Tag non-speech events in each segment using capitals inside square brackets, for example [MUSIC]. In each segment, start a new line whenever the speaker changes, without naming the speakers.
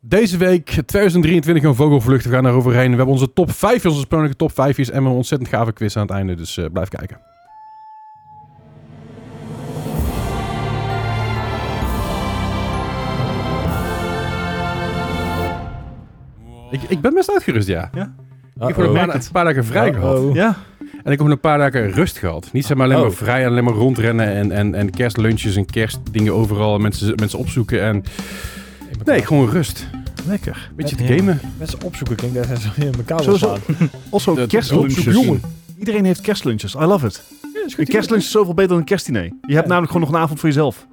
Deze week 2023 een vogelvlucht. We gaan daar overheen. We hebben onze top 5, onze persoonlijke top 5 is. En we hebben een ontzettend gave quiz aan het einde. Dus eh, blijf kijken. Ik, ik ben best uitgerust, ja. Ik heb gewoon een paar, een paar dagen vrij gehad.
Uh-oh.
Ja.
En ik heb een paar dagen rust gehad. Niet zeg maar alleen maar
Oh.
vrij en alleen maar rondrennen en, en, en kerstlunches en kerstdingen overal. En mensen, mensen opzoeken en... Nee, gewoon rust.
Lekker.
Beetje te
Ja.
gamen.
Mensen opzoeken klinkt echt als in elkaar
Zo,
wil
zo.
slaan.
Also,
Dat-
kerstlunches.
dat-
Jongen, iedereen heeft kerstlunches. I love it. Een kerstlunch is zoveel beter dan een kerstdiner. Je hebt namelijk gewoon nog een avond voor jezelf.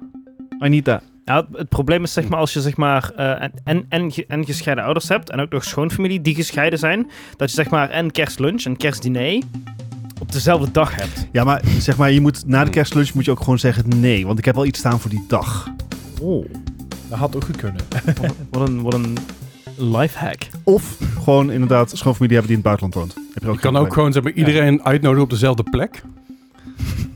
I need that.
Nou, het, het probleem is zeg maar als je zeg maar eh, en, en, en, ge- en gescheiden ouders hebt en ook nog schoonfamilie die gescheiden zijn, dat je zeg maar en kerstlunch en kerstdiner op dezelfde dag hebt.
Ja, maar zeg maar, je moet, na de kerstlunch moet je ook gewoon zeggen nee. Want ik heb wel iets staan voor die dag.
Oh. Dat had ook goed kunnen.
Wat een, wat een lifehack.
Of gewoon inderdaad schoonfamilie hebben die in het buitenland woont. Heb je ook
Je kan
geen
ook
probleem.
gewoon zeg maar, iedereen uitnodigen op dezelfde plek.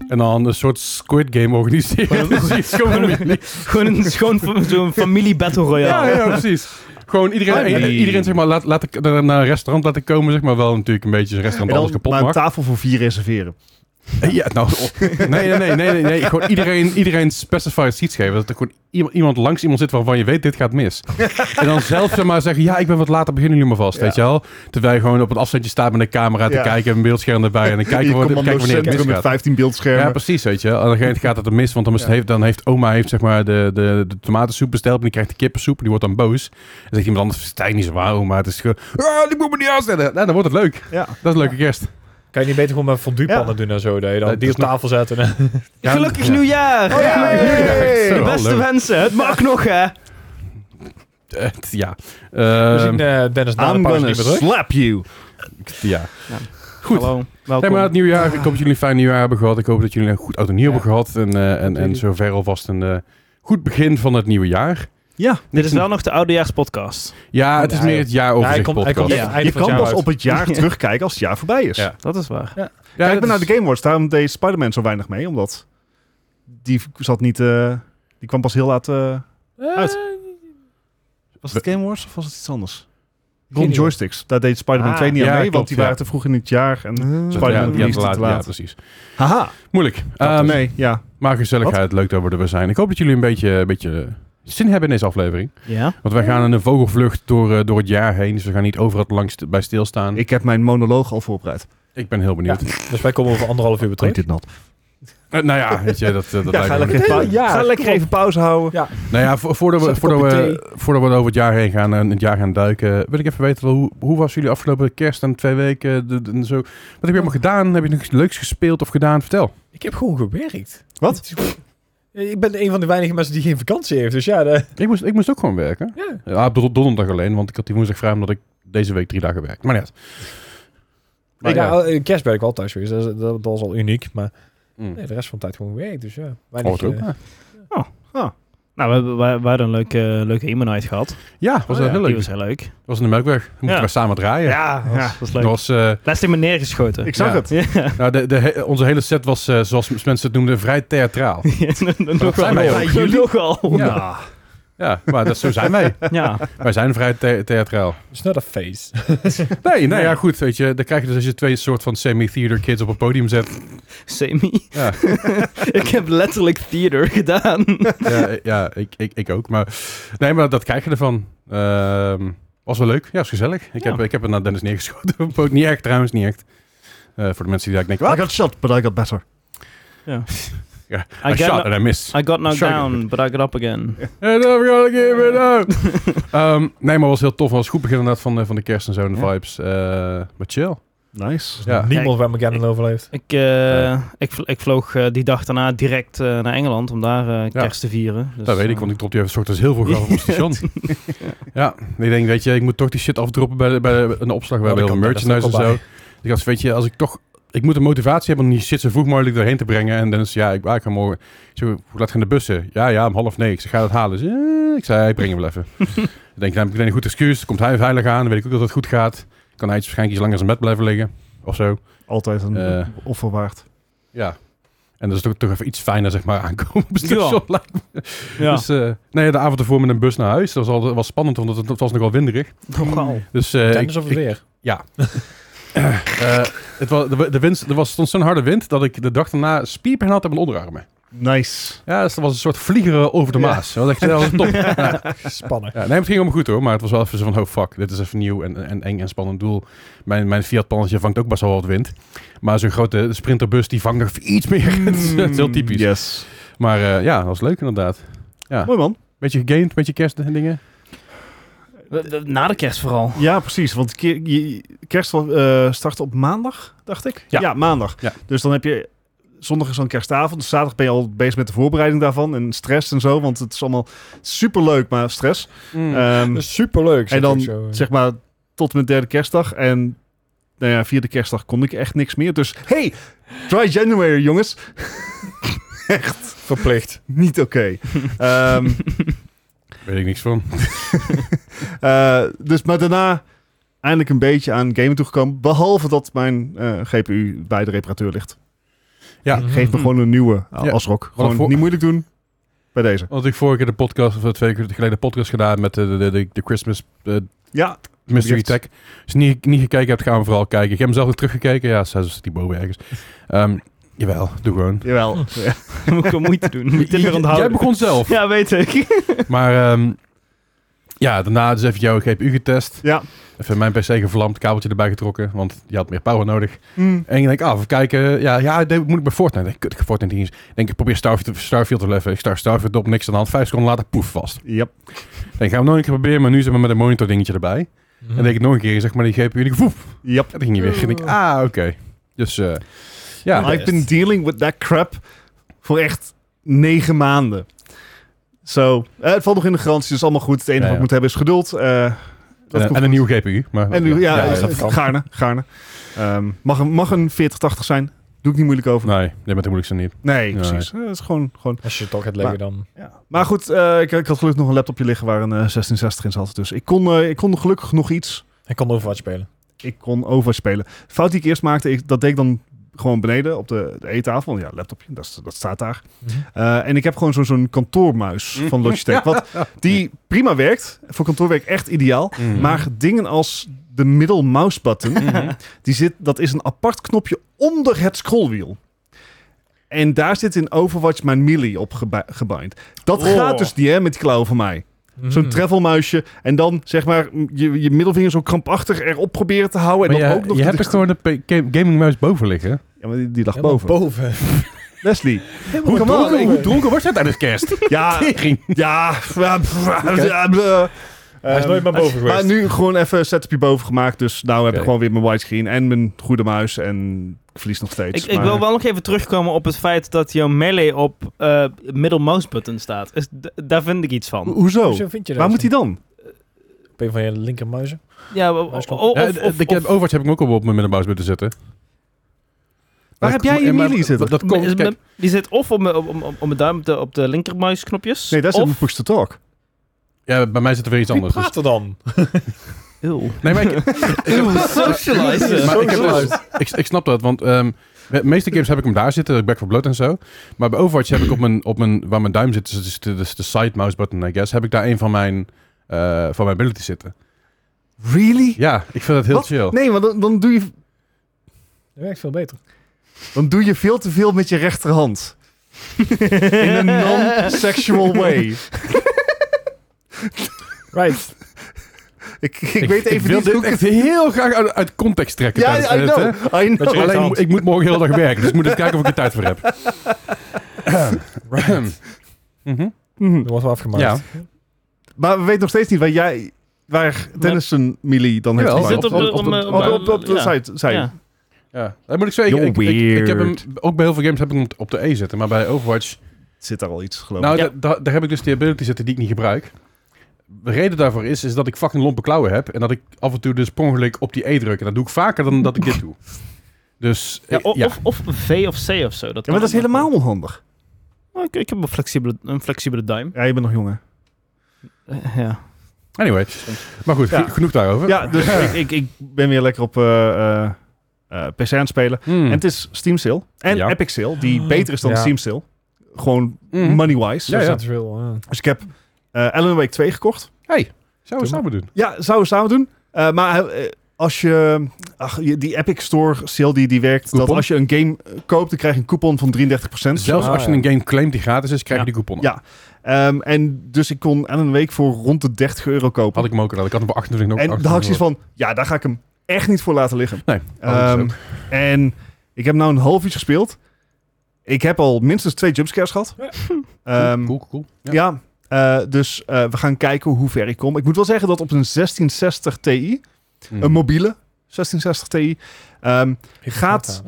En dan een soort Squid Game organiseren. Dat is iets [LAUGHS] [LAUGHS] gewoon-
Gewoon een schoon fa- zo'n familie battle
ja,
royale.
ja, precies. Gewoon iedereen,
Ah, nee.
iedereen zeg maar, laat, laat ik naar een restaurant laten komen. Zeg maar wel natuurlijk een beetje het restaurant alles
En
kapot
dan maar een
maakt.
tafel voor vier reserveren.
Ja, nou, oh. [LAUGHS] nee, nee, nee, nee, nee, nee. Gewoon iedereen, iedereen specified seats geven. Dat er gewoon iemand, iemand langs iemand zit waarvan je weet, dit gaat mis. en dan zelf zeg maar zeggen, ja, ik ben wat later, beginnen jullie maar vast,
Ja.
weet je wel. Terwijl je gewoon op het afstandje staat met een camera te
Ja.
kijken, een beeldscherm erbij. En dan kijken,
je
we- kijken wanneer het
commandocentrum met
misgaat.
15 beeldschermen.
Ja, precies, weet je. Op een gegeven moment gaat het er mis, want dan, is het
Ja.
heeft, dan heeft oma heeft, zeg maar, de, de, de tomatensoep besteld en die krijgt de kippensoep en die wordt dan boos. En zegt iemand anders, versta je niet zo waar, oma, het is gewoon, ah, die moet me niet aanstellen. Nou, dan wordt het leuk.
Ja.
Dat is een leuke kerst.
Kan je niet beter gewoon maar fonduepannen
Ja.
doen en zo? Dat je dan
Dat
die
is
op tafel zetten. en-
Ja,
Gelukkig
ja.
nieuwjaar! Gelukkig
Hey!
nieuwjaar.
Zo,
De
wel
beste
leuk.
wensen, het mag nog hè!
Eh, t- Ja.
We
Ehm,
zien eh, Dennis na de
I'm
pauze
gonna
niet meer terug.
slap you.
ja. Goed.
Hallo,
Hey,
welkom.
maar het nieuwjaar. Ik hoop dat jullie een fijn nieuwjaar hebben gehad. Ik hoop dat jullie een goed oud en nieuw
Ja.
hebben gehad. En, eh, en, en
Natuurlijk.
zover alvast een eh, goed begin van het nieuwe jaar.
Ja.
Dit is wel nog de oudejaarspodcast.
Ja, het is
Ja,
meer
joh.
het jaar
Ja,
over
hij
zich
komt, hij
podcast.
komt
Ja.
echt aan het
Je
einde
kan
van het
pas
jaar
op
uit.
het
[LAUGHS]
jaar terugkijken als het jaar voorbij is.
Ja.
Dat is waar.
Ja,
Kijk maar
dat
naar
is-
de Game Awards. Daarom deed Spider-Man zo weinig mee. Omdat die zat niet... eh, die kwam pas heel laat eh, uit. Was het Game Awards of was het iets anders? Golden
idee.
joysticks. Daar deed Spider-Man
Ah,
2 niet aan
ja,
mee.
klopt,
want die
ja.
waren te vroeg in het jaar. En
Ja, ja,
Spider-Man
te
released
laat,
te
ja,
laat.
precies.
Haha.
Moeilijk.
Dat
Ehm,
dus. nee, ja.
Maar gezelligheid, leuk dat we er weer zijn. Ik hoop dat jullie een beetje, een beetje eh, zin hebben in deze aflevering.
Ja.
Want wij gaan in een vogelvlucht door, eh, door het jaar heen. Dus we gaan niet overal langs t- bij stilstaan. Ik,
Ik heb mijn monoloog al voorbereid.
ben heel benieuwd.
Dus wij komen over anderhalf uur weer terug.
dit nat.
Eh, nou ja, weet je, dat, eh, dat
Ja,
lijkt
ga
me
lekker,
niet.
even,
hele jaar.
ga lekker
Kom op.
even pauze houden.
Ja.
Nou ja, vo- voordat we,
Zet een
voordat,
kopje
we, voordat we over het jaar heen gaan en het jaar gaan duiken, wil ik even weten, wel, hoe, hoe was jullie afgelopen kerst en twee weken? De, de- en zo. Wat heb je allemaal gedaan? Heb je nog iets leuks gespeeld of gedaan? Vertel.
Ik heb gewoon gewerkt.
Wat?
Ik ben een van de weinige mensen die geen vakantie heeft. Dus ja, de-
Ik moest, ik moest ook gewoon werken.
Ja.
Ja, op don- donderdag alleen, want ik had die woensdag vrij omdat ik deze week drie dagen werk. Maar net. Maar
ik,
ja.
nou, eh, kerst ben ik wel thuis geweest. Dat, is- dat, dat was al uniek. Maar
Mm.
nee, de rest van de tijd gewoon gewerkt. Dus ja.
Oh,
Weinig,
wat ook.
eh,
Nou, we, hebben- we, we hadden een leuke, leuke Emanite gehad.
Ja, was
Oh,
dat
ja.
heel
Die
leuk.
was heel leuk.
was in de Melkweg. Dan Moeten
Ja.
we samen draaien.
Ja, dat was, was
Dat
leuk.
was, eh,
Laatst in me neergeschoten.
Ik zag
Ja.
het.
Ja, [LAUGHS]
nou, de, de, he- onze hele set was, eh, zoals mensen het noemden, vrij
[LAUGHS]
theatraal.
nog
zijn wij ook.
wel. Nog wel.
Ja.
Nou,
ja, maar dat, zo zijn wij.
Ja.
Wij zijn vrij the- theatraal.
It's not a face.
Nee, nou ja, goed. Weet je, dan krijg je dus als je twee soort van semi-theater kids op een podium zet.
Semi.
Ja,
[LAUGHS] Ik heb letterlijk theater gedaan.
ja, eh, ja ik, ik, ik ook. Maar nee, maar dat krijg je ervan. Ehm, was wel leuk. Ja, was gezellig. Ik,
Ja.
heb, ik heb het naar Dennis neergeschoten. niet echt trouwens, niet echt. Eh, voor de mensen die daar denken,
I
wat?
got shot, but I got better.
Ja.
Ja,
I,
I
got
shot
no-
and I missed.
I got knocked
Sorry.
down, but I got up again.
And I'm gonna give it up.
[LAUGHS]
Ehm, nee, maar was heel tof. Was goed begin inderdaad van de, van de kerst en zo en de
Ja.
vibes. Eh, maar chill.
Nice.
Ja.
[LAUGHS] Niemand waar McGannon overleeft.
Ik, eh, ik, vl- ik vloog eh, die dag daarna direct eh, naar Engeland om daar eh, kerst te vieren. Dus,
dat weet ik,
eh,
want ik drop die even 's ochtends heel veel graag
[LAUGHS]
op het station. ja, en ik denk, weet je, ik moet toch die shit afdroppen bij, de, bij de- een opslag. We
Oh,
hebben heel
dat
veel
kan, dat
merchandise en
is ook
zo.
al
Dus ik dacht, weet je, als ik toch... Ik moet de motivatie hebben om die shit zo vroeg mogelijk erheen te brengen. En dan is ja, ik, ah, ik ga morgen... Ik zeg, hoe laat gaan de bussen? Ja, ja, om half negen. Ze gaat het halen. Dus, eh, ik zei, ik breng hem wel
[LAUGHS]
even. ik denk, nou, heb ik meteen een goed excuus. Dan komt hij veilig aan. Dan weet ik ook dat het goed gaat. Kan hij waarschijnlijk iets langer in zijn bed blijven liggen. Of zo.
Altijd een
Eh.
offer waard.
Ja. En dat is toch, toch even iets fijner, zeg maar, [LAUGHS] aankomen op het
Ja.
station. lijkt me.
Ja.
Dus, eh, nee, de avond ervoor met een bus naar huis. Dat was, al, dat was spannend, want het, het was nogal winderig.
Nogal.
Dus eh,
Tijdens
ik-
of het weer.
eh, het was, de, de wind, er was, stond zo'n harde wind dat ik de dag daarna spierpijn had aan mijn onderarmen. [LAUGHS]
Nice.
Ja, dus dat was een soort vliegeren over de
Ja.
Maas. Dat was [LAUGHS] echt dat was top. Ja. [LAUGHS]
Spannend.
Ja, nee, het ging allemaal goed hoor, maar het was wel even zo van, oh fuck, dit is even nieuw en, en eng en spannend doel. Mijn, mijn Fiat Pannetje vangt ook best wel wat wind. Maar zo'n grote sprinterbus, die vangt nog iets meer. [LAUGHS] Het is- het is heel typisch.
Yes.
Maar eh, ja, dat was leuk inderdaad. Ja,
Mooi man.
beetje gegamed, beetje kerst en dingen.
De- de- Na de kerst vooral. [LAUGHS]
Ja, precies. Want ke- je- kerst eh start op maandag, dacht ik.
Ja.
maandag.
Ja.
Dus dan heb je... Zondag is dan kerstavond. Dus zaterdag ben je al bezig met de voorbereiding daarvan. En stress en zo. Want het is allemaal superleuk, maar stress.
Hmm. Hm.
Ehm,
Superleuk.
en dan
zo.
zeg maar tot en met derde kerstdag. En nou ja, vierde kerstdag kon ik echt niks meer. Dus hey, try January jongens.
verplicht.
Niet oké.
[LAUGHS]
Ehm,
Weet ik niks van.
eh, dus maar daarna eindelijk een beetje aan gamen toegekomen. Behalve dat mijn eh, GPU bij de reparateur ligt.
Ja.
Mhm.
Geef me gewoon een nieuwe uh,
Ja.
ASRock. Gewoon
voor-
niet moeilijk doen. Bij deze.
Want ik vorige keer de podcast, of twee keer geleden de podcast gedaan met de, de, de, de Christmas eh,
Ja,
Mystery
Yes.
Tech. Als je niet, niet gekeken hebt, gaan we vooral kijken. Ik heb hem zelf ook teruggekeken. Ja, ze zit die boven ergens. Ehm, jawel, doe gewoon.
jawel. Ja.
Moet ik wel moeite
[LAUGHS]
doen. Moet ik dit weer
Jij
onthouden.
begon zelf.
Ja, weet ik.
[LAUGHS] Maar ehm, ja, daarna dus even jouw GPU getest.
Ja.
Even mijn PC gevlamd, kabeltje erbij getrokken, want je had meer power nodig.
Mm.
En ik denk, ah, even kijken. Ja, ja dit moet ik bij Fortnite. Ik denk, kut, ik heb Fortnite niet eens. Ik denk, ik probeer Starfield, Starfield te leffen. Ik start Starfield op, niks aan de hand. Vijf seconden later, poef, vast. Ik
Yep.
denk, ik ga hem nog een keer proberen, maar nu zijn we met een monitor dingetje erbij. En
Mhm.
dan denk ik nog een keer, zeg maar, die GPU, en ik, woef,
Yep.
dat ging niet weg. Ik denk,
Oh.
ah, oké. Dus eh, ja,
I've been dealing with that crap voor echt negen maanden. Zo, eh, het valt nog in de garantie, dus allemaal goed. Het enige
Ja,
wat ik
ja.
moet hebben is geduld. eh, dat
en,
komt
en een
goed.
nieuwe GPU. Maar,
En nu, ja,
Ja,
is
dat
het
kan.
gaarne, gaarne. Ehm, mag, een, mag een 4080 zijn, doe ik niet moeilijk over.
Nee, dit met de moeilijkste niet. Nee.
Nee, precies. Eh, Het is gewoon... gewoon
Als je het toch gaat leggen dan...
ja. Maar goed, eh, ik, ik had gelukkig nog een laptopje liggen waar een eh, 1660 in zat. Dus ik kon, eh, ik kon gelukkig nog iets.
Ik kan Overwatch spelen.
Ik kon over spelen. De fout die ik eerst maakte, ik, dat deed ik dan gewoon beneden op de, de eettafel. Ja, laptopje, dat, is- dat staat daar.
Mhm.
Eh, en ik heb gewoon zo- zo'n kantoormuis van Logitech. Wat, die prima werkt. Voor kantoorwerk echt ideaal.
Mm.
Maar dingen als de middle mouse button.
Mhm.
die zit, dat is een apart knopje onder het scrollwiel. En daar zit in Overwatch mijn melee op geba- gebind. Dat
Oh.
gaat dus niet hè, met die klauwen van mij. Zo'n
Mm. Mhm.
travelmuisje. En dan zeg maar je, je middelvinger zo krampachtig erop proberen te houden. En
Maar
dan
je,
ook nog
je
dat
hebt
ik-
er gewoon de gaming muis boven liggen.
Ja, maar die, die lag
Helemaal
boven.
boven.
Leslie.
Helemaal
Hoe
boven.
dronken- hoe
dronken was dat tijdens
[LAUGHS]
kerst?
Ja, Ja, ja, ja, ja.
Hij is nooit maar boven
Maar
geweest.
nu gewoon even setupje boven gemaakt. Dus nou heb ik
Oké.
gewoon weer mijn widescreen en mijn goede muis. En ik verlies nog steeds.
Ik, ik
maar-
wil wel nog even terugkomen op het feit dat jouw melee op eh middle mouse button staat. Is- d- daar vind ik iets
Ho-
van.
Hoezo?
Hoezo vind je dat?
Waar moet hij dan?
Op een van je linkermuizen?
Ja, o- o-
Muis
of,
klopt.
of,
Ja, de- de-
of-
de Overwatch heb ik ook al op mijn middenbouws moeten zetten.
Waar heb jij je melee zitten?
Dat
m- is-
komt, kijk,
m- die zit of op mijn op, op, op mijn duim op de, op de linkermuisknopjes.
Nee, daar zit
of,
een push to talk.
ja, bij mij zit er weer iets
Wie
anders.
praat er dan?
Eeuw.
dus- nee, maar ik,
Socializen.
maar ik, heb
Sowieso.
dus- ik, ik snap dat, want ehm, bij de meeste games heb ik hem daar zitten, Back for Blood en zo. Maar bij Overwatch heb ik op mijn, op mijn, waar mijn duim zit, dus de, dus de side mouse button, I guess, heb ik daar een van mijn, eh, van mijn abilities zitten.
Really?
Ja, ik vind dat heel
Wat?
chill.
Nee, want dan, dan, doe je,
Dat werkt veel beter.
dan doe je veel te veel met je rechterhand. In [LAUGHS] een non-sexual way.
[LAUGHS] Right.
Ik, ik, weet even
wil
niet hoe
dit
ik het...
echt heel graag uit, uit context trekken.
Ja,
[LAUGHS]
I
tijdens editen.
know. I
Dat je
know.
alleen, moet- ik moet morgen heel dag werken, dus ik moet eens kijken of ik er tijd voor
[LAUGHS]
heb. Mhm.
[LAUGHS] Mhm.
Dat was wel afgemaakt. Dus
Ja.
Maar we weten nog steeds niet waar jij... Waar Dennis zijn melee dan heeft
Jawel,
gemaakt.
die zit op de-
Of- of-
om, eh,
of-
om-
Oh, op- op de
ja.
site- site.
Ja.
ja, dat moet ik zeggen. Ik, ik,
You're
ik- ik heb hem,
weird.
ook bij heel veel games heb ik hem op de- op de E zitten, maar bij Overwatch...
Zit daar al iets, geloof ik.
Nou,
Ja.
da- da- daar heb ik dus die ability zitten die ik niet gebruik. De reden daarvoor is, is dat ik fucking lompe klauwen heb en dat ik af en toe dus per ongeluk op die E druk. En dat doe ik vaker dan dat ik dit doe. Dus
Ja,
eh,
o-
ja.
Of, of V of C of zo. Dat
Ja, maar dat is
kan ook.
helemaal onhandig.
Oh, ik, ik heb een flexibele, een flexibele duim.
Ja, je bent nog jonger.
Eh, ja.
Anyway, maar goed,
Ja.
ge- genoeg daarover.
Ja, dus ik, ik, ik ben weer lekker op eh, eh, eh, PC aan het spelen.
Hmm.
En het is Steam Sale en
Hm. Ja.
Epic Sale, die
Hm.
beter is dan
Ja.
Steam Sale. Gewoon
Mhm.
money-wise.
Ja,
ja,
ja.
Dus ik heb eh Alan Wake 2 gekocht.
Hey, zouden we samen doen?
Ja, zouden we samen doen. Eh, maar eh, als je... Ach, je- die Epic Store sale die, die werkt...
Coupon? Dus-
dat als je een game eh, koopt, dan krijg je een coupon van 33%.
Zelfs
Ah,
als je
ja.
een game claimt die gratis is, krijg je
Ja.
die coupon.
Ja. Ehm, en dus ik kon Alan Wake voor rond de 30 euro kopen.
Had ik hem ook Oh, al. Ik had hem voor 28 nog.
en daar had ik zoiets van... Ja, daar ga ik hem echt niet voor laten liggen.
Nee,
Ehm, en ik heb nou een half uur gespeeld. Ik heb al minstens twee jumpscares gehad. [LAUGHS] Ehm,
cool, cool. Ja.
Ja, eh, dus eh, we gaan kijken hoe ver ik kom. Ik moet wel zeggen dat op een 1660 Ti,
Mm.
een mobiele 1660 Ti, ehm, Gaat-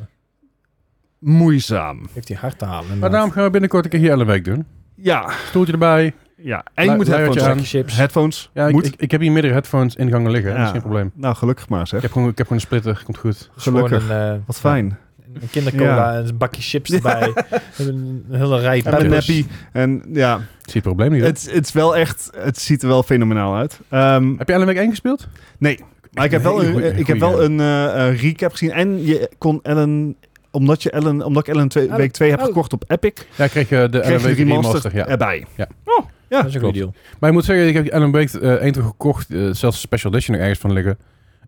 moeizaam.
Heeft hij hard te halen.
Maar daarom gaan we binnenkort een keer hier Ellen Week doen.
Ja,
Stoeltje erbij.
ja. En je
Lu-
moet
luiertje
headphones.
aan.
Zakje chips.
Headphones,
Ja, ik,
moet.
ik, ik heb hier meerdere headphones ingangen liggen. Dat is
Ja.
geen probleem.
nou, gelukkig maar
Ik
zeg.
heb, gewoon, ik heb gewoon een splitter. Komt goed.
Gelukkig.
Gewoon Een, eh,
Wat fijn.
Een kindercola
Ja.
en een bakje chips
[LAUGHS]
erbij. een, een hele rij
En een
peppers.
nappy. En ja,
Ik zie het probleem niet. hè?
het, het is wel echt, het ziet er wel fenomenaal uit. Ehm,
Heb je Ellen Week 1 gespeeld?
maar ik heb wel
Hele
een,
goeie-
ik heb wel
goeie-
een eh, eh, recap gezien. En je kon Ellen, omdat, je Ellen, omdat ik Ellen twee,
Oh.
week 2 heb
Oh.
gekocht op Epic,
Ja, ik kreeg eh, de
kreeg
Ellen
je de
Week remaster.
remaster
ja.
erbij.
Dat is een goede
Klopt.
deal.
Maar ik moet zeggen, ik heb Ellen Wake eh 1 toch gekocht. eh, zelfs een special edition nog ergens van liggen.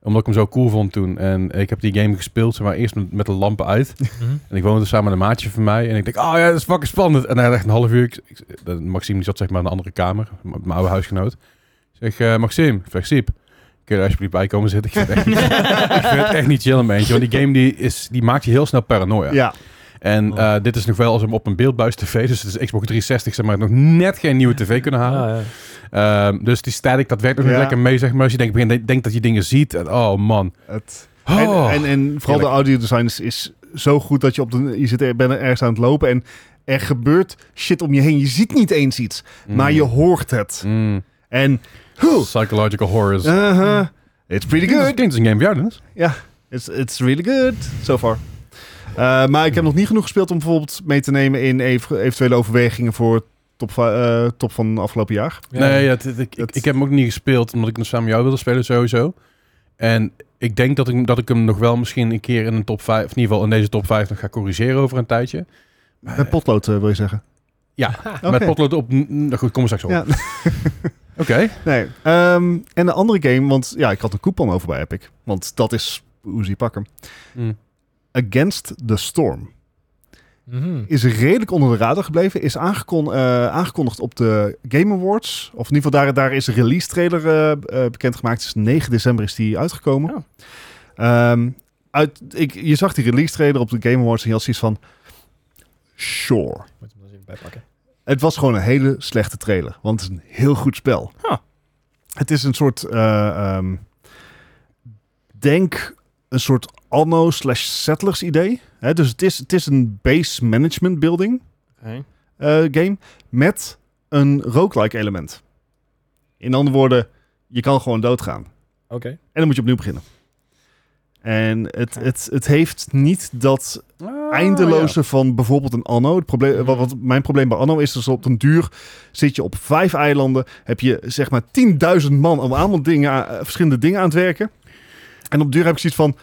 Omdat ik hem zo cool vond toen. En ik heb die game gespeeld, zeg maar eerst met, met de lampen uit.
Mhm.
En ik woonde samen met een maatje van mij. En ik dacht, oh ja, dat is fucking spannend. En hij echt een half uur. Ik, ik- de- Maxime die zat zeg maar in een andere kamer. m- Mijn oude huisgenoot. Ik zeg, eh Maxime, ik zeg Siep. Kun je er alsjeblieft bij komen zitten? [LAUGHS] Ik vind het echt, ik vind het echt niet chill in mijn eentje. Want die game die is, die maakt je heel snel paranoia.
Ja,
En eh, dit is nog wel als hem op een beeldbuis tv. Dus het is Xbox 360, zeg maar, nog net geen nieuwe tv kunnen halen.
Ah, ja.
Ehm, dus die static, dat werkt ook nog
Ja.
lekker mee, zeg maar. Als je denkt, begint- denkt dat je dingen ziet. En, oh, man.
het,
Oh.
En, en, en vooral de audiodesign is, is zo goed dat je op de. Je zit er, bent ergens aan het lopen en er gebeurt shit om je heen. Je ziet niet eens iets,
Mm.
maar je hoort het.
Mm.
En. Huh,
Psychological horrors.
uh-huh, it's pretty
Dit is-
good.
dit is een game voor jou, Dennis.
It's, it's really good so far. Eh, maar ik heb nog niet genoeg gespeeld om bijvoorbeeld mee te nemen in ev- eventuele overwegingen voor top, va- eh, top van afgelopen jaar.
Ja.
Nee, het- het- ik,
Dat-
ik heb hem ook niet gespeeld, omdat ik nog samen met jou wilde spelen, sowieso. En ik denk dat ik, dat ik hem nog wel misschien een keer in een top 5, of in ieder geval in deze top 5, nog ga corrigeren over een tijdje.
Met potlood eh, wil je zeggen.
Ja,
Oké.
Met potlood op... Nou goed, kom er straks op.
Ja.
[LAUGHS] Oké.
Nee. ehm, en de andere game, want ja, ik had een coupon over bij Epic. Want dat is Uzi pakken.
Mm.
Against the Storm.
[LAUGHS] Mhm.
is redelijk onder de radar gebleven. Is aangekon- eh, aangekondigd op de Game Awards. Of in ieder geval daar, daar is een release trailer eh, eh, bekendgemaakt. Dus 9 december is die uitgekomen.
Oh.
Ehm, uit, ik, je zag die release trailer op de Game Awards en je had zoiets van... Sure.
Moet hem er eens even bij pakken.
Het was gewoon een hele slechte trailer. Want het is een heel goed spel.
Huh.
Het is een soort... eh, ehm, denk een soort anno slash settlers idee. Hè, dus het is, het is een base management building
Oké.
eh, game met een roguelike element. In andere woorden, je kan gewoon doodgaan.
Oké.
En dan moet je opnieuw beginnen. En het, het, het heeft niet dat
Ah,
eindeloze van bijvoorbeeld een anno. Het probleem, wat, wat mijn probleem bij anno is, dus op den duur zit je op vijf eilanden. Heb je zeg maar 10.000 man om allemaal dingen, aan- eh, verschillende dingen aan het werken. En op den duur heb ik zoiets van,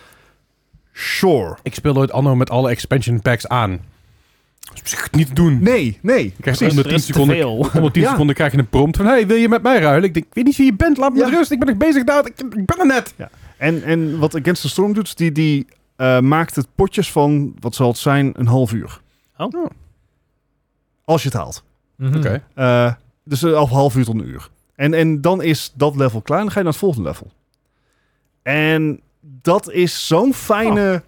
sure.
Ik speel ooit Anno met alle expansion packs aan. Dat is op zich niet te doen.
Nee, nee.
Ik krijg
Dus Er is-
onder
er
10
is te
seconden,
veel.
onder 10
Ja.
seconden krijg je een prompt van... Hey, wil je met mij ruilen? Ik denk, ik weet niet wie je bent. Laat me
Ja.
met rust. Ik ben nog bezig daar. Ik, ik ben er net.
En, en wat Against the Storm doet, die, die eh, maakt het potjes van, wat zal het zijn, een half uur.
Oh.
Als je het haalt.
Mhm.
Oké.
Eh, dus een half, half uur tot een uur. En, en dan is dat level klaar en dan ga je naar het volgende level. En dat is zo'n fijne,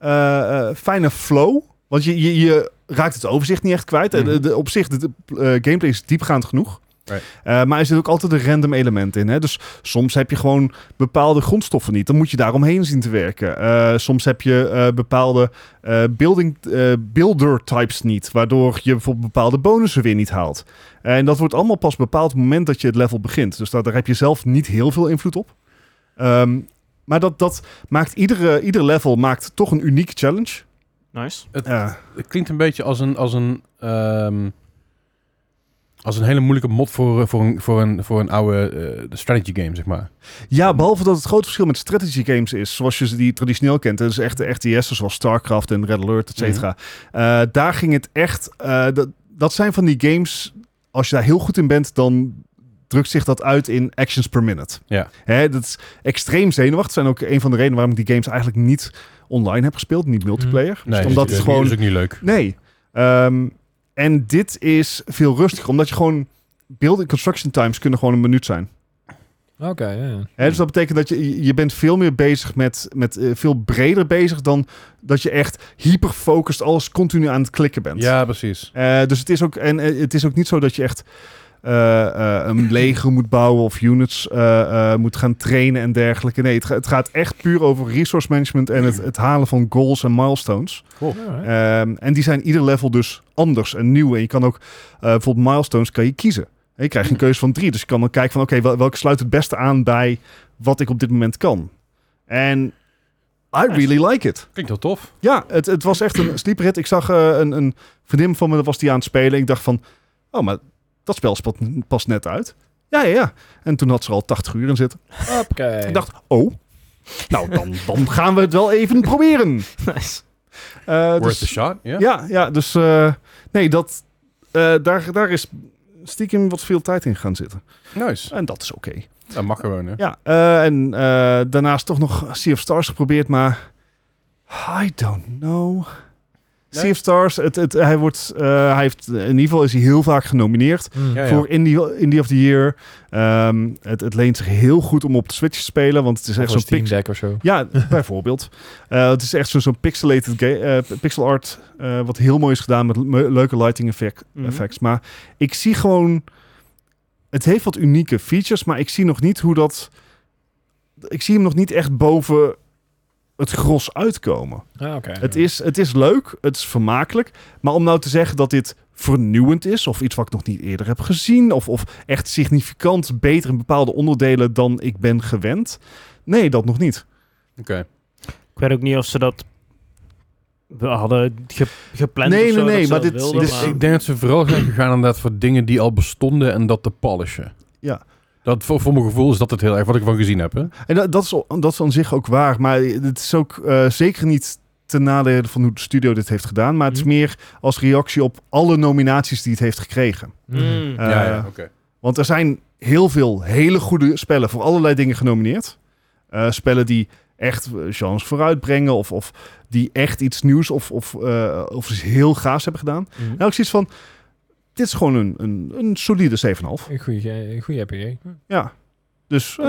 Oh.
eh, eh, fijne flow. Want je, je, je raakt het overzicht niet echt kwijt. En
Mhm.
De, de- op zich, de, de, eh, gameplay is diepgaand genoeg.
Right.
Eh, maar er zit ook altijd een random element in. Hè? Dus soms heb je gewoon bepaalde grondstoffen niet. Dan moet je daar omheen zien te werken. Eh, soms heb je eh, bepaalde eh, building, eh, builder types niet. Waardoor je bijvoorbeeld bepaalde bonussen weer niet haalt. En dat wordt allemaal pas bepaald op het moment dat je het level begint. Dus daar, daar heb je zelf niet heel veel invloed op. Ehm, maar dat, dat maakt iedere, ieder level maakt toch een unieke challenge. Eh,
Nice.
Het, het klinkt een beetje als een... Als een ehm, Als een hele moeilijke mod voor, eh, voor, een, voor, een, voor een oude eh, strategy game, zeg maar.
Ja, behalve dat het groot verschil met strategy games is, zoals je ze die traditioneel kent. Dus echt de RTS'en zoals StarCraft en Red Alert, et cetera.
Mhm.
Eh, daar ging het echt... eh, dat, dat zijn van die games, als je daar heel goed in bent, dan drukt zich dat uit in actions per minute.
Ja.
Hè, dat is extreem zenuwachtig. Dat zijn ook een van de redenen waarom ik die games eigenlijk niet online heb gespeeld, niet multiplayer.
Mhm. Nee,
dus omdat
dat
het gewoon
is ook niet leuk.
Nee. Ehm, en dit is veel rustiger, omdat je gewoon... Building construction times kunnen gewoon een minuut zijn.
Oké, ja, ja.
Hè, dus dat betekent dat je, je bent veel meer bezig met, met eh, veel breder bezig dan dat je echt hyperfocust alles continu aan het klikken bent.
Ja, precies.
Eh, dus het is, ook, en, eh, het is ook niet zo dat je echt eh, eh, een leger moet bouwen of units eh, eh, moet gaan trainen en dergelijke. Nee, het, ga- het gaat echt puur over resource management en het, het halen van goals en milestones.
Alright.
Ehm, en die zijn ieder level dus anders en nieuw. En je kan ook eh, bijvoorbeeld milestones kan je kiezen. En je krijgt een keuze van drie. Dus je kan dan kijken van oké, wel- welke sluit het beste aan bij wat ik op dit moment kan. En I really like it.
Klinkt wel tof.
Ja, het, het was
[CLEARS THROAT]
echt een sleeper hit. Ik zag eh, een, een vriendin van me, dat was die aan het spelen. Ik dacht van, oh, maar dat spel spat- past net uit. Ja, ja, ja. En toen had ze er al 80 uur in zitten.
Hoppakee.
Ik dacht, oh, nou dan, dan gaan we het wel even proberen.
[LAUGHS] Nice.
Eh,
Worth
dus-
the shot, ja?
ja, ja, dus eh, nee, dat, eh, daar, daar is stiekem wat veel tijd in gaan zitten.
Nice.
En dat is oké.
Dat mag gewoon, hè?
Ja, eh, en eh, daarnaast toch nog Sea of Stars geprobeerd, maar I don't know. Sea
Nee?
of Stars, het, het, hij wordt, eh, hij heeft, in ieder geval is hij heel vaak genomineerd
Hmm.
Ja, ja.
voor Indie, Indie of the Year. Ehm, het, het leent zich heel goed om op de Switch te spelen, want het is
Of
echt
een
zo'n
Steam
pixel...
Deck of zo.
Ja, bijvoorbeeld. Eh, het is echt zo- zo'n pixelated ga- eh, pixel art. eh, wat heel mooi is gedaan met me- leuke lighting effect,
Mhm.
effects. Maar ik zie gewoon. Het heeft wat unieke features, maar ik zie nog niet hoe dat. Ik zie hem nog niet echt boven het gros uitkomen.
Ah, oké.
Het, is, het is leuk, het is vermakelijk. Maar om nou te zeggen dat dit vernieuwend is, of iets wat ik nog niet eerder heb gezien, of, of echt significant beter in bepaalde onderdelen dan ik ben gewend. Nee, dat nog niet.
Oké.
Ik weet ook niet of ze dat we hadden ge- gepland
Nee,
of
nee,
zo,
nee,
dat ze
maar
dat
dit-
wilden,
dit-
maar-
Ik denk dat ze vooral zijn gegaan inderdaad voor dingen die al bestonden en dat te polishen.
Ja. Eh.
Dat, voor, voor mijn gevoel is dat het heel erg wat ik van gezien heb, hè?
En dat, dat, is, al- dat is aan zich ook waar. Maar het is ook eh, zeker niet ten nadele van hoe de studio dit heeft gedaan. Maar het is
Mhm.
meer als reactie op alle nominaties die het heeft gekregen.
Mhm.
Mm.
Eh,
ja, ja, oké.
Want er zijn heel veel hele goede spellen voor allerlei dingen genomineerd. Eh, spellen die echt eh, genres vooruitbrengen of, of die echt iets nieuws of, of, eh, of iets heel gaafs hebben gedaan.
Mhm.
Nou, ik zie iets van, dit is gewoon een, een, een solide 7,5.
Een goeie, ge- een goeie RPG. Hm.
Ja, dus eh,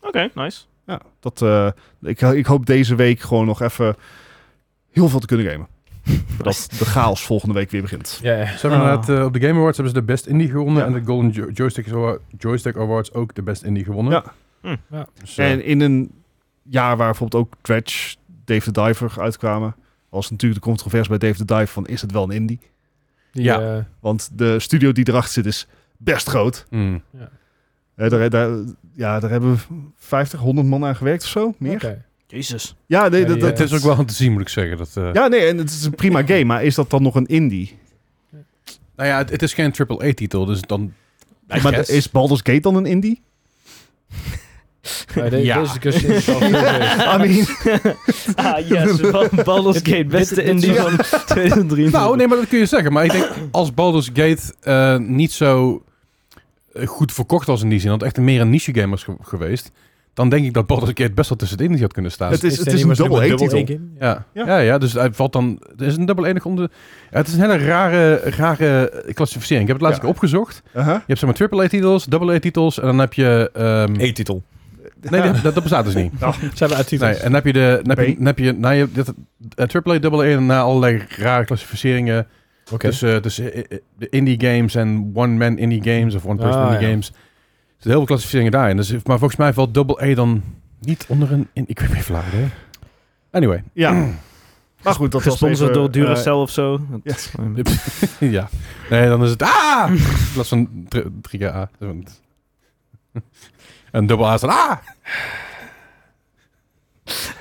Oké. Oké, nice.
Ja, dat, eh, ik, ik hoop deze week gewoon nog even heel veel te kunnen gamen. Voordat de chaos volgende week weer begint.
Ja, ja.
Ze hebben
Ah.
inderdaad, eh, op de Game Awards hebben ze de Best Indie gewonnen
Ja.
en de Golden Jo- Joystick, Awa- Joystick Awards ook de Best Indie gewonnen.
Ja.
Hm.
Ja.
Dus, eh,
En in een jaar waar bijvoorbeeld ook Dredge, Dave the Diver uitkwamen. Was natuurlijk de controverse bij Dave the Diver van is het wel een indie?
Die,
Ja.
eh,
Want de studio die erachter zit is best groot.
mm.
Eh, daar, daar, ja, daar hebben we 50, 100 man aan gewerkt of zo. Meer.
oké.
Jezus.
Ja, nee,
Ja,
dat,
die,
dat,
Het is ook wel aan te zien, moet ik zeggen. Dat, eh,
ja, nee, en het is een prima game. Maar is dat dan nog een indie?
Nou ja, het, het is geen AAA-titel, dus dan... I
maar
guess.
is Baldur's Gate dan een indie?
Maar de-
Ja.
Deze discussie
[LAUGHS]
is eh, al veel geweest.
[LAUGHS]
I mean,
Ah, yes. Ba- Baldur's Gate, beste
dit- dit-
indie
ja.
van 2003.
Nou, nee, maar dat kun je zeggen. Maar ik [COUGHS] denk, als Baldur's Gate eh, niet zo eh, goed verkocht was in die zin, want echt meer een niche-game was ge- geweest, dan denk ik dat Baldur's Gate best wel tussen het indie had kunnen staan.
het is,
dit
het is een
niet- was dit
double
een
A-titel.
A-game?
Ja.
Ja.
Ja. ja, dus hij valt dan. Het is een dubbel enig onder. ja, het is een hele rare, rare klassificering. Ik heb het laatst
Ja.
keer opgezocht.
Aha.
Je hebt zeg maar AAA-titels, AA-titels en dan heb je. ehm,
E-titel.
nee, die heb- dat, dat bestaat dus niet.
Nou,
Zijn we A-titels?
Nee, en dan heb je de. Dan heb je,
B.
dan heb je, nou, je hebt dit, eh, AAA, AA en na allerlei rare klassificeringen.
Oké.
dus-
Tussen, tussen eh, eh, de indie games en one-man indie games of one-person
Ah,
indie
ja.
games. Er zitten heel veel klassificeringen daarin. Dus, maar volgens mij valt AA dan niet onder een. in- ik weet niet flauw idee. Anyway,
Ja. Maar goed, dat was
Gesponsord
even,
door
eh,
Duracell of zo.
ja.
Dat- ehm,
ja. Nee, dan is het ah! In plaats van dr- drie keer A. [LAUGHS] En dubbel A is dan ah!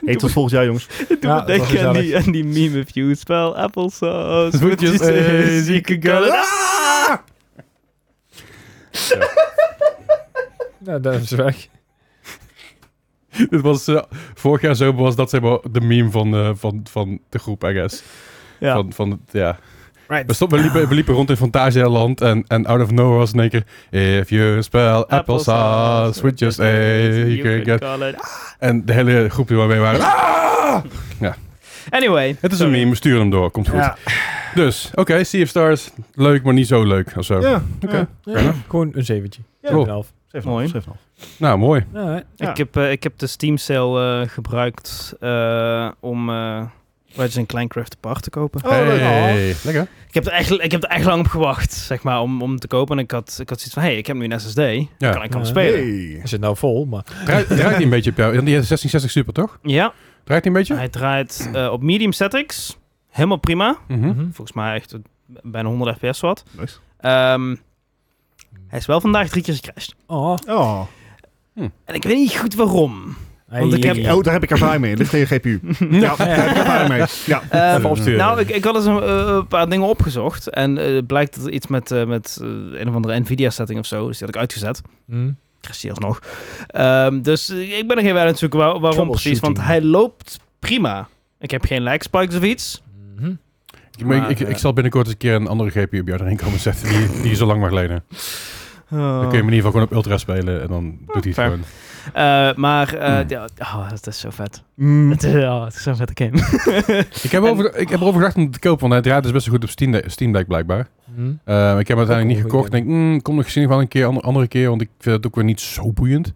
hey, tot volgend jaar, jongens.
Het doet
Ja,
me
dat was
denken aan die,
gezellig.
aan die meme if you spell applesauce. with Ah!
Voetjes,
your
eh,
you can go-
Ah!
Nou, daar is ze weg.
Dit was eh, vorig jaar zo was dat zeg maar de meme van, eh, van, van de groep, I guess.
Ja.
Van, van, ja.
Right.
We, stop- we, liepen, we liepen rond in Fantasialand en, en out of nowhere was in één keer... If you spell applesauce with just a... you can get-"
call it-
En de hele groep die waarmee waren... "Ah!"
Anyway.
Het is
sorry.
een meme, we sturen hem door, komt goed.
Ja.
Dus, oké, Sea of Stars. Leuk, maar niet zo leuk of zo.
Ja,
Oké.
Gewoon een zeventje.
Ja.
Een half.
Mooi.
Nou, mooi.
Ja,
Ja.
Ik, heb, eh, ik heb de Steam sale eh, gebruikt eh, om eh Legends in Clancraft apart te kopen.
Oh, leuk.
Hey. Lekker.
Ik heb, er echt, ik heb er echt lang op gewacht, zeg maar, om, om te kopen. En ik had, ik had zoiets van, hé, hey, ik heb nu een SSD.
Ja.
Kan ik hem
Ja.
spelen?
Hey.
Is het nou vol, maar...
Draait, draait die een beetje op jou? Die 1660 Super, toch?
Ja,
Draait die een beetje?
hij draait eh, op medium settings. Helemaal prima.
Mhm.
Mhm.
Volgens mij echt eh, bijna 100 fps wat.
Nice.
Ehm, hij is wel vandaag drie keer gecrashed.
Oh.
Oh.
En ik weet niet goed waarom. Want ik heb-
Hey.
oh, daar heb ik ervaring mee. Ligt tegen je GPU. Ja, daar heb ik ervaring mee. Ja. Eh,
Ehm,
Even opsturen.
nou, ik, ik had eens een, eh, een paar dingen opgezocht. En eh, het blijkt dat er iets met, eh, met eh, een of andere Nvidia-setting of zo. Dus die had ik uitgezet.
Mhm.
Christie alsnog. Ehm, dus eh, ik ben er geen bij aan het zoeken waar- waarom precies. Want hij loopt prima. Ik heb geen lag spikes of iets.
Mhm.
Ik- maar ik, ik,
Maar,
ik
eh,
zal binnenkort eens een keer een andere GPU op jou erin komen zetten die, die zo lang mag lenen. Dan kun je hem in ieder geval gewoon op Ultra spelen en dan doet hij het
Oh. fair.
gewoon.
Eh, maar eh,
Hmm.
ja, oh, het is zo [LAUGHS] vet.
Mm.
Het is, oh, het is zo'n vette game.
Ik heb, over, ik heb erover gedacht om het te kopen, want hij draait dus best wel goed op Steam, Deck- Steam Deck blijkbaar.
Mhm.
Eh, ik heb hem uiteindelijk niet
Ook een goede
gekocht. Ik denk, mm, kom nog misschien wel een keer, andere, andere keer, want ik vind het ook weer niet zo boeiend.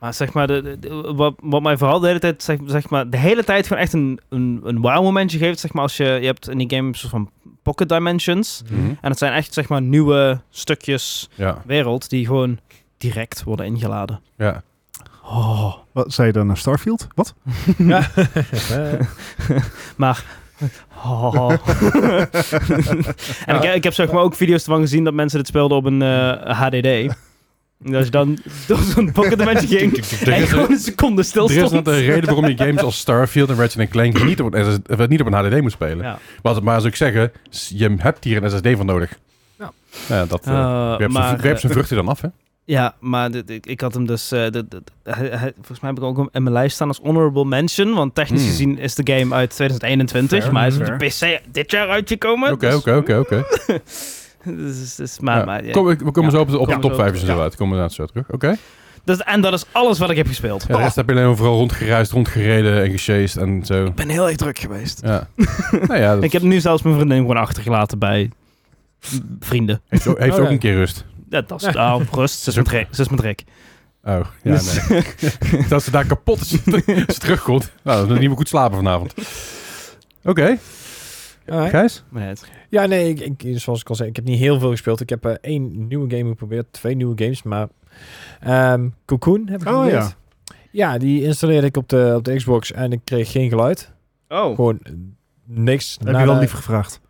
maar zeg maar, de, de- de- wat, wat mij vooral de hele tijd, zeg, zeg maar, de hele tijd gewoon echt een, een, een wow momentje geeft. Zeg maar, als je, je hebt in die game een soort van pocket dimensions.
Mhm.
En het zijn echt, zeg maar, nieuwe stukjes
Ja,
wereld die gewoon direct worden ingeladen.
ja.
Oh.
Wat zei je dan naar Starfield? Wat?
Ja. Eh,
Oh. [LAUGHS] en ik, ik heb zeg maar ook video's ervan gezien dat mensen dit speelden op een eh, HDD. En als je
[LAUGHS]
dan door zo'n pocket dimension ging en
is
gewoon een seconde stil
Er is
stond.
net een reden waarom je games als Starfield en Ratchet Clank niet op, een SSD of niet op een HDD moet spelen.
[LAUGHS] Ja.
Maar, maar als ik zeggen, je hebt hier een SSD voor nodig.
Ja.
Ja, dat eh,
Eh,
werpt zijn-
maar,
werpt
eh,
zijn vruchten dan af, hè?
ja, maar dit- ik, ik had hem dus... eh, dit- dit- hij- hij- volgens mij heb ik hem ook in mijn lijst staan als honorable mention. Want technisch
Hmm.
gezien is de game uit 2021.
Fair,
maar hij is op de
fair.
PC dit jaar uitgekomen.
Oké,
dus-
oké, oké, oké.
[LAUGHS] dus- dus- maar-
Ja.
maar, ja.
Kom, we we komen
Ja.
zo op de, op de Oh.
Ja.
top 5 en zo
Ja.
uit. Komen we daar zo terug. Oké.
Dus- En dat is alles wat ik heb gespeeld.
Ja, de rest heb je alleen maar vooral rondgeruist, rondgereden en gechased en zo.
Ik ben heel erg druk geweest.
Ja. [LAUGHS] nou ja, dat
Ik heb nu zelfs mijn vriendin gewoon achtergelaten bij vrienden.
heeft, ook- heeft
Oké.
ook een keer rust.
Ja, dat is nou, rust. Ze is met Rick. Ze is met Rick.
Oh, ja, nee. [LAUGHS] dat ze daar kapot is als ze terugkomt. Nou, dan is niet meer goed slapen vanavond. Oké,
[LAUGHS] alright.
Gijs?
Maar nee, het-
Ja, nee, ik, ik- zoals ik al zei, ik heb niet heel veel gespeeld. Ik heb eh, één nieuwe game geprobeerd, twee nieuwe games, maar ehm Cocoon heb ik
Oh,
geprobeerd. ja. die installeerde ik op de, op de Xbox en ik kreeg geen geluid.
Oh.
Gewoon eh, niks.
Heb je
nada.
wel liever gevraagd?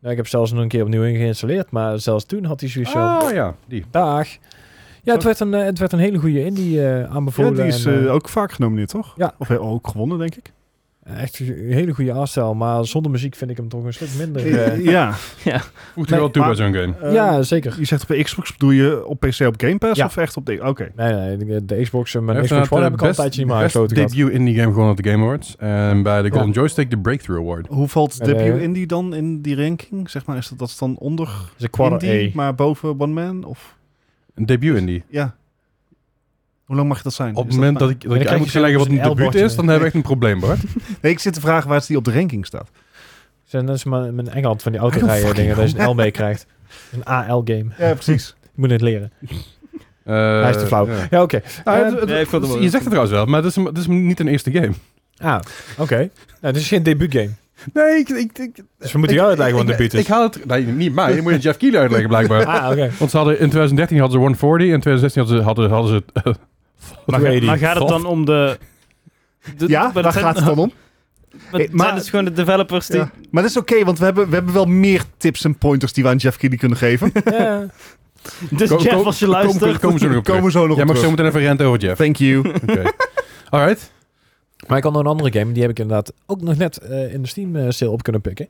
Nou, ik heb zelfs nog een keer opnieuw geïnstalleerd, maar zelfs toen had hij zoiets van,
Ah.
Oh ja, die.
dag. Ja, het werd, een, eh, het werd een hele goede indie eh,
Ja,
aanbevolen.
die is
en,
eh,
eh,
ook vaak genomineerd, toch?
Ja.
Of eh, ook gewonnen, denk ik.
eh, Echt een hele goede aanstel, maar zonder muziek vind ik hem toch een stuk minder.
[LAUGHS]
eh.
ja.
Voegt er wel toe bij
maar-
zo'n game.
ja, zeker.
Je zegt op Xbox, bedoel je op PC op Game Pass
Ja.
of echt op de... Oké.
Nee, nee, de, de Xbox en mijn
Heeft inderdaad
Xbox One
de
heb ik al een
best-
tijdje niet meer
best
aangesloten gehad.
debut indie game gewonnen op de Game Awards. En bij de Golden
Ja.
Joystick de Breakthrough Award.
Hoe valt
Eh,
debut indie dan in die ranking? Zeg maar, is dat, dat is dan onder
Dat is een quad
indie,
A.
maar boven One Man? Of
Een debut indie.
ja. Hoe lang mag dat nou- zijn?
Op
Is
het moment dat
maar-
ik, dat ik
krijg
uit
je
moet
zo'n-
leggen wat
zo'n
een debuut
L-bordje.
is, dan heb ik echt een probleem, Bart.
Nee, ik zit te vragen waar het die op de ranking staat.
Zijn net als mijn, mijn
[LAUGHS]
Engeland van die
I
autorijden
don't
dingen, dat je een L mee krijgt. [LAUGHS] Een AL-game.
Ja, precies.
Je moet het leren.
Eh,
Hij is te flauw.
ja.
Ja, oké.
Nou,
Eh,
het- het-
nee, ik vond hem wel-
je zegt het trouwens wel, maar het is, het is niet een eerste game.
ah, oké. Nou, dit is geen debuutgame.
Nee, ik... ik, ik
Dus we moeten jou uitleggen wat een debuut
Ik,
is.
haal het... Nee, niet mij. Je moet het Jeff Keely uitleggen, blijkbaar.
Ah, oké.
[LAUGHS] Want ze hadden, in 2013 hadden ze 140 en in 2016 hadden ze... Hadden, hadden ze eh,
Maar,
Hoe
ga-
heet die?
maar gaat het dan om de... de-
Ja,
maar dat
daar
zijn-
gaat het dan om.
[LAUGHS] Maar,
Eh, maar-
zijn het gewoon de developers die...
Ja. Maar dat is oké, want we hebben, we hebben wel meer tips en pointers die we aan Jeff Keighley kunnen geven.
Ja.
[LAUGHS] Dus
Ko-
Jeff,
ko-
als je
komen-
luistert...
Komen, komen ze nog op
Komen we
terug.
zo nog
Jij
op
mag
terug.
zo meteen even renten over
[LAUGHS]
Jeff.
Thank you.
Oké. Alright.
Maar ik had nog een andere game, die heb ik inderdaad ook nog net eh, in de Steam eh, sale op kunnen pikken.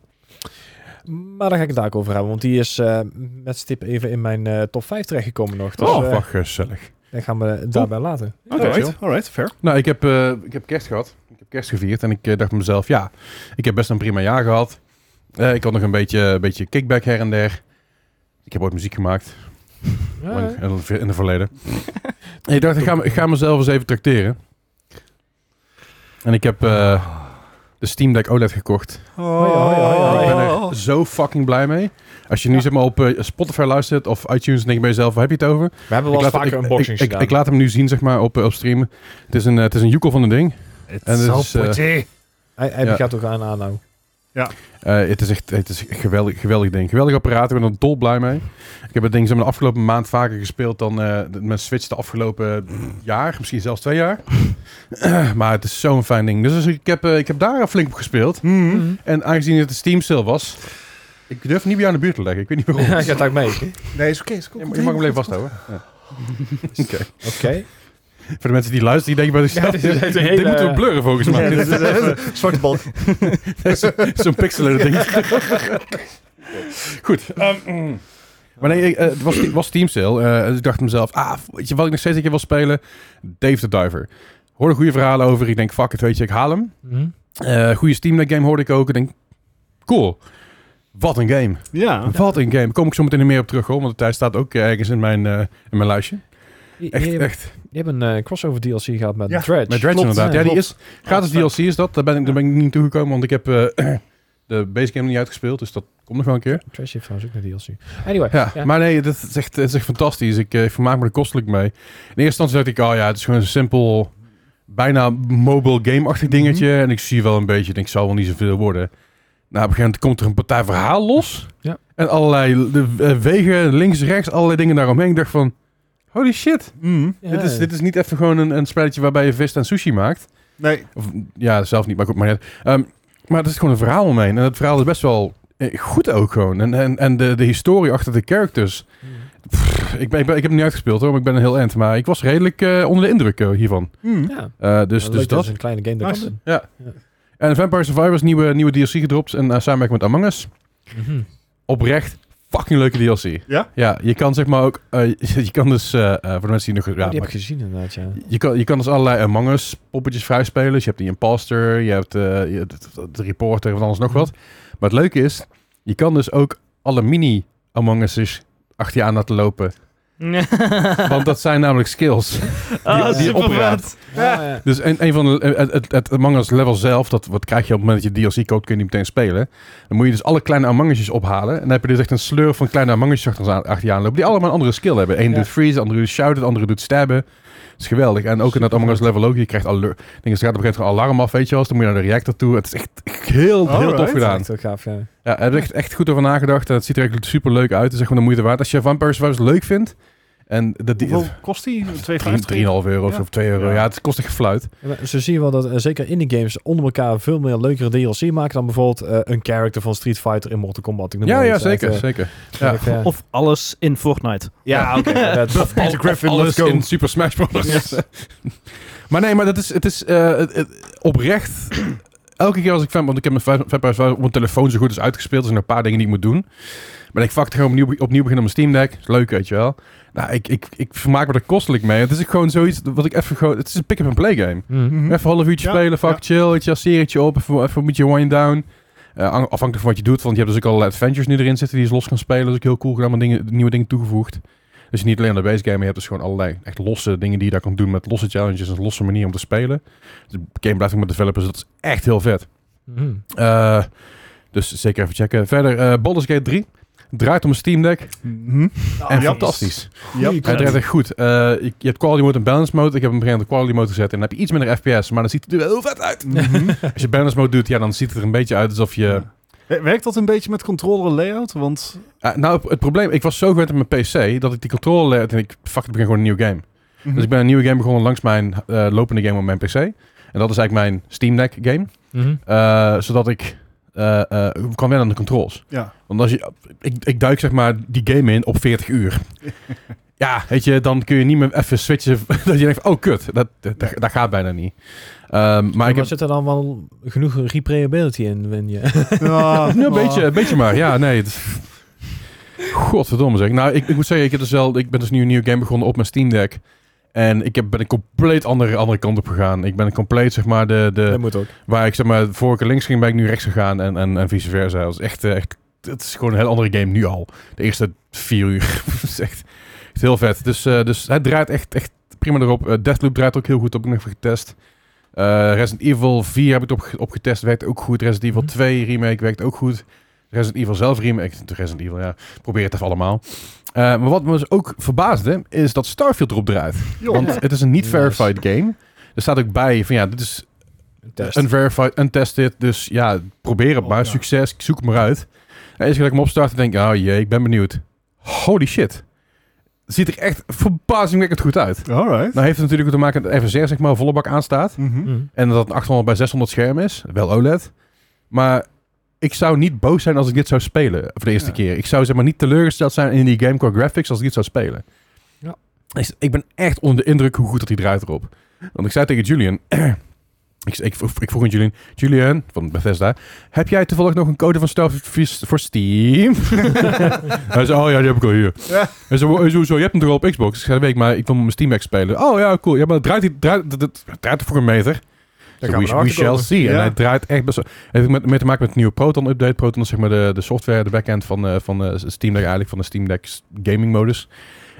Maar daar ga ik het daar ook over hebben, want die is eh, met stip even in mijn eh, top 5 terechtgekomen nog. Dus
Oh,
eh,
fuck, gezellig.
daar gaan we het daarbij laten.
Oké, chill.
Alright, alright, fair.
Nou, ik heb, eh, ik heb kerst gehad. Ik heb kerst gevierd en ik eh, dacht bij mezelf, ja, ik heb best een prima jaar gehad. Eh, ik had nog een beetje, een beetje kickback her en der. Ik heb ooit muziek gemaakt. Lang
Ja,
in het- in het [LAUGHS] verleden. En ik dacht, ik ga, ik ga mezelf eens even tracteren. En ik heb eh, de Steam Deck OLED gekocht.
hoi, hoi, hoi.
Oh, Ik ben
Oh.
er zo fucking blij mee. Als je nu zeg maar op eh, Spotify luistert of iTunes, dan denk je bij jezelf, waar heb je het over?
we hebben wel eens vaker unboxings
ik, ik,
gedaan.
ik laat hem nu zien zeg maar op, eh, op stream. Het is een, eh, het is een joekel van een ding. En het is, eh, [LAUGHS]
hij hij
ja.
gaat ook aan aan nou.
Eh, het is echt het is een geweldig, geweldig ding. Geweldig apparaat. Ik ben er dol blij mee. Ik heb het ding zeg maar, de afgelopen maand vaker gespeeld dan eh, de- mijn Switch de afgelopen jaar. Misschien zelfs twee jaar. [CLEARS THROAT] maar het is zo'n fijn ding. Dus ik heb, eh, ik heb daar flink op gespeeld.
Mhm.
En aangezien het een Steam sale was... Ik durf niet bij jou in de buurt te leggen. Ik weet niet waarom.
[LAUGHS] Hij gaat ook mee. Oké.
Nee, is oké. is
Je
oké.
mag je mag hem even vasthouden. Ja. [LAUGHS] Oké. Voor de mensen die luisteren, die denken bij zichzelf...
Ja, dit is
[LAUGHS]
echt
dit
een hele-
moeten we blurren volgens mij. [LAUGHS]
Ja, dit is even- Zwarte balk.
Zo'n pixelen ding. Goed. ehm, mm. maar nee, ik, eh, het was, het was Team Sale. eh, dus ik dacht mezelf, ah, weet je wat ik nog steeds een keer wil spelen? Dave the Diver. Hoorde goede verhalen over. Ik denk, fuck it, weet je, ik haal hem.
Mhm.
Eh goede Steam Deck game hoorde ik ook. Ik denk, cool. Wat een game.
Ja.
Wat een game. Daar kom ik zo meteen er meer op terug, hoor. Want de tijd staat ook ergens in mijn, eh, in mijn lijstje.
Je,
Echt,
je,
echt.
je hebt een eh, crossover DLC gehad met
Ja,
Dredge.
Met Dredge
Klopt,
inderdaad. Ja, die
klopt.
is gratis DLC is dat. Daar ben ik, daar ben ik niet toegekomen, want ik heb eh, [CLEARS THROAT] de base game niet uitgespeeld. Dus dat komt nog wel een keer.
Dredge heeft trouwens ook een DLC. Anyway.
Ja,
ja.
maar nee, dat is echt, dat is echt fantastisch. Ik, eh, vermaak me er kostelijk mee. In eerste instantie dacht ik, oh ja, het is gewoon een simpel, bijna mobile game-achtig dingetje. En ik zie wel een beetje, ik denk, het zal wel niet zoveel worden. Nou, op een gegeven moment komt er een partij verhaal los.
Ja.
En allerlei de, eh, wegen, links, rechts, allerlei dingen daaromheen. Ik dacht van, holy shit.
Mm.
Ja.
Dit, is, dit is niet even gewoon een, een spelletje waarbij je vis en sushi maakt.
Nee.
Of, ja, zelf niet, maar goed, maar net. Ehm, maar het is gewoon een verhaal omheen. En het verhaal is best wel eh, goed ook gewoon. En, en, en de, de historie achter de characters ik, ben, ik, ben- ik heb hem niet uitgespeeld hoor, maar ik ben een heel end. Maar ik was redelijk eh, onder de indruk eh, hiervan.
Mm.
Ja.
Eh, dus
Dus,
dus
dat
dat.
is een kleine game. Dat
Nice.
kan
En Vampire Survivors, nieuwe, nieuwe DLC gedropt. En eh, samenwerking met Among Us.
doen.
Oprecht, fucking leuke DLC.
Ja?
Ja, je kan zeg maar ook... eh, [LAUGHS] je kan dus, eh, eh, voor de mensen die nog...
Ja,
ja,
Oh, die heb
maar-
ik gezien inderdaad, ja.
je kan, je kan dus allerlei Among Us poppetjes vrij spelen. Dus je hebt die imposter, je hebt eh, je hebt de, de reporter of alles nog wat. Maar het leuke is, je kan dus ook alle mini Among Us'ers achter je aan laten lopen.
[LAUGHS]
Want dat zijn namelijk skills.
Ah,
die
super
opraapt.
vet.
Ja, ja.
Dus een, een van de, het, het, het Among Us level zelf, dat wat krijg je op het moment dat je DLC koopt, kun je niet meteen spelen. Dan moet je dus alle kleine Among Us'jes ophalen. En dan heb je dus echt een sleur van kleine Among Us'jes achter, ons aan- achter je aanlopen, die allemaal een andere skill hebben. Eén
Ja.
doet freeze, de andere doet shouten, de andere doet stabben. Dat is geweldig. En ook in dat Among Us level ook, je krijgt alert. Ik Denk, er gaat op een gegeven moment een alarm af, weet je wel. Dus dan moet je naar de reactor toe. Het is echt, echt heel, heel
Alright.
tof gedaan.
Echt heel gaaf, ja.
Ja, daar heb ik echt, echt goed over nagedacht. En het ziet er echt super leuk uit. Het is echt gewoon de moeite waard. Als je Vampire Survivors leuk vindt, en dat die...
Hoeveel kost die? 2,50?
3,5 euro of
Ja.
2 euro.
Ja.
Ja, het kost echt gefluit.
Ja, maar Zo zie je wel dat eh, zeker indie games onder elkaar veel meer leukere DLC maken dan bijvoorbeeld eh, een character van Street Fighter in Mortal Kombat. Ik noem
Ja,
maar
ja,
iets.
zeker,
Echt, eh,
zeker.
gek, ja.
Of alles in Fortnite.
Ja, oké.
[LAUGHS]
dat-
Of Peter Griffin, let's go. in Super Smash Bros. [LAUGHS] maar nee, maar dat is, het is eh, het- het- oprecht... Elke keer als ik Vamp- want ik heb mijn Vamp- Vampire Survivors op mijn telefoon zo goed als uitgespeeld. Er zijn nog een paar dingen die ik moet doen. Maar ik fuck, ik ga opnieuw, opnieuw beginnen op mijn Steam Deck. Is leuk, weet je wel. Nou, ik, ik, ik vermaak me er kostelijk mee. Het is ook gewoon zoiets wat ik even gewoon... Het is een pick-up-and-play game.
Mhm.
Mhm.
Even een half uurtje
Ja,
spelen, fuck
ja.
chill, weet je, een serietje op, even, even een beetje wind down. Eh, ang- afhankelijk van wat je doet, want je hebt dus ook allerlei adventures nu erin zitten die je eens los kan spelen. Dus ook heel cool gedaan, maar dingen, nieuwe dingen toegevoegd. Dus niet alleen aan de base game, maar je hebt dus gewoon allerlei echt losse dingen die je daar kan doen met losse challenges en losse manier om te spelen. Dus De game blijft ook met developers, dat is echt heel vet.
Mhm.
Eh, dus zeker even checken. Verder, eh Baldur's Gate 3 draait om een Steam Deck
Mhm.
en
ja.
fantastisch.
Ja.
Goeie
Hij
content.
draait echt goed. Eh, ik- je hebt quality mode en balance mode. Ik heb hem begrepen de quality mode gezet. En dan heb je iets minder FPS, maar dan ziet het er wel heel vet uit.
[LAUGHS] Mhm.
Als je balance mode doet, ja, dan ziet het er een beetje uit alsof je...
Ja. Werkt dat een beetje met controller layout? Want
Ah, nou, het probleem... Ik was zo gewend op mijn PC dat ik die controller... layout En ik, fuck, ik begin gewoon een nieuwe game. Dus ik ben een nieuwe game begonnen langs mijn eh, lopende game op mijn PC. En dat is eigenlijk mijn Steam Deck game.
Mhm.
Eh, zodat ik eh eh, kan wennen aan de controls.
Ja.
Want als je, ik, ik duik zeg maar die game in op 40 uur. Ja, weet je, dan kun je niet meer even switchen. [LAUGHS] dat je denkt, van, oh kut, dat, dat, dat, dat gaat bijna niet. Ehm, maar ik
Maar
heb Eh,
zit er dan wel genoeg replayability in, win je?
Ja,
[LAUGHS] Ja, een,
Oh.
beetje, een beetje maar. Ja, nee. Het... Godverdomme zeg. Nou, ik, ik moet zeggen, ik, heb dus wel, ik ben dus nu een nieuwe game begonnen op mijn Steam Deck. En ik heb, ben een compleet andere, andere kant op gegaan. Ik ben een compleet, zeg maar, de, de,
[LAUGHS] Dat moet ook.
waar ik zeg maar, voor ik links ging, ben ik nu rechts gegaan en, en, en vice versa. Dat is echt, eh, echt, het is gewoon een heel andere game nu al. De eerste vier uur. [LAUGHS] Het is echt, echt heel vet. Dus, eh, dus het draait echt, echt prima erop. Eh, Deathloop draait ook heel goed, heb ik nog even getest. Eh, Resident Evil 4 heb ik op, op getest, werkt ook goed. Resident Evil
Mhm.
2 remake werkt ook goed. Resident Evil zelf remake, Resident Evil, ja, probeer het even allemaal. Eh, maar wat me dus ook verbaasde, is dat Starfield erop draait. Want het is een niet-verified game. Er staat ook bij van ja, dit is
Test.
Unverified, untested. Dus ja, probeer het
Oh,
maar.
ja.
Succes, ik zoek het maar uit. En eens dat ik hem opstart, dan denk ik, oh jee, ik ben benieuwd. Holy shit. Ziet er echt verbazingwekkend goed uit.
Alright.
Nou heeft het natuurlijk ook te maken dat FSR zeg maar volle bak aanstaat.
Mhm.
Mhm.
En dat het een 800 bij 600 scherm is. Wel OLED. Maar ik zou niet boos zijn als ik dit zou spelen eh, voor de eerste
Ja.
keer. Ik zou zeg maar niet teleurgesteld zijn in die game qua graphics als ik dit zou spelen.
Ja.
Ik, ik ben echt onder de indruk hoe goed dat hij draait erop. Want ik zei tegen Julian... [CLEARS THROAT] ik, ik, vroeg- ik vroeg aan Julian... Julian, van Bethesda... Heb jij toevallig nog een code van Starfield voor Steam? [LAUGHS] Hij zei, oh ja, die heb ik al hier.
Ja.
Hij zei, "Wow, sowieso, je hebt hem toch al op Xbox? Ik zei, dat weet ik, maar ik wil mijn Steam Deck spelen. Oh ja, cool. Ja, maar draait hij draait, dat- dat- dat draait voor een meter.
Daar
So
gaan we
we, we
erachter
shall
komen.
see. En
Ja.
hij draait echt best wel... Heeft met, met te maken met het nieuwe Proton update. Proton is zeg maar de, de software, de backend van, eh, van eh, Steam Deck eigenlijk. Van de Steam Deck gaming modus.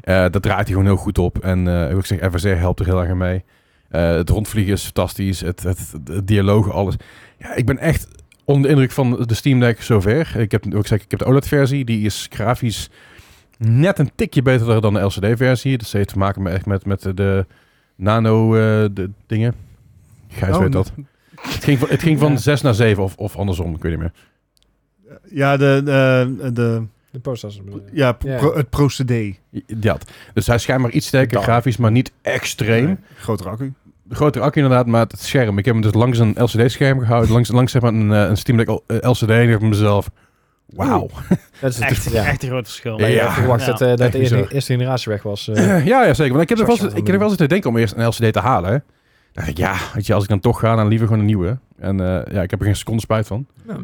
Eh dat draait hij gewoon heel goed op. En eh, hoe ik zeg, FSR helpt er heel erg aan mee. Eh, het rondvliegen is fantastisch. Het, het, het dialoog, alles. Ja, ik ben echt onder de indruk van de Steam Deck zover. Ik heb, ook zeg, ik heb de OLED-versie. Die is grafisch net een tikje beter dan de LCD-versie. Dat heeft te maken met, echt met, met de, de nano eh, de dingen. Gijs
Oh,
weet dat. Het ging van, het ging van 6 naar 7 of, of andersom, ik weet niet meer.
Ja, de, de, de,
De processor
eh,
bedoel je?
ja, pro-
Ja.
pro- het procedé.
Ja. Dus hij is schijnbaar iets sterker
Dat.
grafisch, maar niet extreem.
Grotere accu.
grotere accu inderdaad, maar het scherm. Ik heb hem dus langs een LCD-scherm gehouden. Langs, langs zeg maar een, eh, een Steam Deck L- eh, LCD. En ik heb mezelf... Wauw.
Dat is
Echt,
ja.
echt een groot verschil.
Ja,
Ja,
ja.
verwacht dat, eh, dat de
Echt
eerste,
bizar.
eerste generatie weg was. eh.
Ja, ja, zeker. Want ik heb er wel
Zoals je
eens-
dat
ik heb er
wil
wel eens te denken om eerst een LCD te halen. Dan dacht ik, ja, weet je, als ik dan toch ga, dan liever gewoon een nieuwe. En eh, ja, ik heb er geen seconde spijt van.
Ja.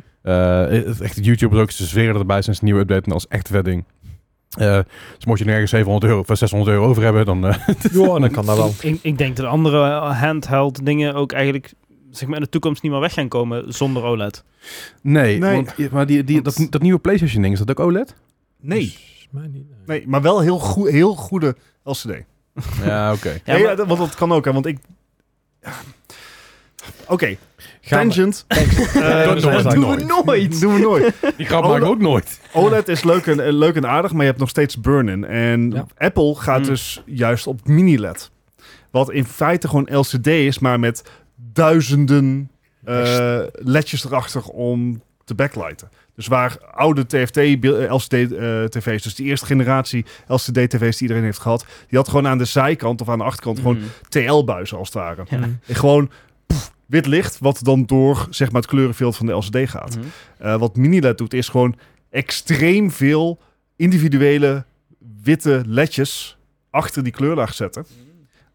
Eh, het- echt, YouTube is ook ze zweren erbij sinds de nieuwe update. En als echt vet ding. Eh, dus mocht je nergens 700 euro of 600 euro over hebben, dan... eh, [LAUGHS]
ja, dan kan dat wel.
Ik, ik denk dat andere handheld dingen ook eigenlijk zeg maar, in de toekomst niet meer weg gaan komen zonder OLED.
nee,
Nee.
Want, maar die, die,
Want-
dat, dat nieuwe PlayStation ding, is dat ook E OLED?
Nee.
Volgens mij niet, nee.
Dus- nee, maar wel heel, goe- heel goede LCD.
[LAUGHS] Ja, oké.
Ja,
Ja,
maar-
ja, dat- want dat kan ook, hè, want ik... Oké,
Gaan [LAUGHS]
[LAUGHS]
we-
tangent.
Eh,
Eh,
dat doen we
dat [LAUGHS] doen we
nooit.
nooit. Doen we nooit.
Die grap maak ik ook nooit.
OLED is leuk en, eh, leuk en aardig, maar je hebt nog steeds burn-in. En
Ja.
Apple gaat
Hmm.
dus juist op mini-LED. Wat in feite gewoon LCD is, maar met duizenden eh ledjes erachter om te backlighten. Dus waar oude eh, TFT-LCD-tv's, dus die eerste generatie LCD-tv's die iedereen heeft gehad, die had gewoon aan de zijkant of aan de achterkant gewoon
Mhm.
TL-buizen als het ware.
Ja.
Mm.
En gewoon pff, wit licht, wat dan door zeg maar, het kleurenveld van de LCD gaat.
Mhm.
Eh, wat Miniled doet, is gewoon extreem veel individuele witte ledjes achter die kleurlaag zetten.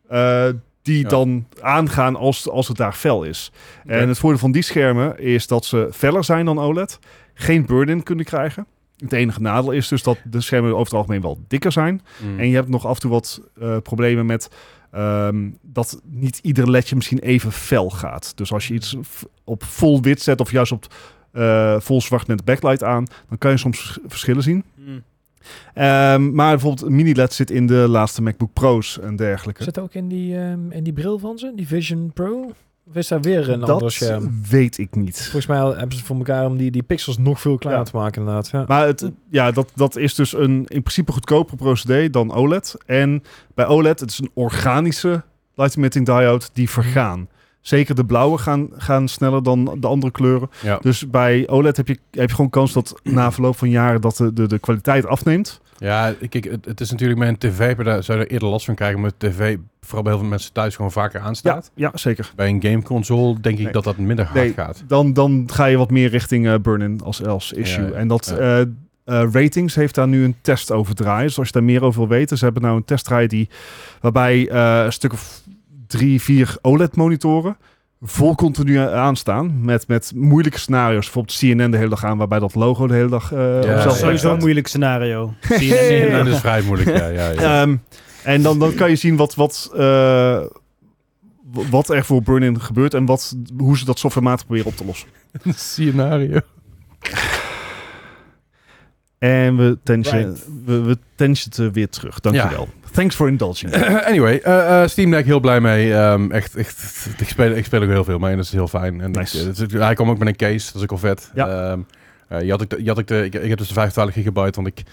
Eh, die
Ja.
dan aangaan als, als het daar fel is.
Oké.
En het voordeel van die schermen is dat ze feller zijn dan OLED. Geen burn-in kunnen krijgen. Het enige nadeel is dus dat de schermen over het algemeen wel dikker zijn.
Mm.
En je hebt nog af en toe wat eh, problemen met ehm, dat niet ieder ledje misschien even fel gaat. Dus als je iets v- op vol wit zet of juist op eh, vol zwart met de backlight aan, dan kan je soms vers- verschillen zien.
Mhm.
Ehm, maar bijvoorbeeld een mini-led zit in de laatste MacBook Pro's en dergelijke.
Zit dat ook in die, ehm, in die bril van ze, die Vision Pro? Of is daar weer een ander
dat
scherm?
weet ik niet.
Volgens mij hebben ze het voor elkaar om die, die pixels nog veel kleiner
Ja.
te maken inderdaad. Ja.
Maar het, ja, dat, dat is dus een in principe goedkoper procedé dan OLED. En bij OLED, het is een organische light emitting diode, die vergaan. Zeker de blauwe gaan, gaan sneller dan de andere kleuren.
Ja.
Dus bij OLED heb je, heb je gewoon kans dat na verloop van jaren dat de, de, de kwaliteit afneemt.
Ja, kijk, het, het is natuurlijk met een tv, maar daar zou je er eerder last van krijgen. Omdat de tv, vooral bij heel veel mensen thuis, gewoon vaker
Ja,
aanstaat.
ja zeker.
Bij een gameconsole denk ik
Nee.
dat dat minder hard
[LAUGHS] Nee.
gaat.
Dan, dan ga je wat meer richting eh, burn-in als else issue.
Ja,
en dat
ja.
eh, eh, ratings heeft daar nu een test over draaien. Dus als je daar meer over wil weten, ze hebben nou een test draaien die, waarbij eh, een stuk of drie, vier OLED-monitoren vol continu a- aanstaan met, met moeilijke scenario's. Bijvoorbeeld CNN de hele dag aan, waarbij dat logo de hele dag eh op
Ja,
dat is
zelfs
ja,
sowieso een
staat.
[LAUGHS]
moeilijk scenario. Zie je
Hey.
dat niet?
Dat is vrij moeilijk, ja. ja, ja.
[LAUGHS] Ehm, en dan, dan kan je zien wat, wat, eh, w- wat er voor burn-in gebeurt en wat, hoe ze dat softwarematig proberen op te lossen.
Scenario.
En we tension, we, we tensionen weer terug. Dankjewel. Thanks for indulging.
[CLEARS THROAT] anyway, eh, eh, Steam Deck heel blij mee. Ehm, echt, echt, ik speel, ik speel ook heel veel mee en dat is heel fijn. En
Nice.
ik, eh, het is- hij kwam ook met een case, dat is ook al vet.
Ja.
Ehm, eh, je had ik, de- je had ik, de, ik, ik heb dus de 25 gigabyte, want ik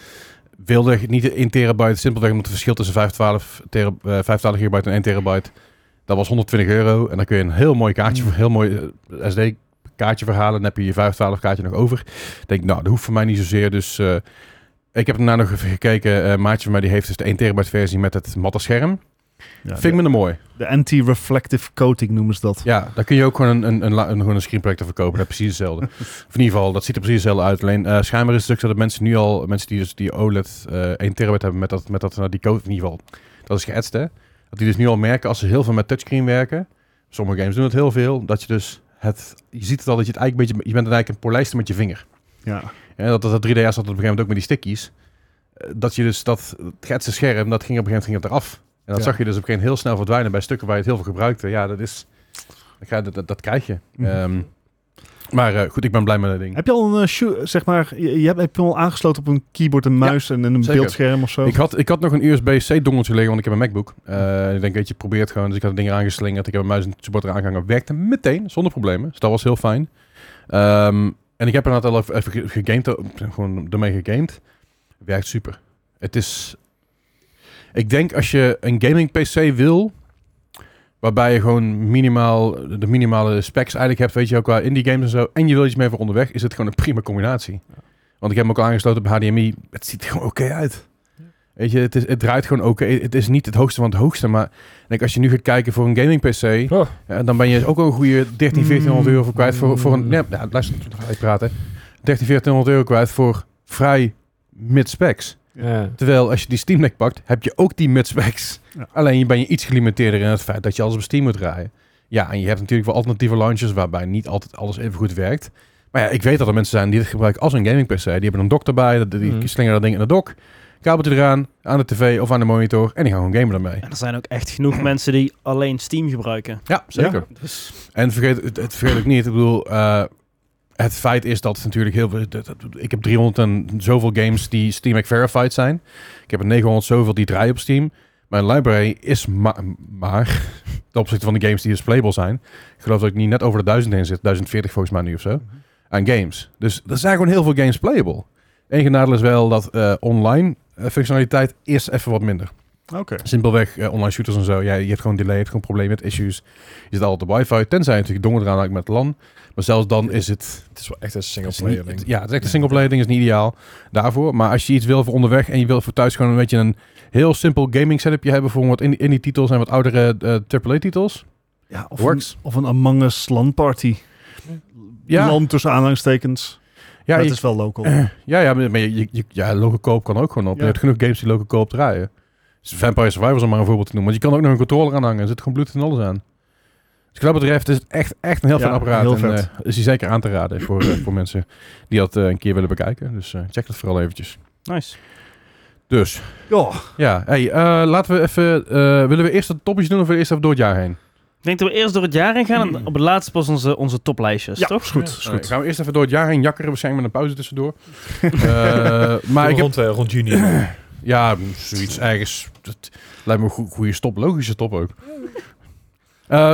wilde echt niet de 1 terabyte. Simpelweg omdat het verschil tussen 512, tera, eh, 512 gigabyte en 1 terabyte, dat was 120 euro. En dan kun je een heel mooi kaartje, voor heel mooi eh, SD kaartje verhalen. Dan heb je je 512 kaartje nog over. Ik denk, nou, dat hoeft voor mij niet zozeer. Dus eh, ik heb daarna nog even gekeken. eh maatje van mij die heeft dus de 1 terabyte versie met het matte scherm.
Ja,
Vind ik me er mooi.
De anti-reflective coating noemen ze dat.
Ja, daar kun je ook gewoon een, een, een, la- een, gewoon een screenprojector verkopen. Dat is precies hetzelfde. of in ieder geval, dat ziet er precies hetzelfde uit. Alleen eh, schijnbaar is het ook zo dat mensen nu al, mensen die dus die OLED eh 1 terabyte hebben met dat, met dat eh, die code in ieder geval, dat is geëtst hè. Dat die dus nu al merken als ze heel veel met touchscreen werken, sommige games doen het heel veel, dat je dus het, je ziet het al dat je het eigenlijk een beetje, je bent het eigenlijk een polijster met je vinger.
Ja.
En dat, dat 3DS had dat op een gegeven moment ook met die stickies. Eh, Dat je dus dat het geëtste scherm, dat ging op een gegeven moment ging dat eraf. En dat
Ja.
zag je dus op een gegeven moment heel snel verdwijnen bij stukken waar je het heel veel gebruikte. Ja, dat is... Dat, ga- dat, dat, dat krijg je.
Mhm.
Ehm, maar eh, goed, ik ben blij met dat ding.
Heb je al een, eh, shoe- zeg maar, je, je hebt, heb je al aangesloten op een keyboard, een muis en een
zeker.
beeldscherm of zo?
Ik had, ik had nog een USB-C dongeltje liggen, want ik heb een MacBook. Eh, ik denk, weet je, probeer het gewoon. Dus ik had het ding eraan geslingerd. Ik heb een muis en toetsenbord eraan gehangen. Werkte meteen, zonder problemen. Dus dat was heel fijn. Ehm, en ik heb inderdaad al even, even ge- gegamed. eh, Gewoon ermee gegamed. Werkt super. Het is... Ik denk, als je een gaming-PC wil... Waarbij je gewoon minimaal, de minimale specs eigenlijk hebt, weet je ook qua indie games en zo. En je wil iets mee voor onderweg, is het gewoon een prima combinatie. Want ik heb hem ook al aangesloten op HDMI. Het ziet er gewoon oké uit. Weet je, het, is, het draait gewoon oké. Het is niet het hoogste van het hoogste, maar ik denk, als je nu gaat kijken voor een gaming PC,
Oh.
eh, dan ben je ook al een goede 13, 1400 euro voor kwijt voor, voor een... Nee, nou, luister, ik ga praten. 13, 1400 euro kwijt voor vrij mid-specs.
Ja.
Terwijl als je die Steam Deck pakt, heb je ook die mid-specs.
Ja.
Alleen je ben je iets gelimiteerder in het feit dat je alles op Steam moet draaien. Ja, en je hebt natuurlijk wel alternatieve launchers waarbij niet altijd alles even goed werkt. Maar ja, ik weet dat er mensen zijn die het gebruiken als een gaming PC. Die hebben een dock erbij, dat- die
Mhm.
slingeren dat ding in de dock. Kabeltje eraan, aan de tv of aan de monitor. En die gaan gewoon gamen daarmee.
En er zijn ook echt genoeg mensen die alleen Steam gebruiken.
Ja, zeker.
Dus
En vergeet, het, het vergeet ik niet. Ik bedoel, eh, het feit is dat natuurlijk heel veel... dat- dat- ik heb 300 en zoveel games die Steam Hack verified zijn. Ik heb er 900 zoveel die draaien op Steam. Mijn library is ma- maar... [LAUGHS] ten opzichte van de games die dus playable zijn. Ik geloof dat ik niet net over de 1000 heen zit. 1040 volgens mij nu of zo. Aan games. Dus er zijn gewoon heel veel games playable. Eén genadeel is wel dat eh, online eh, functionaliteit is even wat minder.
Oké.
Simpelweg eh, online shooters en zo. Ja, je hebt gewoon delay, je hebt gewoon problemen met issues. Je zit altijd op wifi. Tenzij je natuurlijk donder eraan lijkt met LAN. Maar zelfs dan is het...
Het is wel echt een
is
single
niet, het- ja, het is echt een singleplayer ding. is niet ideaal daarvoor. Maar als je iets wil voor onderweg en je wil voor thuis gewoon een beetje een heel simpel gaming setupje hebben voor wat in, in die titels en wat oudere AAA titels.
Ja, of, een,
Works.
of een Among Us LAN-party.
Ja.
LAN tussen aanhalingstekens.
Ja, Eh.
dat
je-
is wel local.
ja, ja, maar je, je, je- ja, local koop kan ook gewoon op.
Ja.
Je hebt genoeg games die local koop draaien. Dus Vampire Survivors om maar een voorbeeld te noemen. Want je kan ook nog een controller aan hangen. Er zit gewoon bloed en alles aan. Dus wat dat betreft is het echt, echt een heel
Ja,
fijn apparaat.
heel
en,
vet.
eh, is die zeker aan te raden voor, eh, voor mensen die dat eh, een keer willen bekijken. Dus eh, check dat vooral eventjes.
nice.
Dus,
Ja,
ja. Hey, eh, laten we even... eh, willen we eerst de topjes doen of willen we eerst even door het jaar heen?
Ik denk dat we eerst door het jaar heen gaan en op het laatst pas onze, onze toplijstjes,
ja
toch?
is goed. Is
Eh,
goed.
gaan we eerst even door het jaar heen jakkeren. Waarschijnlijk met een pauze
[LAUGHS]
tussendoor. Eh, maar ik heb
rond, eh,
[CLEARS THROAT]
rond juni. maar
Ja, zoiets ergens. Dat lijkt me een goe- goede stop. Logische stop ook. Eh,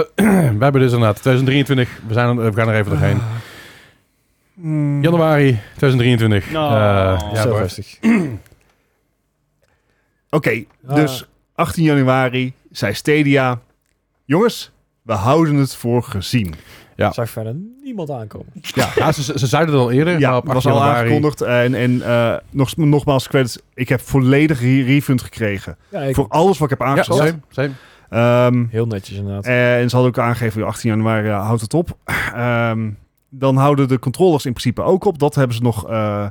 [CLEARS THROAT] we hebben dus inderdaad 2023. We, zijn, er- we gaan er even doorheen.
Mm.
Januari 2023.
No.
Eh, ja,
zo
Bart.
rustig.
Oké, dus
ah,
18 januari, zei Stadia. Jongens, we houden het voor gezien.
ja.
Zag verder niemand aankomen.
ja, ja, ze, ze zeiden het al eerder.
Ja,
maar op
was
18
al
januari-
aangekondigd. En, en eh, nog, nogmaals, credits. Ik heb volledig re- refund gekregen.
Ja, ik-
voor alles wat ik heb
Ja,
aangeschaft.
same, same.
Ehm,
heel netjes inderdaad.
Eh,
Eh, en ze hadden ook aangegeven, joh, 18 januari ja, houdt het op. Ehm, dan houden de controllers in principe ook op. Dat hebben ze nog eh,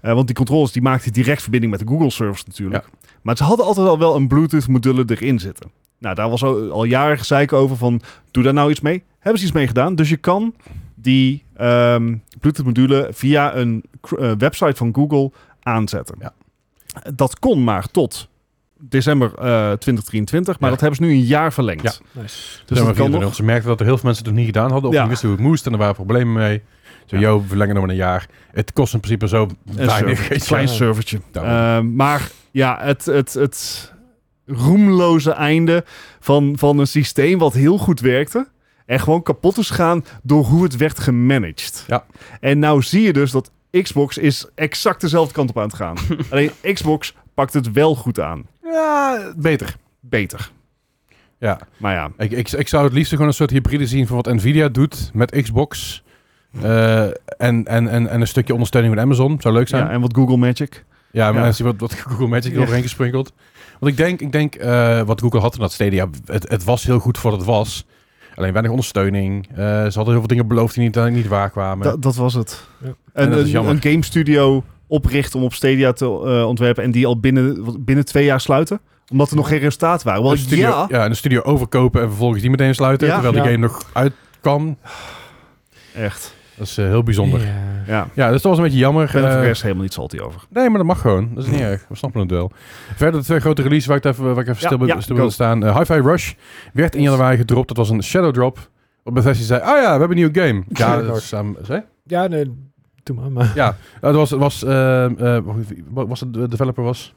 Eh, want die controllers die maakten direct verbinding met de Google service natuurlijk. Maar ze hadden altijd al wel een Bluetooth module erin zitten. Nou, daar was al, al jaren gezeik over van, doe daar nou iets mee. Hebben ze iets mee gedaan. Dus je kan die ehm, Bluetooth module via een cr- eh, website van Google aanzetten.
Ja.
Dat kon maar tot december eh, 2023. Maar
Ja.
dat hebben ze nu een jaar verlengd.
Ja.
Nice.
Dus
dat
dat
kan nog.
Ze merkten dat er heel veel mensen het nog niet gedaan hadden. Of
Ja.
niet wisten hoe het moest. En er waren problemen mee. Zo,
Ja.
yo, we verlengen nog maar een jaar. Het kost in principe zo
Een
weinig.
server,
weet
een
je
klein
wel.
servertje.
Daarom.
Ehm, maar ja, het, het, het roemloze einde van, van een systeem wat heel goed werkte. En gewoon kapot is gaan door hoe het werd gemanaged.
Ja.
En nou zie je dus dat Xbox is exact dezelfde kant op aan het
[LAUGHS]
gaan. Alleen Xbox pakt het wel goed aan.
Ja, beter.
Beter.
Ja.
Maar ja,
Ik, ik, ik zou het liefst gewoon een soort hybride zien van wat Nvidia doet met Xbox. eh, en, en, en, en een stukje ondersteuning met Amazon. Zou leuk zijn.
ja en wat Google Magic.
Ja, maar
Ja.
mensen wat, wat Google Magic
Ja.
eroverheen gesprinkeld. Want ik denk, ik denk eh, wat Google had in dat Stadia, het, het was heel goed voor wat het was. Alleen weinig ondersteuning. Eh, ze hadden heel veel dingen beloofd die niet, uiteindelijk niet waar kwamen.
Dat- dat was het.
Ja.
En
Een,
dat is
een,
jammer.
een game studio oprichten om op Stadia te eh, ontwerpen en die al binnen, wat- binnen twee jaar sluiten. Omdat er nog geen resultaat waren. Wel,
een studio,
ja,
een studio overkopen en vervolgens die meteen sluiten.
Ja.
terwijl de
Ja.
game nog uit kan.
echt.
Dat is eh, heel bijzonder. Ja.
Ja.
Ja.
dus dat was een beetje jammer.
Ik ben er voor de
Eh,
rest helemaal niet salty over.
Nee, maar dat mag gewoon. Dat is niet erg. We snappen het wel. Verder de twee grote releases waar ik het even, waar ik even
Hmm. Ja,
stil,
ja,
stil
go.
wil staan. Eh, Hi-Fi Rush werd in januari gedropt. Dat was een shadow drop. Op Bethesda zei, ah ja, we hebben een nieuwe
[LAUGHS]
game. Ja, dat is, ehm, zei?
nee, doe maar. maar.
Ja, dat was, was, ehm, eh, wat was het de developer was?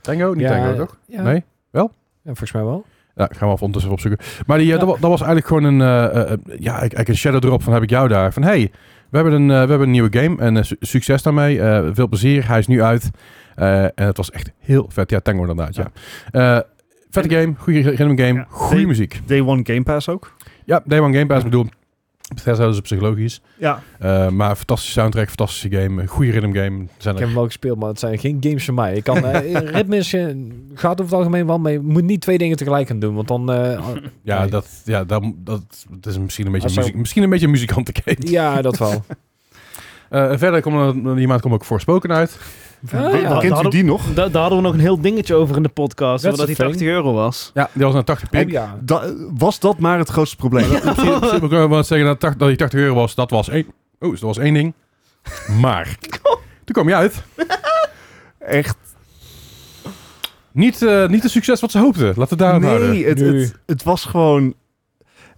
Tango? Niet
Ja,
Tango, toch?
ja.
Nee?
Ja, volgens mij wel.
Nou, gaan we even ondertussen opzoeken. Maar die, eh,
Ja.
dat, wa- dat was eigenlijk gewoon een, eh, eh, eh, ja, eigenlijk een shadow drop van heb ik jou daar. Van hey, we hebben een, eh, we hebben een nieuwe game en eh, su- succes daarmee. Eh, veel plezier, hij is nu uit. Eh, en het was echt heel vet. Ja, Tango inderdaad, ja. Eh, vette game, goede random game,
Ja.
goede
Die-
muziek.
Day One Game Pass ook.
Ja, Day One Game Pass bedoel, Bethesda is dus psychologisch.
Ja.
Eh, maar fantastische soundtrack, fantastische game, goede rhythm game. Zijn
Ik
er
heb hem wel gespeeld, maar het zijn geen games van mij. Ik kan, eh, ritme is, eh, gaat over het algemeen wel mee. Je moet niet twee dingen tegelijk gaan doen, want dan... eh,
Ja,
Nee.
dat, ja dat, dat, dat is misschien een beetje,
Als zo-
muziek, misschien een beetje een muzikante game.
ja, dat wel.
Eh, en verder komt er, die maand komt ook voorspoken uit.
Ah,
Kent-
ja.
Dat
Kent u
hadden-
die nog?
Da- daar hadden we nog een heel dingetje over in de podcast,
That's
omdat
a
die
thing.
80 euro was.
Ja, die was naar 80
Oh,
pip.
ja.
Da- was dat maar het grootste probleem?
Op zich- op zich moet Ik wel wat zeggen dat, 80 dat die 80 euro was, dat was één, oh, dat was één ding. Maar, toen kwam je uit.
Echt.
Niet, eh niet het succes wat ze hoopten. Laten we het eh, daarop houden.
Nee, het,
Nee.
het, het was gewoon.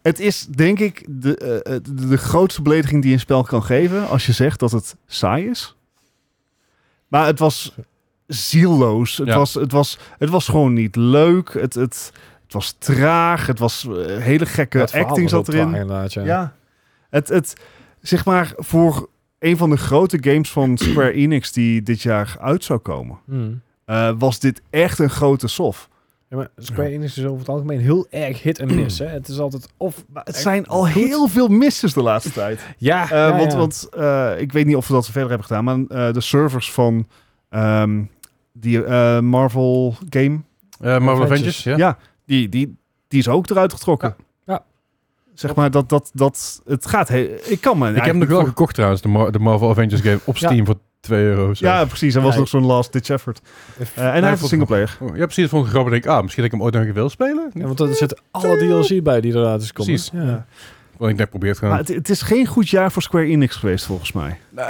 Het is denk ik de, eh, eh, de, de grootste belediging die je een spel kan geven als je zegt dat het saai is. Maar het was zielloos. Het,
Ja.
was, het, was, het was gewoon niet leuk. Het, het, het was traag. Het was eh, hele gekke
Dat verhaal
acting
was
zat
ook
erin.
traag inderdaad, ja.
Ja. Het, het, zeg maar, voor een van de grote games van Square Enix die dit jaar uit zou komen,
Hmm.
eh, was dit echt een grote sof.
Ja, maar Square Enix is over het algemeen heel erg hit en miss. Hè? Het is altijd of...
Maar het
Echt
zijn al
goed.
heel veel misses de laatste [LAUGHS] tijd.
Ja,
Eh, want want eh, ik weet niet of we dat verder hebben gedaan, maar eh, de servers van ehm, die eh, Marvel game,
Eh Marvel
Avengers.
Avengers, ja.
Ja. die, die, die is ook eruit getrokken.
Ja.
Zeg maar, dat, dat, dat, het gaat... he- ik kan me
Ik heb hem nog wel gekocht trouwens, de, Mar- de Marvel Avengers game op
Ja.
Steam voor 2 euro of zo.
Ja, precies. Er was
Ja,
nog zo'n last ditch effort. Eh, en hij heeft een
vond-
singleplayer.
Oh, ja, precies. Dat vond ik grappig. Ik denk, ah, misschien dat ik hem ooit nog een keer wil spelen.
Ja, want er zit alle DLC bij die er later is komen.
Precies.
Ja.
Want ik denk, probeer het gewoon.
Maar het, het is geen goed jaar voor Square Enix geweest, volgens mij.
[LAUGHS] Eh,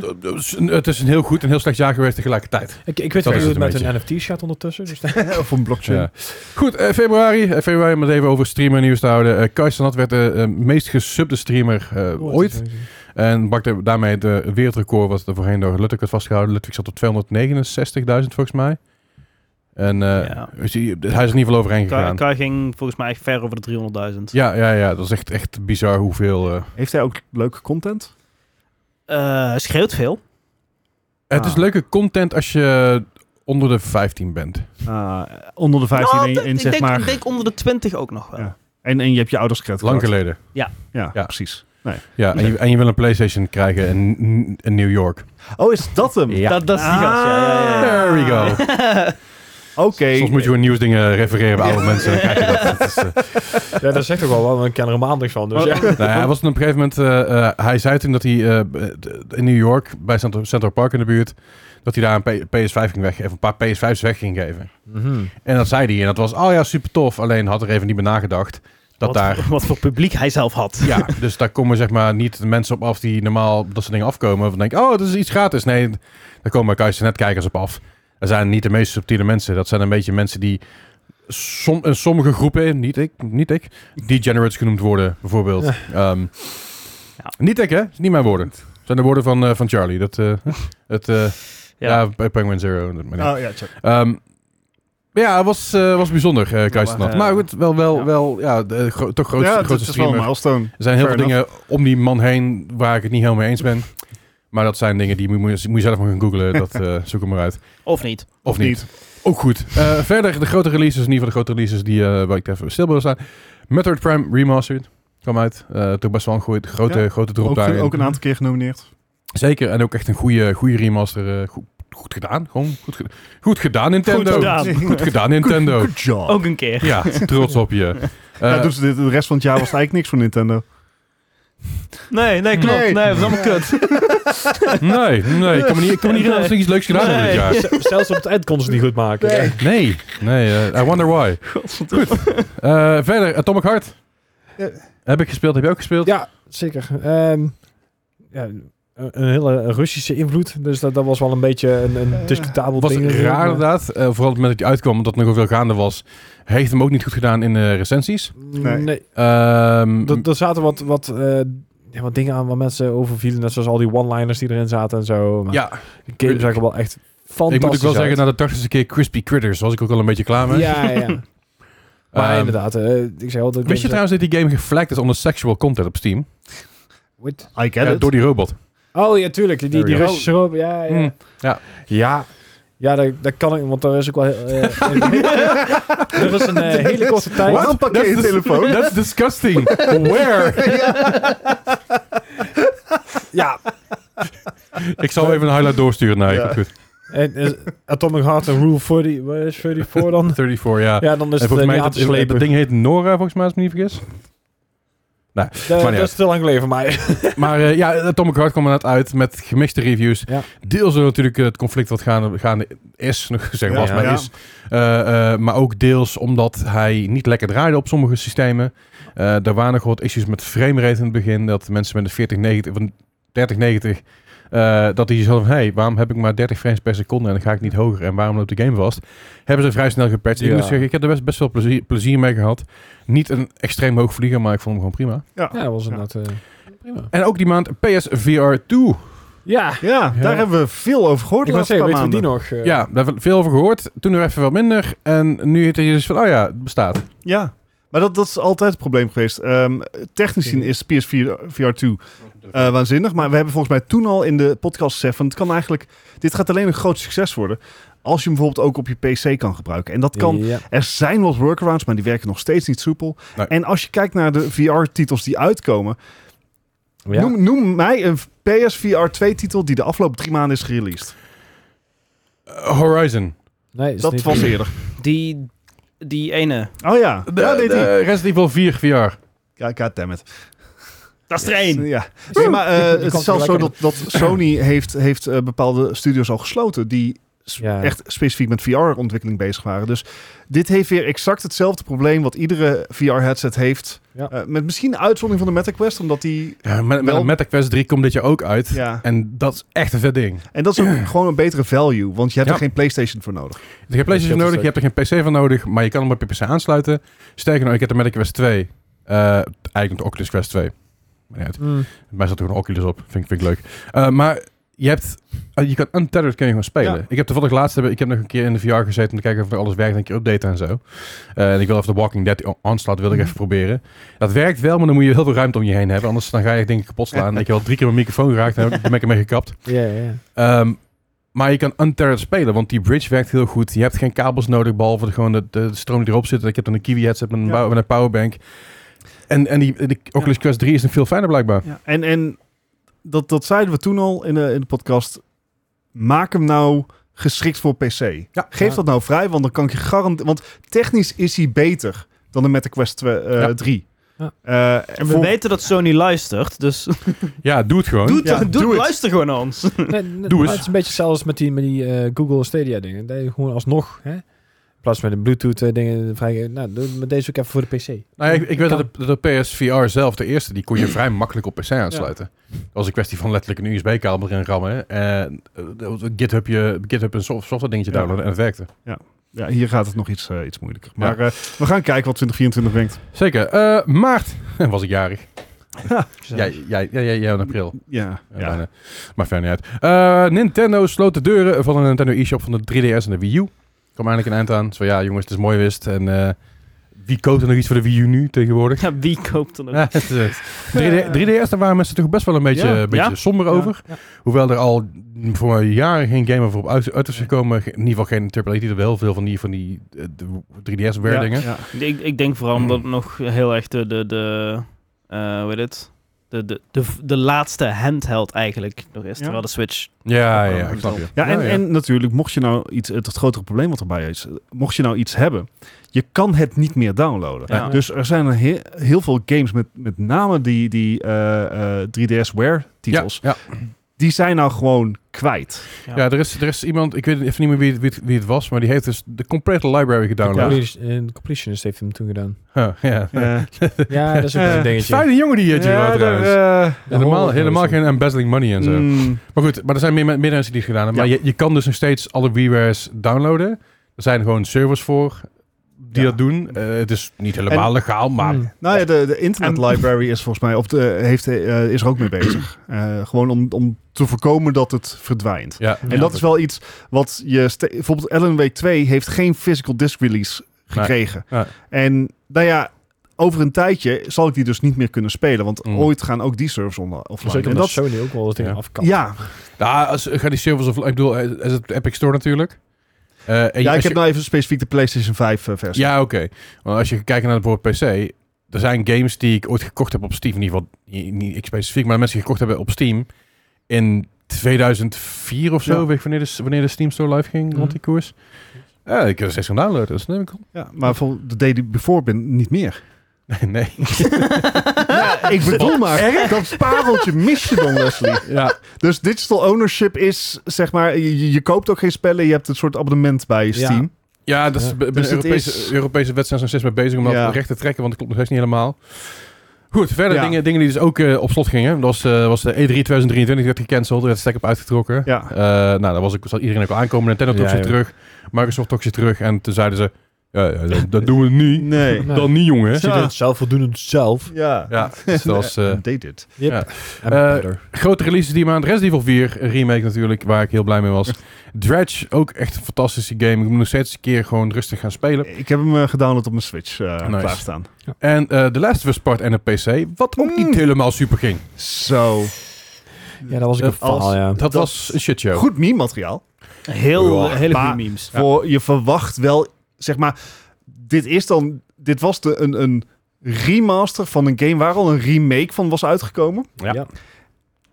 d- d- s- Het is een heel goed en heel slecht jaar geweest tegelijkertijd.
Ik,
Dat
ik weet wel
is
hoe het
het
met
een
een NFT-chat ondertussen. Dus
of een blockchain.
Ja. Goed, eh, februari. Eh, februari om het even over streamer nieuws te houden. Eh Kai Sanat werd de eh, meest gesubde streamer eh, ooit. En bakte daarmee de wereldrecord wat er voorheen door Ludwig werd vastgehouden. Ludwig zat op 269.000 volgens mij. En eh,
Ja.
dus hij hij is er in ieder geval overheen
Kai,
gegaan.
Kai ging volgens mij echt ver over de 300.000.
Ja, ja, ja. Dat is echt, echt bizar hoeveel... eh,
Heeft hij ook leuke content?
Eh, schreeuwt veel.
Het is
Ah.
leuke content als je onder de 15 bent.
Ah, onder de 15
Nou,
en, en
ik
zeg
denk,
maar...
ik denk onder de 20 ook nog wel.
Ja. En, en je hebt je ouders credit
Lang
card.
geleden.
Ja,
Ja.
precies.
Ja, en je, en je wil een PlayStation krijgen in, in New York.
Oh, is dat hem?
Ja.
Ah. Dat, dat is die gast, ja, ja, ja.
There we go.
Oké.
Soms moet je gewoon nieuwsdingen refereren bij oude mensen. Dan krijg je dat. dat is, eh,
Ja, dat zegt ook wel wat, want ik ken er helemaal niks van. Dus ja.
Nou ja, hij was toen op een gegeven moment. eh, eh, hij zei toen dat hij eh, d- in New York, bij Central, Central Park in de buurt, dat hij daar een P- PS5 ging weggeven, een paar PS5's weg ging geven.
Mhm.
En dat zei hij. En dat was, oh ja, super tof. Alleen had er even niet bij nagedacht dat
wat,
daar.
wat voor publiek hij zelf had.
[LAUGHS] Ja, dus daar komen zeg maar niet de mensen op af die normaal op dat soort dingen afkomen. Van denken, oh, dat is iets gratis. Nee, daar komen Kaiser netkijkers op af. Er zijn niet de meest subtiele mensen. Dat zijn een beetje mensen die som, in sommige groepen, niet ik, niet ik, degenerates genoemd worden, bijvoorbeeld. Ehm,
Ja.
Niet ik, hè? Dat is niet mijn woorden. Het zijn de woorden van, eh, van Charlie. Dat,
[LAUGHS]
eh, het, eh, ja. bij Penguin Zero. dat maar niet.
Oh ja, check.
Ehm, ja, het was, eh, was bijzonder, eh Kaiserslaut.
eh,
maar goed, wel, wel,
ja.
wel, ja, de, eh, gro- toch grootste,
ja, het
grootste
is wel een
streamer.
milestone.
Er zijn heel
Fair
veel dingen om die man heen waar ik het niet helemaal mee eens ben. Maar dat zijn dingen die moet, moet je- moet je zelf maar gaan googlen. Dat eh, zoek hem maar uit.
Of niet?
Of niet. Ook goed. Eh, verder de grote releases, in ieder geval de grote releases die, eh, waar ik even stil bij wil staan. Metroid Prime Remastered kwam uit. Eh toch best wel een goeie, grote,
Ja.
grote drop
Ook,
daarin.
ook een aantal keer genomineerd.
Zeker. En ook echt een goede, goede remaster. eh, goed, goed gedaan. Gewoon goed, ge- goed gedaan, Nintendo.
Goed gedaan.
[LAUGHS] Goed gedaan, Nintendo.
Good job.
Ook een keer.
Ja, trots op je. Eh,
ja, dus de, de rest van het jaar was eigenlijk niks voor Nintendo.
Nee, nee, klopt. Nee,
Nee.
dat is allemaal kut.
Eh, nee, nee. Ik kan me niet, ik kan me niet herinneren dat ze iets leuks gedaan hebben dit jaar.
Z- Zelfs op het eind konden ze het niet goed maken. Ja.
Nee, nee. eh, I wonder
[LAUGHS]
why. Eh, verder, Atomic Heart.
Ja.
Heb ik gespeeld, heb je ook gespeeld?
Ja, zeker. Ehm, ja, een- een hele Russische invloed. Dus dat, dat was wel een beetje een, een discutabel
was
ding. natuurlijk,
raar
maar-
inderdaad. Eh, vooral op het moment dat hij uitkwam, omdat het nog wel gaande was. Heeft hem ook niet goed gedaan in de recensies.
Nee.
Ehm,
Er, er zaten wat, wat, eh, ja, wat dingen aan waar mensen over vielen. Net zoals al die one-liners die erin zaten en zo. Maar
ja,
de game zag er wel echt fantastisch
ik moet ook wel
uit.
zeggen, na de tachtigste keer Crispy Critters was ik ook al een beetje klaar mee.
Ja, ja. maar
Ehm,
inderdaad. eh, ik zei altijd...
Wist je trouwens dat die game geflagged is onder sexual content op Steam?
What?
I get
Ja,
it.
door die robot.
Oh ja, tuurlijk. Die, die
There we go.
Russische robot. Ja, ja.
Mm.
Ja. Ja, dat, dat kan ik, want daar is ook wel... eh,
[LAUGHS]
er is een eh, hele korte tijd...
Waarom pak je je
[LAUGHS]
telefoon?
That's disgusting.
[LAUGHS]
Where?
Ja.
ik zal even een highlight doorsturen naar je.
Ja.
Goed.
En, eh, Atomic Heart en Rule 40... Wat is 34 dan?
34, ja.
Ja, dan is
en
het eh,
volgens mij
niet aan
heet
te
het-
slepen.
dat ding heet Nora, volgens mij, als ik me niet vergis.
Dat-
maar niet
dat is te lang geleden voor mij.
Maar eh, ja, Atomic Heart kwam inderdaad uit met gemixte reviews.
Ja.
Deels door natuurlijk eh, het conflict wat gaande, gaande is, nog [LAUGHS] zeg
Ja,
was, maar
ja.
is. Eh, eh, maar ook deels omdat hij niet lekker draaide op sommige systemen. Eh er waren nog wat issues met framerate in het begin. Dat mensen met een 4090, of een 3090, eh dat die zelf hey, waarom heb ik maar 30 frames per seconde en dan ga ik niet hoger en waarom loopt de game vast? Hebben ze vrij snel gepatcht. Ik
Ja.
moet zeggen, ik heb er best, best wel plezier, plezier mee gehad. Niet een extreem hoog vlieger, maar ik vond hem gewoon prima.
Ja, dat was inderdaad... eh, prima.
En ook die maand PSVR 2.
Ja.
Ja,
Ja.
daar hebben we veel over gehoord.
Ik
de
wou
laatste
zeggen,
paar
weten we die
maanden.
nog? eh?
Ja, daar hebben we veel over gehoord. Toen nog even wat minder. En nu heet hij dus van, oh ja, het bestaat.
Ja, maar dat, dat is altijd het probleem geweest. Ehm, technisch gezien is PS4 VR2 eh, waanzinnig. Maar we hebben volgens mij toen al in de podcast gezegd... Van, het kan eigenlijk, dit gaat alleen een groot succes worden... als je hem bijvoorbeeld ook op je PC kan gebruiken. En dat kan...
Ja.
Er zijn wat workarounds, maar die werken nog steeds niet soepel.
Nee.
En als je kijkt naar de VR-titels die uitkomen...
Ja.
Noem, noem mij een PSVR 2-titel die de afgelopen drie maanden is gereleased.
Eh, Horizon.
Nee, is
dat
niet- [LAUGHS]
was eerder.
Die, die ene.
Oh ja,
De,
ja, nee, die.
de Resident Evil 4 VR.
Ja, goddammit.
Dat is er één.
Ja. Nee, maar eh,
[LAUGHS] Die
het
komt
is zelfs zo dat,
gelijk
dat
[CLEARS THROAT]
Sony heeft, heeft eh, bepaalde studios al gesloten die s-
Ja.
echt specifiek met VR-ontwikkeling bezig waren. Dus dit heeft weer exact hetzelfde probleem wat iedere VR-headset heeft.
Ja.
Eh, met misschien uitzondering van de MetaQuest, omdat die...
Ja, met, met
Wel-
een MetaQuest 3 komt dit jaar ook uit.
Ja.
En dat is echt een vet ding.
En dat is
[CLEARS THROAT]
ook gewoon een betere value, want je hebt
Ja.
er geen PlayStation voor nodig.
Je hebt PlayStation
een
nodig,
stuk.
je hebt er geen PC van nodig, maar je kan hem op je PC aansluiten. Sterker nog, ik heb de MetaQuest 2. eh, eigenlijk de Oculus Quest 2. Maar niet uit.
Mm.
Mij zat er een Oculus op. Vind, ik- vind ik leuk. Eh, maar je hebt... eh, je kan Untethered kun je gewoon spelen.
Ja.
Ik heb toevallig laatst... heb Ik ik heb nog een keer in de VR gezeten... om te kijken of er alles werkt. En een keer updaten en zo. Eh, en ik wil even de Walking Dead on- Onslaught... wil ik even proberen. Dat werkt wel... maar dan moet je heel veel ruimte om je heen hebben. Anders dan ga je denk ik kapot slaan. ik heb al drie keer mijn microfoon geraakt... en heb ik- ben ik ermee gekapt.
Ja, ja, ja.
Ehm, maar je kan Untethered spelen, want die bridge werkt heel goed. Je hebt geen kabels nodig, behalve de- gewoon de, de stroom die erop zit. Ik heb dan een Kiwi headset met een,
Ja.
bou- met een powerbank. En, en die, de Oculus Quest 3 is nog veel fijner blijkbaar.
En, en dat, dat zeiden we toen al in de, in de podcast. Maak hem nou geschikt voor PC.
Ja.
Geef
Ja.
dat nou vrij, want dan kan ik je garanderen... Want technisch is hij beter dan de Meta Quest twe- eh,
Ja.
3.
Ja.
Eh,
En we
voor-
weten dat Sony luistert, dus
Ja, doe het gewoon.
[LAUGHS] doe,
Ja,
doe,
doe het.
luister gewoon naar
[LAUGHS]
ons.
[LAUGHS]
Nee, nee,
Doe
maar
eens.
Het is een beetje zelfs met die, met die eh, Google Stadia dingen. Dat je gewoon alsnog, hè? In plaats van met de Bluetooth eh, dingen, vrij, eh, nou, doe het met deze ook even voor de PC.
Nou, ja, ik, ik weet
Kan.
dat de, dat de PSVR zelf, de eerste, die kon je vrij makkelijk op PC aansluiten. Dat was een kwestie van letterlijk een USB-kabel erin rammen. hè. En eh, dat was een GitHub, je, GitHub een soft- software dingetje
Ja.
downloaden en het werkte.
ja, hier gaat het nog iets, eh, iets moeilijker. Maar eh, we gaan kijken wat 2024 brengt.
Zeker. Eh, maart [LAUGHS] was ik jarig. [LAUGHS] Jij, jij, jij, jij, jij in april.
Ja,
Ja,
ja.
bijna. Maar verder niet uit. Eh, Nintendo sloot de deuren van de Nintendo e-shop van de 3DS en de Wii U. Kwam eindelijk een eind aan. Zo ja, jongens, het is mooi wist. En eh, wie koopt er nog iets voor de Wii U nu tegenwoordig?
Ja, wie koopt er nog?
Ja, het is het. eh, 3D, 3DS, daar waren mensen toch best wel een beetje,
Ja.
een beetje
Ja.
somber over. Hoewel er al mm, voor mij jaren geen game over op uit, uit is gekomen. Ge- In ieder geval geen AAA titel. Wel veel van die, van die eh, de 3DS-werdingen.
Ja.
Ik, ik denk vooral
Hmm.
omdat het nog heel erg de, de, de eh, hoe heet het? De, de, de, de laatste handheld eigenlijk nog is.
Ja.
Terwijl de Switch...
Ja, ja, ja, ik snap je.
Ah, eh, Ja, en,
ja.
en natuurlijk, mocht je nou iets, het, het grotere probleem wat erbij is, eh, mocht je nou iets hebben, je kan het niet meer downloaden.
Ja.
Dus er zijn een he- heel veel games, met, met name die, die eh, eh, 3DS-Ware titels,
Ja, ja.
die zijn nou gewoon [LAUGHS] kwijt.
Ja, er, is, er is iemand, ik weet even niet meer wie, het- wie, het- wie het was, maar die heeft dus de complete library gedownload. Ja.
Completion- eh, Completionist heeft hem toen
[LAUGHS]
gedaan.
ja.
Eh,
Ja, dat is ook
Eh,
wel een dingetje.
Fijne jongen die Jiro
ja,
trouwens.
daar, eh,
helemaal,
horen we
helemaal
dus
geen embezzling money en zo.
mm,
Maar goed, maar er zijn meer, men- meer mensen die het gedaan hebben.
Ja.
Maar je, je kan dus nog steeds alle WiiWare's downloaden. Er zijn gewoon servers voor die
Ja. Mm.
dat doen. Eh, het is niet helemaal
En-
legaal, maar...
Mm.
nou ja, de, de internet library is volgens mij, of de, heeft, eh, is er ook mee [CLEARS THROAT] bezig. Eh, gewoon om, om te voorkomen dat het verdwijnt.
Ja,
En dat is wel iets wat je... ste- Bijvoorbeeld Ellen Week 2 heeft geen physical disc release gekregen.
Nee.
En nou ja, over een tijdje zal ik die dus niet meer kunnen spelen. Want
Mm.
ooit gaan ook die servers on- offline.
Zeker
en
omdat Sony Dus ook wel dat ding
Ja.
afkapt.
ja,
Nou, als, ga die servers of... Ik bedoel, eh, is het de Epic Store natuurlijk. Eh, en
ja,
als
ik
je-
heb nou even specifiek de PlayStation 5 eh, versie.
Ja, oké. Want als je kijkt naar bijvoorbeeld PC, er zijn games die ik ooit gekocht heb op Steam, in ieder geval i- niet ik specifiek, maar de mensen die gekocht hebben op Steam in 2004 of zo,
Ja. Mm.
weet ik wanneer de, wanneer de Steam Store live ging rond die koers. Ja, ik kan er steeds gaan downloaden, dus neem ik op.
Ja, maar voor de day before ben niet meer.
[LAUGHS] Nee, nee.
Ja, ik bedoel maar, dat pareltje mis je dan, Leslie.
Ja,
Dus digital ownership is, zeg maar, je, je- je koopt ook geen spellen. Je hebt een soort abonnement bij Steam.
ja dat is, bij
Dus
de
het
Europese,
is-
Europese wet zijn ze nog steeds mee bezig om dat
Ja.
recht te trekken, want dat klopt nog steeds niet helemaal. Goed, verder
Ja.
dingen, dingen die dus ook eh, op slot gingen. Dat was, eh, was de E3 2023, die werd gecanceld, er werd stek op uitgetrokken.
Ja.
Eh, nou, daar was ik, zat iedereen ook al aankomen. Nintendo trok
Ja,
ze
joh.
terug. Microsoft trok ze terug. En toen zeiden ze, ja, ja, dat, dat doen we niet.
Nee.
Nee.
Dan niet, jongen.
Ze doen het zelf, we doen het zelf.
Ja.
Ja, dus
[LAUGHS]
dat was... eh,
They did.
Yep.
Ja.
En
Eh,
better.
grote releases die maand. Resident Evil 4, een remake natuurlijk, waar ik heel blij mee was. Dredge, ook echt een fantastische game. Ik moet nog steeds een keer gewoon rustig gaan spelen.
Ik heb hem eh, gedownload op mijn Switch eh
Nice.
klaarstaan.
En eh The Last of Us Part en de PC, wat ook niet helemaal super ging.
Zo.
ja, dat was ik
eh,
een faal,
als-
ja.
Dat,
Dat-
was een shitshow.
Goed meme-materiaal.
Heel,
Ja.
hele
Maar-
goede memes.
Voor, je verwacht wel, zeg maar, dit is dan, dit was de, een, een remaster van een game waar al een remake van was uitgekomen.
Ja.
Ja.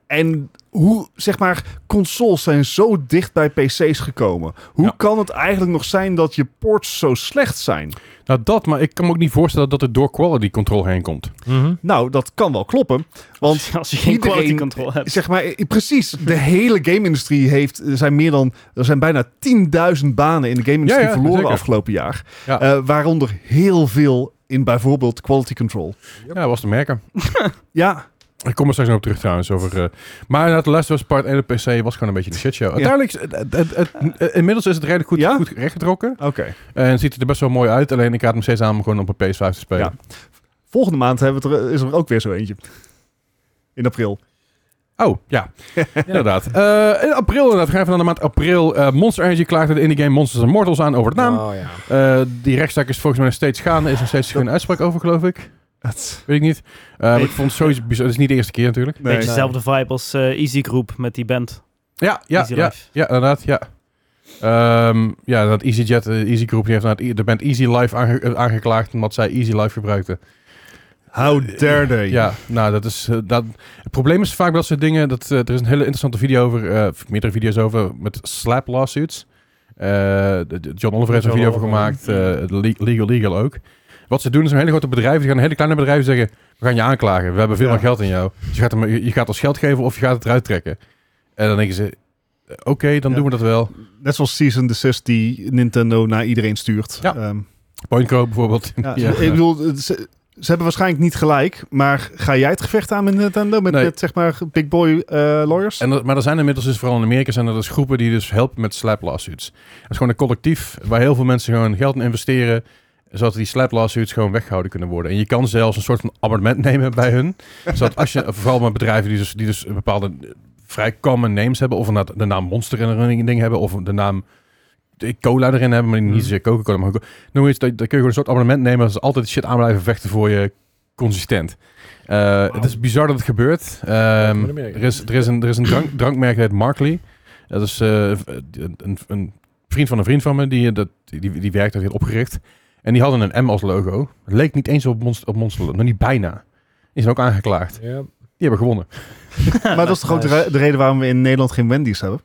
En hoe, zeg maar, consoles zijn zo dicht bij PC's gekomen. Hoe
Ja.
kan het eigenlijk nog zijn dat je ports zo slecht zijn?
Nou dat, maar ik kan me ook niet voorstellen dat het door quality control heen komt.
Nou, dat kan wel kloppen. [LAUGHS] Want
Als je geen
iedereen-
quality
[LAUGHS]
control hebt.
Zeg maar, eh, precies. De hele game-industrie heeft, er zijn meer dan, er zijn bijna 10.000 banen in de game-industrie
Ja, ja,
verloren
zeker.
afgelopen jaar.
Ja.
Eh, waaronder heel veel in bijvoorbeeld quality control.
Ja, dat was te merken.
Ja,
Ik kom er straks nog op terug trouwens. Over, eh, maar inderdaad, de Last of Us Part 1 op PC was gewoon een beetje een shitshow. Uiteindelijk, is- het- het- het- het- inmiddels is het redelijk goed,
Ja?
goed rechtgetrokken.
oké.
En ziet het er best wel mooi uit. Alleen ik raad hem steeds aan om gewoon op een PS5 te spelen.
Volgende maand hebben we het er, is er ook weer zo eentje. In april.
Oh, ja. Inderdaad. Eh, in april, inderdaad. We gaan even naar de maand april. Eh, Monster Energy klaagde de indie game Monsters and Mortals aan over de naam.
Oh, ja.
Eh, die rechtszaak is volgens mij nog steeds gaande. Is nog steeds geen uitspraak over, geloof ik.
Het-
Weet ik niet. Eh, maar ik vond het sowieso bizar. Het is niet de eerste keer natuurlijk.
nee.
Beetje dezelfde vibe als eh, Easy Group met die band.
Ja, ja,
Easy
ja,
Life.
ja, inderdaad, ja. Ehm ja, dat EasyJet, eh, Easy Group, die heeft inderdaad de band Easy Life aange- eh, aangeklaagd omdat zij Easy Life gebruikten.
How dare they?
Eh, Ja, nou, dat is... eh, dat... Het probleem is vaak bij dat soort dingen, dat, eh, er is een hele interessante video over, eh, of meerdere video's over, met slap lawsuits. Eh, de- de- John Oliver heeft er een
John
video over
Oliver.
gemaakt. eh, Le- Legal Legal ook. Wat ze doen is een hele grote bedrijven. Ze gaan hele kleine bedrijven zeggen, we gaan je aanklagen. We hebben veel
Ja.
meer geld in jou. Dus je gaat, hem, je je gaat ons geld geven of je gaat het eruit trekken. En dan denken ze, oké, dan
Ja.
doen we dat wel.
Net zoals Season Desist die Nintendo naar iedereen stuurt.
Ja. [LAUGHS]
Ehm,
Pointco bijvoorbeeld. [LAUGHS]
ja, Ik bedoel, het- ze, ze hebben waarschijnlijk niet gelijk. Maar ga jij het gevecht aan met Nintendo? Met,
Nee.
met, zeg maar big boy eh, lawyers?
En er- maar er zijn inmiddels dus vooral in Amerika zijn er dus groepen die dus helpen met slap lawsuits. Dat is gewoon een collectief waar heel veel mensen gewoon geld in investeren, zodat die slap lawsuits gewoon weggehouden kunnen worden. En je kan zelfs een soort van abonnement [LAUGHS] nemen bij hun, zodat als je vooral met bedrijven die dus, die dus een bepaalde eh, vrij common names hebben, of inderdaad de naam Monster in een ding hebben, of de naam de cola erin hebben, maar niet zozeer Coca-Cola, maar gewoon- noem iets, dan dan kun je gewoon een soort abonnement nemen, dat ze altijd shit aan blijven vechten voor je consistent. Eh, Het is bizar dat het gebeurt. Ehm,
in Amerika.
er is, er is een, er is een drank, drankmerk dat heet Markley. Dat is eh, een, een, een vriend van een vriend van me, die, dat, die, die werkt, dat heeft opgericht. En die hadden een M als logo. Het leek niet eens op Monster, op Monster nog niet bijna. Die zijn ook aangeklaagd.
Ja.
Die hebben gewonnen.
Maar dat is toch ook de, re- de reden waarom we in Nederland geen Wendy's hebben?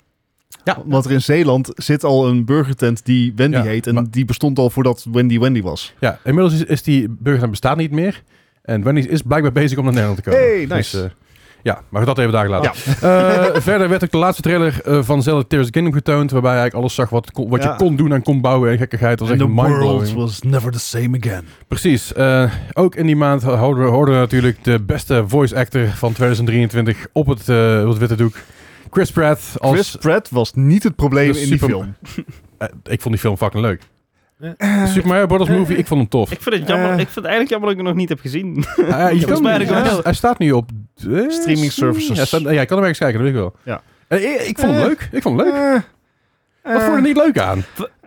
Ja.
Want er in Zeeland zit al een burgertent die Wendy
Ja,
heet. En
maar-
die bestond al voordat Wendy Wendy was.
Ja, inmiddels is, is die burger bestaat niet meer. En Wendy's is blijkbaar bezig om naar Nederland te komen.
Hey, nice.
eh, ja, maar dat even daar laten. Eh, [LAUGHS] verder werd ook de laatste trailer eh, van Zelda Tears of the Kingdom getoond. Waarbij je eigenlijk alles zag wat, kon- wat
Ja.
je kon doen en kon bouwen. En gekkigheid. Dat was echt mindblowing.
was never the same again.
Precies. eh, ook in die maand hoorden we, hoorden we natuurlijk de beste voice actor van 2023 op het, eh, op het witte doek. Chris Pratt als...
Chris Pratt was niet het probleem
De
in die
super-
film.
eh, ik vond die film fucking leuk.
Eh.
Super Mario Bros. Movie, ik vond hem tof.
Ik vind, het jammer,
Eh.
ik vind het eigenlijk jammer dat ik het nog niet heb gezien.
Eh, je
Volgens
kan- hij,
mij heb ik hem wel.
hij staat nu op... eh,
Streaming services.
Ja, staat- ja, je kan hem ergens kijken, dat weet ik wel.
Ja.
Eh, ik, ik vond hem
Eh.
leuk. Ik vond hem leuk.
Eh,
Wat vond je er niet leuk aan?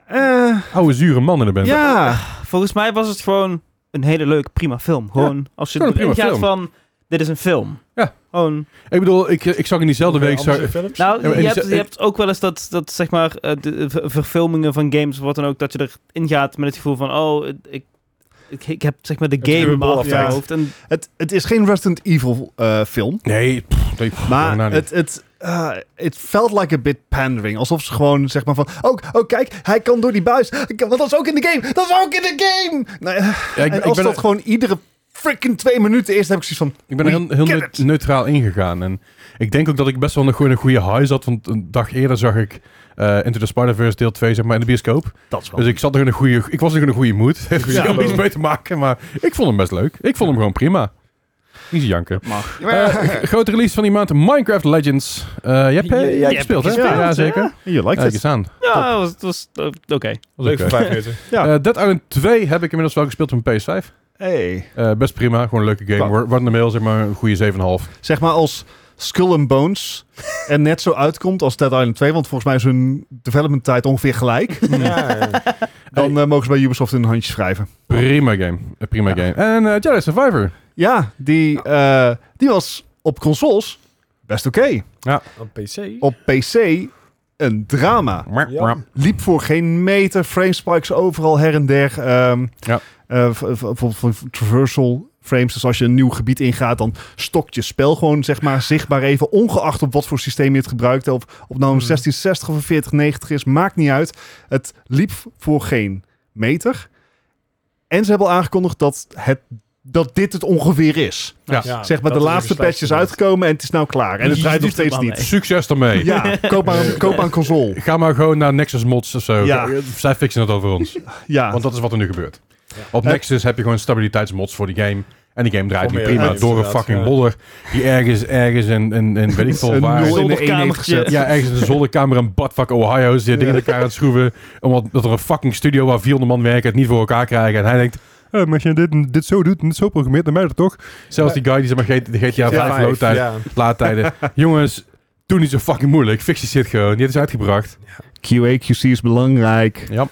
eh,
Oude zure man in de band.
ja.
Volgens mij was het gewoon een hele leuke, prima film. Gewoon als je
Gewoon een
erin
prima
gaat
film.
van, dit is een film.
Ja.
Gewoon,
Ik bedoel, ik, ik zag in diezelfde week...
Andere
zag-
films?
nou,
Ja, maar
je,
ik-
hebt, je
ik-
hebt ook wel eens dat, dat zeg maar, eh, de ver- verfilmingen van games of wat dan ook, dat je erin gaat met het gevoel van, oh, ik, ik, ik heb zeg maar de
Het
game
Uberbal
maar achter mijn
effect.
hoofd. En
Het, het is geen Resident Evil eh, film.
Nee, pff, nee, pff, nou, daarna
Maar
niet.
het, het, eh, it felt like a bit pandering. Alsof ze gewoon zeg maar van... Oh, oh kijk, hij kan door die buis. Ik kan- Want dat is ook in de game. Dat is ook in de game. Nou, eh,
Ja, ik,
en
ik
als
ben,
dat gewoon iedere freaking twee minuten is... dan heb ik zoiets van...
Ik ben er heel, heel
get
neut-
it.
neutraal ingegaan. En ik denk ook dat ik best wel een goede, een goede high zat. Want een dag eerder zag ik eh, Into the Spider-Verse deel 2 zeg maar, in de bioscoop.
Dat is wel...
Dus ik zat nog in een goede, ik was nog in een goede mood. [LAUGHS] Het heeft
Ja.
misschien niets mee te maken. Maar ik vond hem best leuk. Ik vond hem gewoon prima. Niet zo janken.
mag.
Eh, g- grote release van die maand. Minecraft Legends. Eh, je hebt, jij
Je
hebt
hebt
gespeeld, hè?
gespeeld,
ja,
ja.
zeker.
[LAUGHS] You
Kijk
like it.
eens aan.
Ja, het was, het was eh, oké.
Dat is
Leuk voor
oké. [LAUGHS]
vijf minuten.
Ja.
Eh, Dead Island 2 heb ik inmiddels wel gespeeld op mijn PS5.
Hey.
Eh, best prima. Gewoon een leuke game.
Wauw.
Run the mail, zeg maar een goede 7,5.
Zeg maar als Skull and Bones en net zo uitkomt als Dead Island 2, want volgens mij is hun development tijd ongeveer [LAUGHS] gelijk. Dan eh, mogen ze bij Ubisoft in een handje schrijven.
Prima game. Eh, Prima
Ja.
game. En eh, Jedi Survivor.
Ja, die, eh, die was op consoles best oké.
Op PC.
Op PC een drama.
Ja.
Liep voor geen meter, framespikes overal her en der. ehm
Ja.
eh, v- v- bijvoorbeeld van traversal frames, dus als je een nieuw gebied ingaat, dan stokt je spel gewoon zeg maar zichtbaar even, ongeacht op wat voor systeem je het gebruikt, of of nou een
Mhm.
1660 of een 4090 is, maakt niet uit. Het liep voor geen meter. En ze hebben al aangekondigd dat, het, dat dit het ongeveer is.
Ja.
Ah,
zeg maar, de laatste patch is uitgekomen en het is nou klaar. En het
Je
draait nog
doet er
steeds
maar
niet.
Succes daarmee.
Ja, koop maar een, koop maar een console.
Ga maar gewoon naar Nexus Mods of zo.
Ja.
Zij fixen het over ons.
Ja.
Want dat is wat er nu gebeurt.
Ja. Eh,
Op Nexus heb je gewoon stabiliteitsmods voor die game. En die game draait
Voor
nu
meer
prima
games,
door een
inderdaad,
fucking
ja.
modder. Die ergens, ergens en, en, en weet ik veel
Een
waar.
nul in de
Zolderkamertje.
1 gezet.
Ja, ergens in de zolderkamer in Badvak, Ohio. Ze dingen in elkaar aan het schroeven. Omdat dat er een fucking studio waar 400 man werken het niet voor elkaar krijgen. En hij denkt, eh, maar als je dit, en dit zo doet en dit zo programmeert, dan merkt het toch. Zelfs die guy die zeg maar G- de GTA 5
Ja,
loodtijd
ja. [LAUGHS]
laadtijden. Jongens, doe niet zo fucking moeilijk. Fix die shit gewoon. Dit is uitgebracht.
QA, QC is
[LAUGHS]
belangrijk.
Ja.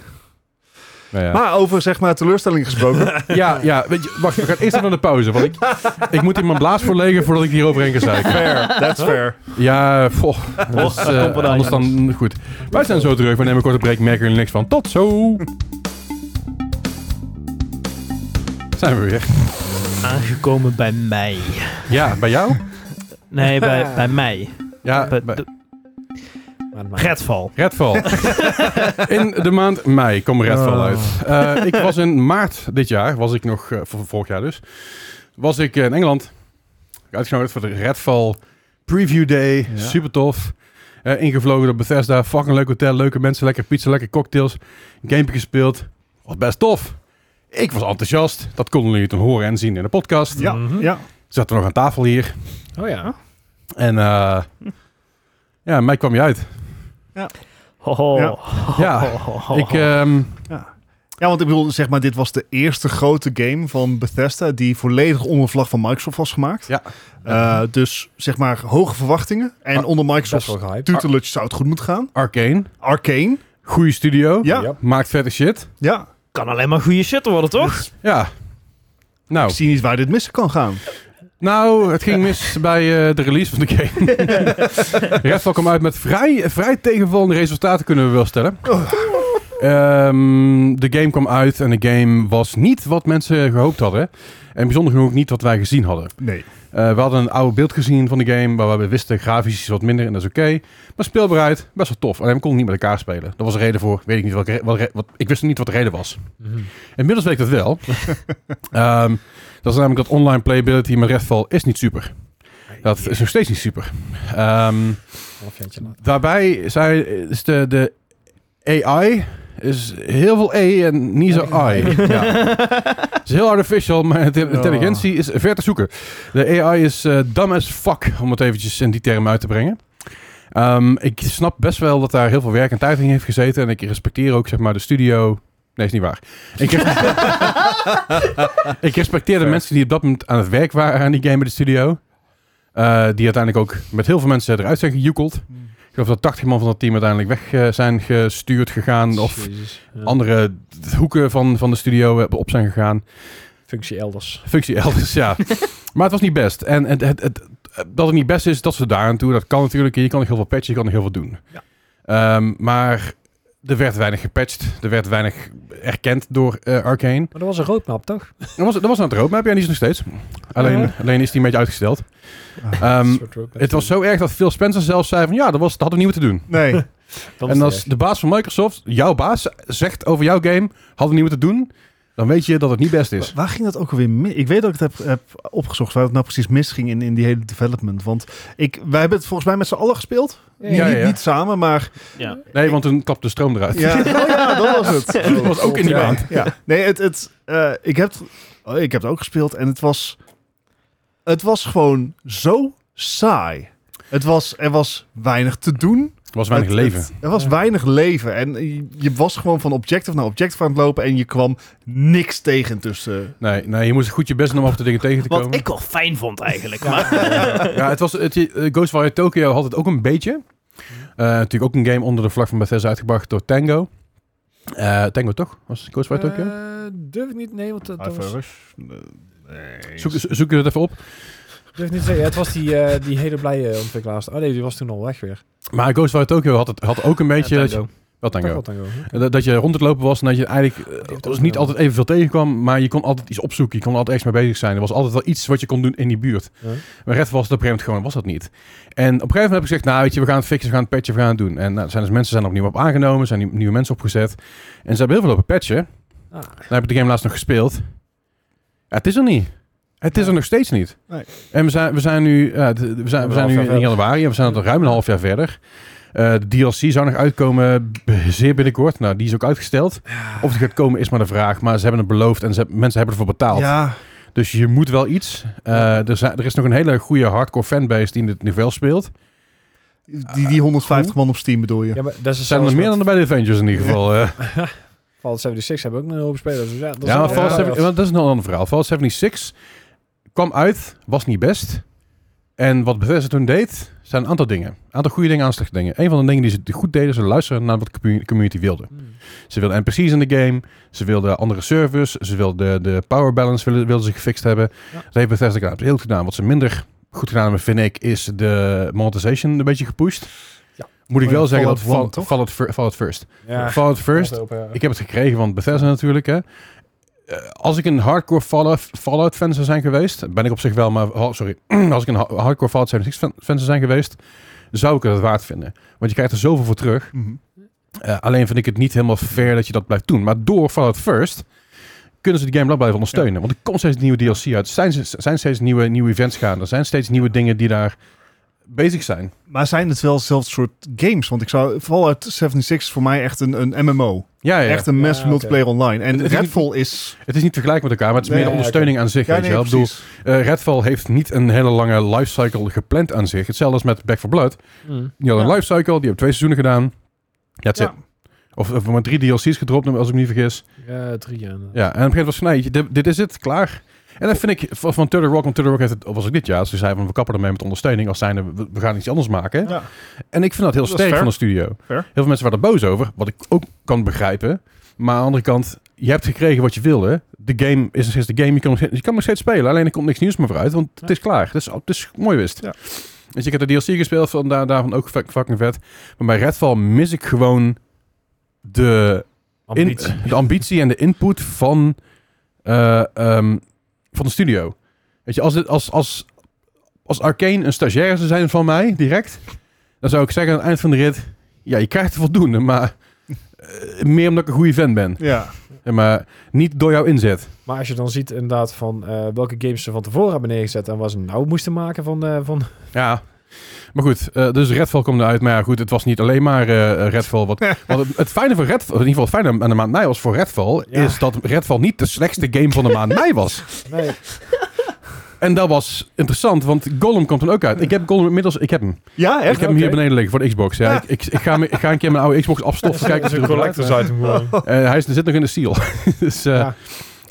Nou ja.
Maar over zeg maar teleurstelling [LAUGHS] gesproken.
ja, ja. Weet je, wacht, we gaan eerst even naar de pauze. Want ik, ik moet in mijn blaas voorlegen voordat ik hieroverheen kan zeiken.
fair, that's fair.
Ja, poh. Dat is,
Oh, dat
eh,
komt wel aan,
anders dan goed. Wij zijn zo terug. We nemen een korte break. Merken jullie niks van. Tot zo. Zijn we weer.
Aangekomen bij mij.
Ja, bij jou?
Nee, bij, bij mij.
Ja,
Bij-
bij-
de-
Maar dat maakt-
Redval.
[LAUGHS]
Redfall. in de maand mei kwam Redfall
Oh.
uit. Eh, ik was in maart dit jaar, was ik nog, eh, voor vorig jaar dus, was ik eh, in Engeland. Uitgenodigd voor de Redfall Preview Day.
Ja.
Super tof. Eh, ingevlogen door Bethesda. Fucking leuk hotel. Leuke mensen. Lekker pizza. Lekker cocktails. Gamepje gespeeld. Was best tof. Ik was enthousiast. Dat konden jullie toen horen en zien in de podcast.
Ja,
Mhm.
ja.
Zaten we nog aan tafel hier.
Oh ja.
En eh, ja, mij kwam je uit.
Ho, ho.
Ja.
Ja,
Ho, ho, ho,
Ik,
ho.
ehm,
Ja, want ik bedoel, zeg maar, dit was de eerste grote game van Bethesda die volledig onder de vlag van Microsoft was gemaakt.
Ja.
Eh, dus zeg maar hoge verwachtingen. En
Ah,
onder
Best wel
Microsoft
gehyped.
tutelage zou het goed moeten gaan.
Arcane.
Arcane.
Goeie studio.
Ja, ja.
Ja.
Maakt vette shit.
Kan alleen maar goede shit worden, toch?
Ja.
Ik
Nou,
zie niet waar dit mis kan gaan.
nou, het ging mis bij eh, de release van de game. Redfall kwam uit met vrij, vrij tegenvallende resultaten, kunnen we wel stellen. Ehm, de game kwam uit en de game was niet wat mensen gehoopt hadden. En bijzonder genoeg niet wat wij gezien hadden.
Nee.
Eh, we hadden een oude beeld gezien van de game, waar we wisten grafisch is wat minder en dat is oké. Maar speelbaarheid, best wel tof. Alleen we konden niet met elkaar spelen. Dat was de reden voor, weet ik niet welke, re- wat, re- wat, ik wist niet wat de reden was.
Mhm.
Inmiddels weet ik dat wel. Ehm, dat is namelijk dat online playability met Redfall is niet super. Dat is nog steeds niet super. Ehm,
Half jaartje later.
daarbij zijn, is de, de AI is heel veel E en niet zo I. Ja. Het is heel artificial, maar het- de intelligentie is ver te zoeken. De AI is eh dumb as fuck, om het eventjes in die term uit te brengen. Ehm, ik snap best wel dat daar heel veel werk en tijd in heeft gezeten. En ik respecteer ook zeg maar, de studio. Nee, is niet waar. Ik, ik respecteer de mensen die op dat moment aan het werk waren aan die game in de studio. Eh, die uiteindelijk ook met heel veel mensen eruit zijn gejoekeld. Ik geloof dat 80 man van dat team uiteindelijk weg eh, zijn gestuurd gegaan. Of
Jezus. Ja.
andere d- hoeken van, van de studio eh, op zijn gegaan.
Functie elders.
Functie elders, ja. maar het was niet best. En het, het, het- dat het niet best is, dat ze daar aan toe. Dat kan natuurlijk. Je kan nog heel veel patchen, je kan nog heel veel doen. Ehm, maar er werd weinig gepatcht. Er werd weinig erkend door eh, Arcane.
Maar dat was een roadmap, toch?
Er was, er was een roadmap ja, en die is er nog steeds. Alleen,
Ja.
alleen is die een beetje uitgesteld.
Een
Ehm,
soort roadmap.
het was zo erg dat Phil Spencer zelf zei van... Ja, dat, was, dat hadden we niet moeten doen.
Nee.
Dat
en
was
als
erg.
de baas van Microsoft, jouw baas, zegt over jouw game, hadden niet moeten doen, dan weet je dat het niet best is.
Wa- Waar ging dat ook alweer mis? Ik weet dat ik het heb, heb opgezocht waar het nou precies misging in, in die hele development. Want ik, wij hebben het volgens mij met z'n allen gespeeld.
Ja,
niet,
ja.
niet samen, maar...
Ja.
Nee, want toen klapte de stroom eruit.
Ja, [LAUGHS] oh ja dat was het.
[LAUGHS] Dat was ook in die
ja.
maand.
Ja. Nee, het, het, eh, ik, heb, het- oh, ik heb het ook gespeeld en het was, het was gewoon zo saai. Het was, er was weinig te doen.
Er was weinig
Het-
leven.
het- er was
Ja.
weinig leven. En je, je was gewoon van objective naar objective aan het lopen en je kwam niks tegen tussen.
Nee, nee, je moest goed je best doen om achter dingen tegen te
Wat
komen.
ik wel fijn vond eigenlijk. Maar
Ja, het was, het, eh, Ghostwire Tokyo had het ook een beetje. Eh, natuurlijk ook een game onder de vlag van Bethesda uitgebracht door Tango. Eh, Tango toch? Was Ghostwire Tokyo?
Eh, durf ik niet, nee, want dat, dat was...
Nee.
Zoek, zo- zoek je dat even op.
durf ik niet te zeggen. Ja, het was die, eh, die hele blije ontwikkelaars. Oh nee, die was toen al weg weer.
Maar Ghostwire Tokyo had, het, had ook een beetje...
Ja,
dat je-
Tango.
wel Tango.
Toch wel Tango. hè?
Dat, dat je rond het lopen was en dat je eigenlijk eh,
heeft
dus
ook
niet
wel.
altijd evenveel tegenkwam, maar je kon altijd iets opzoeken. Je kon er altijd ergens mee bezig zijn. Er was altijd wel iets wat je kon doen in die buurt.
Ja.
Maar Red was het op een gegeven moment gewoon was dat niet. En op een gegeven moment heb ik gezegd, nou weet je, we gaan het fixen, we gaan het patchen, we gaan het doen. En nou, er zijn dus mensen zijn er opnieuw op aangenomen, zijn nieuw- nieuwe mensen opgezet. En ze hebben heel veel lopen patchen.
Ah.
Dan heb ik de game laatst nog gespeeld. Ja, het is er niet. Het is er nog steeds niet.
Nee.
En we zijn, we zijn nu, ja, d- we zijn, we
half
zijn
jaar
nu in
verder.
januari en we zijn al ruim een half jaar verder. Eh, de DLC zou nog uitkomen b- zeer binnenkort. Nou, die is ook uitgesteld. Of die gaat komen is maar de vraag. Maar ze hebben het beloofd en ze, mensen hebben ervoor betaald.
Ja,
Dus je moet wel iets. Eh, er, zijn, er is nog een hele goede hardcore fanbase die in het niveau speelt.
die,
Ah,
die 150 man op Steam bedoel je.
Ja, maar dat is
Er zijn er
zelfs
meer
met
dan bij de Avengers in ieder geval.
[LAUGHS]
eh.
Fallout 76 hebben we ook nog een hoop spelers. Dus ja, dat
ja, maar
is
Fallout
allemaal-
70 want dat is een heel ander verhaal. Fallout 76 kwam uit, was niet best. En wat Bethesda toen deed, zijn een aantal dingen. Een aantal goede dingen, een aantal slechte dingen. Een van de dingen die ze goed deden, ze luisteren naar wat de community wilde.
Hmm.
Ze wilden NPC's in de game, ze wilden andere servers, ze wilden de, de power balance wilden, wilden ze gefixt hebben.
Ja.
Dat heeft Bethesda gedaan. Dat is heel goed gedaan. Wat ze minder goed gedaan hebben, vind ik, is de monetization een beetje gepusht.
Ja.
Moet ik
Maar
wel
in
zeggen dat
Fallout One,
Fallout,
toch?
Fallout, Fir- Fallout First.
Ja,
Fallout First
open, ja.
ik heb het gekregen van Bethesda natuurlijk. Hè. Eh, Als ik een hardcore Fallout, Fallout fan [CLEARS THROAT] zou zijn geweest, ben ik op zich wel, maar oh, sorry, als ik een ha- hardcore Fallout 76 fan, fan zou zijn geweest, zou ik het waard vinden. Want je krijgt er zoveel voor terug.
Mhm.
Eh, alleen vind ik het niet helemaal fair dat je dat blijft doen. Maar door Fallout First kunnen ze de game wel blijven ondersteunen. Want er komt steeds nieuwe DLC uit. Er zijn, er zijn steeds nieuwe, nieuwe events gaande. Er zijn steeds nieuwe dingen die daar bezig zijn.
Maar zijn het wel zelfs soort games? Want ik zou Fallout 76 is voor mij echt een, een MMO.
Ja, ja.
Echt een
Ja,
massive
oké.
multiplayer online. En
Het is niet-
Redfall is...
Het is niet vergelijkbaar met elkaar, maar het is
Nee,
meer de
ja,
ondersteuning aan zich. weet je wel. Ik bedoel,
precies.
eh, Redfall heeft niet een hele lange lifecycle gepland aan zich. Hetzelfde als met Back for Blood.
Mm.
Die had een
Ja.
lifecycle, die hebben twee seizoenen gedaan. That's
Ja.
it. Of, of maar drie DLC's gedropt, als ik me niet vergis.
Ja, drie jaar.
Ja, en op een gegeven moment was van, nee, dit, dit is het, klaar. En dat vind ik van, van Turtle Rock, want Turtle Rock heeft het, of was ik dit jaar, ze zeiden van we kappen ermee met ondersteuning als zijnde, we, we gaan iets anders maken.
Ja.
En ik vind dat heel
Dat is
sterk
fair.
van de studio.
Fair.
Heel veel mensen waren er boos over, wat ik ook kan begrijpen. Maar aan de andere kant, je hebt gekregen wat je wilde. De game is nog steeds de game, je kan, nog steeds- je kan nog steeds spelen. Alleen er komt niks nieuws meer vooruit, want het is klaar. Het is, het is mooi wist.
Ja.
Dus ik heb de DLC gespeeld, van, daar, daarvan ook fuck- fucking vet. Maar bij Redfall mis ik gewoon de in- de ambitie en de input van, eh, ehm, van de studio. Weet je, als, dit, als, als, als Arcane een stagiair zou zijn van mij, direct, dan zou ik zeggen aan het eind van de rit, ja, je krijgt er voldoende, maar eh, meer omdat ik een goede fan ben.
Ja.
En maar niet door jouw inzet.
Maar als je dan ziet inderdaad van eh, welke games ze van tevoren hebben neergezet en wat ze nou moesten maken van... eh, van
Ja. Maar goed, eh, dus Redfall komt eruit. Maar ja, goed, het was niet alleen maar eh, Redfall. [LAUGHS] Wat, want het, het fijne van Redfall, in ieder geval het fijne aan de maand mei was voor Redfall,
Ja.
is dat Redfall niet de slechtste game van de maand mei was.
nee,
En dat was interessant, want Gollum komt er ook uit. Ik heb Gollum inmiddels, ik heb hem.
ja,
Ik
echt?
heb hem hier beneden liggen voor de Xbox. Ja,
Ja.
Ik, ik, ik, ga, me- ik ga een keer mijn oude Xbox afstoffen. Kijken of hij er nog uit is.
item gewoon.
Eh, hij is, zit nog in de seal. [LAUGHS] dus eh,
Ja.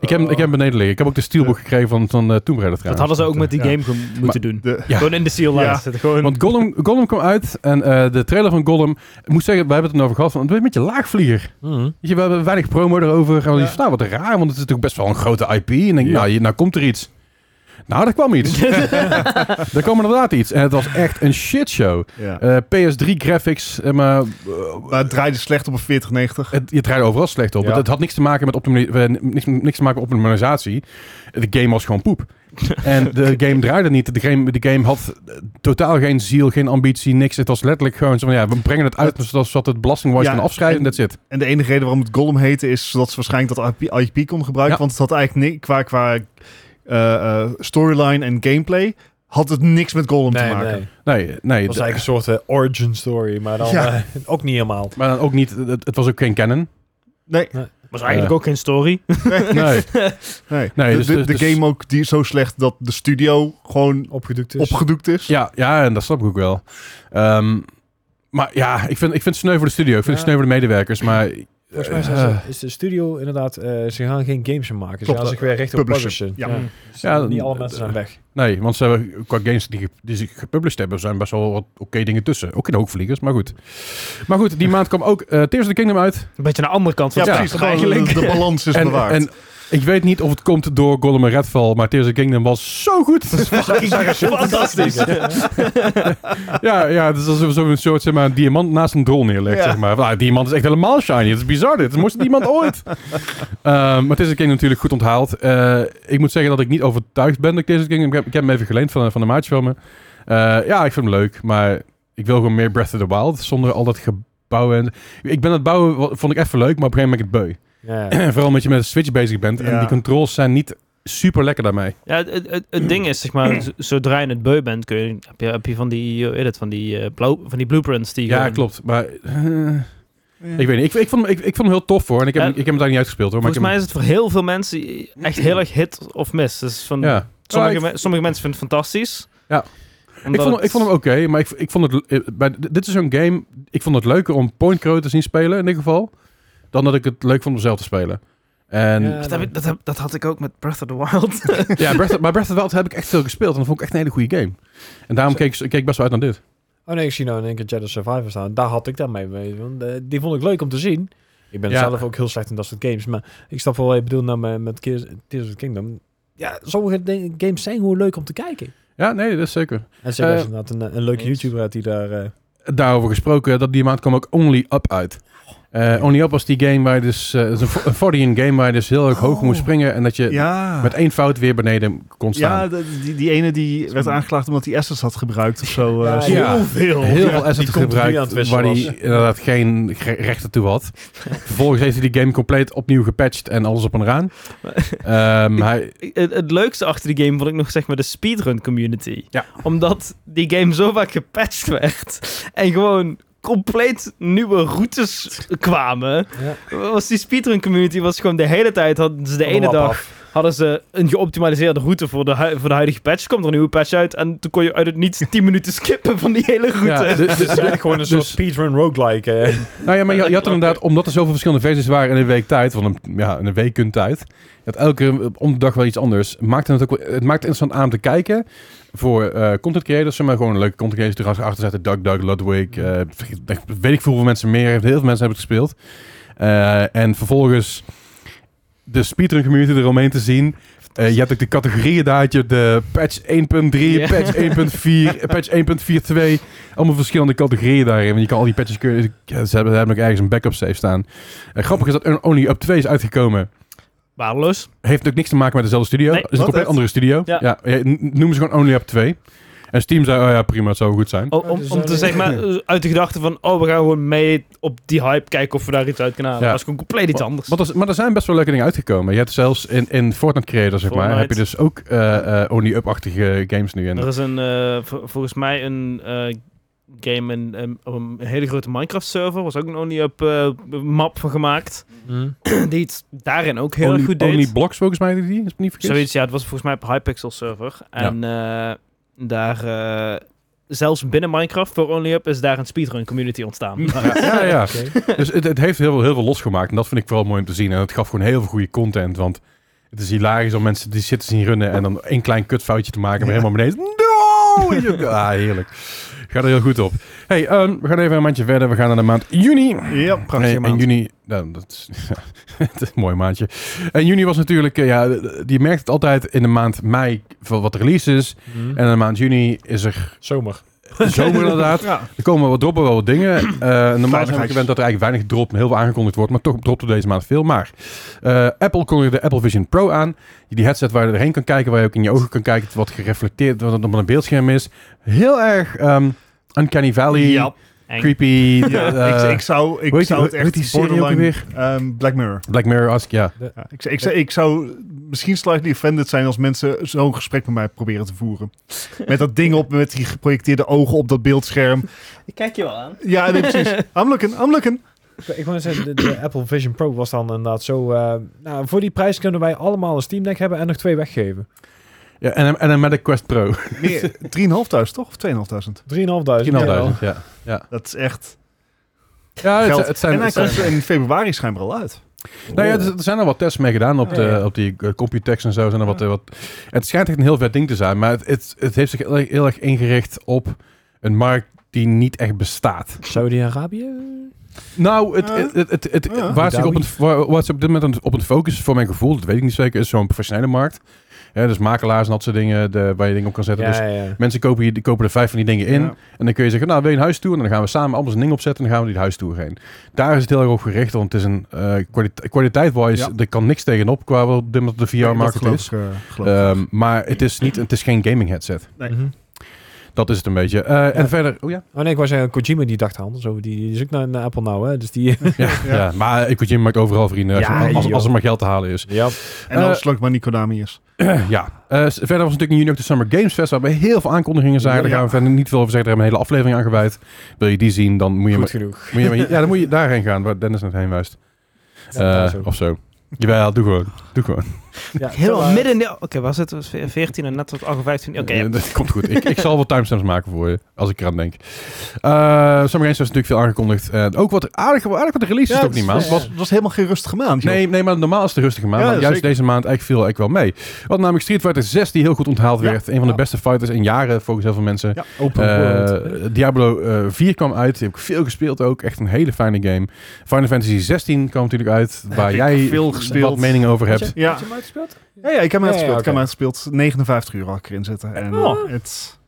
ik, heb, hem- ik heb hem beneden liggen. Ik heb ook de steelbook gekregen van, van eh, Tomb Raider
Dat
trouwens.
hadden ze ook met die
ja.
game ge- moeten doen.
De-
Ja.
Gewoon in de seal
Ja.
laten zitten. Gewoon...
Want Gollum, Gollum kwam uit en eh, de trailer van Gollum... Ik moet zeggen, we hebben het erover gehad. Van, het is een beetje laagvlieger.
Mm.
Weet je, we hebben weinig promo erover. En we dachten, nou, wat raar, want het is natuurlijk best wel een grote IP. En ik denk,
Ja.
nou, hier, nou komt er iets. Nou, daar kwam iets. daar kwam inderdaad iets. En het was echt een shitshow.
Ja.
Eh, PS3 graphics, eh, maar eh,
Maar het draaide slecht op een 4090.
het, je draaide overal slecht op.
Ja.
Het, het had niks te maken met optimi- eh, niks, niks te maken met optimalisatie. De game was gewoon poep. en de game draaide niet. De game, de game had eh, totaal geen ziel, geen ambitie, niks. Het was letterlijk gewoon zo van, ja, we brengen het uit zoals dat het belastingwise
Ja,
kan afschrijven en dat zit.
En de enige reden waarom het Gollum heette is zodat ze waarschijnlijk dat IP, IP kon gebruiken.
Ja.
Want het had eigenlijk ni- qua, qua eh, eh, storyline en gameplay had het niks met Gollum
Nee,
te maken.
nee.
Nee, nee.
Het was
d-
eigenlijk een soort eh, origin story, maar dan
Ja.
eh, ook niet helemaal.
Maar dan ook niet, het, het was ook geen
[LAUGHS]
canon.
Nee,
was eigenlijk ook geen story.
Nee.
nee.
Nee,
de,
dus-
de-
dus-
de
dus-
game ook die, zo slecht dat de studio gewoon
Opgedoekt is.
opgedoekt is.
Dus- Ja, ja, en dat snap ik ook wel. Ehm, maar ja, ik vind, ik vind het sneu voor de studio. Ik vind het
Ja.
sneu voor de medewerkers. Maar
Volgens mij zijn
Eh.
ze- is de studio inderdaad, eh, ze gaan geen games meer maken. Ze
Klopt,
gaan zich weer richt op
publisher.
publishen.
Ja.
Dus
Ja,
niet alle
d-
mensen
d-
zijn weg.
nee, want ze hebben qua games die, ge- die ze gepublished hebben, zijn best wel wat oké dingen tussen. Ook in de hoogvliegers, maar goed. Maar goed, die maand kwam ook eh Tears of the Kingdom uit.
Een beetje naar de andere kant van
Ja,
het
Ja,
precies.
spectrum
Gewoon De,
eigenlijk.
[LAUGHS]
de balans is
en,
bewaard.
en ik weet niet of het komt door Gollum en Redfall, maar Tears of the Kingdom was zo goed.
Fantastisch.
ja, ja, het is alsof zo'n soort zeg maar, een diamant naast een drol neerlegt.
Ja.
Zeg maar. Nou, diamant is echt helemaal shiny. Het is bizar dit. Moest
[LAUGHS]
niemand ooit. Ehm, maar Tears of the Kingdom natuurlijk goed onthaald. Eh, ik moet zeggen dat ik niet overtuigd ben door Tears of the Kingdom. Ik heb, ik heb hem even geleend van, van een maatje van me. Eh, ja, ik vind hem leuk, maar ik wil gewoon meer Breath of the Wild zonder al dat gebouw. En... Ik ben het bouwen, wa- vond ik even leuk, maar op een gegeven moment ben ik het
Ja.
beu. [CLEARS THROAT] Vooral omdat je met de Switch bezig bent en
Ja.
die controls zijn niet super lekker daarmee.
Ja, het, het, het- het ding is, zeg maar, z- zodra je het beu bent, kun je, heb, je, heb je van die, eh, edit, van die, eh, blauw- van die blueprints die
Ja,
gewoon-
klopt. Maar eh, ik weet niet. Ik, ik, vond, hem- ik, ik vond hem heel tof hoor. En ik heb,
Ja.
ik heb hem daar niet uitgespeeld hoor. Maar
Volgens
ik heb
mij is het voor heel veel mensen echt heel erg hit of miss. Dus van,
hem- ja.
sommige,
Ja, ik-
me- sommige mensen vinden het fantastisch.
Ja. ik,
Omdat
vond, hem-
het-
ik vond hem oké, maar ik, ik vond het. eh, Bij, dit is zo'n game. Ik vond het leuker om Point Crow te zien spelen in dit geval. Dan dat ik het leuk vond om zelf te spelen. En [LAUGHS]
Ja.
ja,
Dat, heb ik- dat, heb- dat had ik ook met Breath of the [LAUGHS] Wild.
Breath of- maar Breath of the Wild heb ik echt veel gespeeld. En dat vond ik echt een hele goede game. En daarom
Zo.
keek ik- keek ik best wel uit naar dit.
Oh nee, ik zie nou in één keer Jedi Survivor staan. Daar had ik dan mee. weet je, Want, eh, die vond ik leuk om te zien. Ik ben
Ja.
zelf ook heel slecht in dat soort games. Maar ik snap wel wat je bedoelt nou met, met Tears Tears of the Kingdom. Ja, sommige ding- games zijn gewoon leuk om te kijken.
Ja, nee, dat is zeker.
En zeker als
Eh,
je inderdaad een, een leuke
eens.
YouTuber had die daar... eh,
Daarover gesproken, dat die maand kwam ook Only Up uit. En Eh, Only Up was die game waar je dus... eh, het is een vo- een 40 game waar je dus heel erg hoog
Oh.
moest springen. En dat je
Ah.
Ja.
met één fout weer beneden kon staan.
Ja, de- die, die ene die werd aangeklaagd omdat hij assets had gebruikt of zo. eh,
Ja,
zo.
ja.
veel.
heel
Ja,
veel assets
die continu aan het
gebruikt waar
wisselen
hij inderdaad geen ge- rechten toe
[LAUGHS]
had. Vervolgens heeft hij die game compleet opnieuw gepatcht en alles op een
[LAUGHS]
raan. Ehm, hij,
Het, het leukste achter die game vond ik nog zeg maar de speedrun community.
Ja.
Omdat die game zo vaak gepatcht werd en gewoon compleet nieuwe routes kwamen. Was die speedrun community was gewoon de hele tijd hadden ze de ene dag hadden ze een geoptimaliseerde route voor de, hui- voor de huidige patch. Er Komt er een nieuwe patch uit en toen kon je uit het niets 10 minuten skippen van die hele route.
ja, de- de-
Het is eigenlijk gewoon een soort
Dus-
speedrun roguelike. eh. [LAUGHS]
nou ja, maar je, je had er inderdaad, omdat er zoveel verschillende versies waren in een week tijd, van een, ja, in een week kun tijd, dat elke keer om de dag wel iets anders. Maakte het, ook wel, het maakt het interessant aan om te kijken voor eh, content creators, maar gewoon leuke content creators die erachter zetten. Doug, Doug, Ludwig, eh, weet ik veel hoeveel mensen meer, heeft heel veel mensen hebben het gespeeld. Eh, en vervolgens de speedrun community eromheen te zien. Eh, je hebt ook de categorieën daar, had je de patch 1.3,
Ja.
patch
[LAUGHS]
1.4, eh, patch 1.42. Allemaal verschillende categorieën daarin. Want je kan al die patches kunnen... Ja, ze hebben, ze hebben ook ergens een backup save staan. Eh, grappig is dat Only Up 2 is uitgekomen.
Waardeloos.
Heeft ook niks te maken met dezelfde studio.
Nee,
het is een
wat
compleet
echt?
andere studio.
Ja.
Ja. eh, n- noemen ze gewoon Only Up 2. En Steam zei, oh ja, prima, het zou goed zijn.
O- om,
dus
om te
dan-
zeg maar [LAUGHS] eh, uit de gedachte van, oh we gaan gewoon mee op die hype kijken of we daar iets uit kunnen halen.
Ja.
Dat is gewoon compleet iets anders.
Want er- maar er zijn best wel leuke dingen uitgekomen. Je hebt zelfs in, in Fortnite Creator, zeg maar,
Fortnite.
heb je dus ook eh, eh, Only Up-achtige games nu. En
Er is een, eh, vol- volgens mij een eh, game in, in- op een hele grote Minecraft server. Was ook een Only Up eh, map van gemaakt. [CLEARS THROAT]
Mm,
Die het daarin ook heel
only,
erg goed deed.
Only Blocks, volgens mij, die, is me niet vergis.
Zoiets, ja, het was volgens mij op Hypixel server. En eh, daar, eh, zelfs binnen Minecraft voor Only Up, is daar een speedrun community ontstaan.
Ja, ja.
[LAUGHS]
Oké. [LAUGHS]
Dus het, het heeft heel veel, heel veel losgemaakt. En dat vind ik vooral mooi om te zien. En het gaf gewoon heel veel goede content. Want het is hilarisch om mensen die zitten zien runnen... en dan één klein kutfoutje te maken... maar
Ja.
helemaal beneden...
[LAUGHS]
No! En je- ah, heerlijk. Gaat er heel goed op. hey, ehm, we gaan even een maandje verder. We gaan naar de maand juni.
Ja, prachtig.
Nee, in juni, nou, dat is, [LAUGHS] het is een mooi maandje. En juni was natuurlijk, eh, ja, je merkt het altijd in de maand mei voor wat releases.
Mm.
En in de maand juni is
[LAUGHS]
er
Zomer.
zomer inderdaad.
Ja.
Er komen wel droppen, wel wat dingen. Eh normaal ben ik
Veiligheids-
gewend dat er eigenlijk weinig drop, heel veel aangekondigd wordt, maar toch dropt er deze maand veel. Maar eh, Apple kondigde de Apple Vision Pro aan. Die headset waar je erheen kan kijken, waar je ook in je ogen kan kijken, wat gereflecteerd, wat op een beeldscherm is. Heel erg ehm Uncanny Valley,
Ja.
Eng.
creepy.
Ja,
eh,
ik, ik zou, ik
hoe heet die-
zou het
hoe heet die
echt
serie ook
borderline...
weer?
Ehm, Black Mirror.
Black Mirror-ask, ja.
Ja, ik, ik, ik zou misschien slightly offended zijn als mensen zo'n gesprek met mij proberen te voeren. Met dat ding op, met die geprojecteerde ogen op dat beeldscherm.
Ik kijk je wel aan.
Ja, nee, precies. I'm looking, I'm looking.
Ik wou net zeggen, de, de Apple Vision Pro was dan inderdaad zo... eh, nou, voor die prijs kunnen wij allemaal een Steam Deck hebben en nog twee weggeven. 3.500.
ja en, en een Magic Quest Pro. 3.500,
3.500 toch? Of 2.500?
Ja.
ja. Ja,
Dat is echt
ja het,
geld.
zijn- het zijn...
en hij
het zijn-
komt in februari schijnbaar al uit.
nou ja, er er zijn al wat tests mee gedaan op,
Ja,
de,
Oh, ja.
op die eh, Computex en zo. Zijn er wat, eh, wat, het schijnt echt een heel vet ding te zijn, maar het, het, het heeft zich heel, erg- heel erg ingericht op een markt die niet echt bestaat.
Saudi-Arabië?
Nou, het,
Ja.
het, het, het, het-
Ja.
waar, zich op het, waar, waar ze op dit moment aan- op het focus is, voor mijn gevoel, dat weet ik niet zeker, is zo'n professionele markt. Ja, dus makelaars en dat soort dingen de, waar je dingen op kan zetten. dus
Ja, ja.
mensen kopen, hier, die kopen er vijf van die dingen in.
Ja.
En dan kun je zeggen, nou, wil je een huistoer? En dan gaan we samen allemaal een ding opzetten en dan gaan we die huistoer heen. Daar is het heel erg op gericht, want het is een eh, kwalite- kwaliteit-wise,
Ja.
er kan niks tegenop qua wat op dit moment de VR-markt is.
eh,
Ehm, maar het is, niet, het is geen gaming headset.
Nee.
Mhm.
Dat is het een beetje. Eh, En verder, oh ja.
Oh nee, ik was zeggen, Kojima die dacht anders over. Die, die is ook naar, naar Apple nou, hè. Dus die...
[LAUGHS] ja, ja. maar ik Jim maakt overal vrienden als,
Ja,
als- als,
joh.
er maar geld te halen is. [CLEARS THROAT]
[LAUGHS] Ja.
en als
eh,
het leuk maar niet Konami is.
ja. Eh, s- verder was natuurlijk in juni ook de Summer Games Fest, waar we heel veel aankondigingen zijn. Daar
Ja.
gaan we verder niet veel over zeggen. Daar hebben we een hele aflevering aan gewijd. Wil je die zien, dan moet je, maar,
Goed genoeg.
moet je maar- Ja, dan moet je daarheen gaan, waar Dennis net heen wijst.
Ja,
Eh,
zo.
of zo. Jawel, doe gewoon. Doe gewoon.
Ja,
Helemaal
maar-
midden in de... Oké, waar zitten we? 14 en net tot 15. Oké, ja.
Eh, [LAUGHS] dat komt goed. ik, ik zal wel timestamps maken voor je, als ik eraan denk. Eh Summer Games Fest is natuurlijk veel aangekondigd. Eh, ook wat aardig, aardig wat de releases
Ja,
ook niet, maand.
Het was, het was helemaal geen rustige maand. joh.
Nee, nee, maar normaal is het rustig gemaakt.
Ja,
maar juist
zeker.
deze maand eigenlijk viel ik wel mee. Wat namelijk Street Fighter 6 die heel goed onthaald
Ja.
werd. Een van de
Ja.
beste fighters in jaren volgens heel veel mensen.
Ja, open
Eh,
world.
Diablo eh, 4 kwam uit. Die heb ik veel gespeeld ook. Echt een hele fijne game. Final Fantasy 16 kwam natuurlijk uit. Waar
ik
jij
veel gespeeld.
wat mening over hebt.
Ja.
Had je hem uitgespeeld?
Ja, ja, ik heb hem
Ja,
uitgespeeld.
ja,
Ik heb
oké.
hem uitgespeeld. 59 uur al ik erin zitten. En
Oh.
het,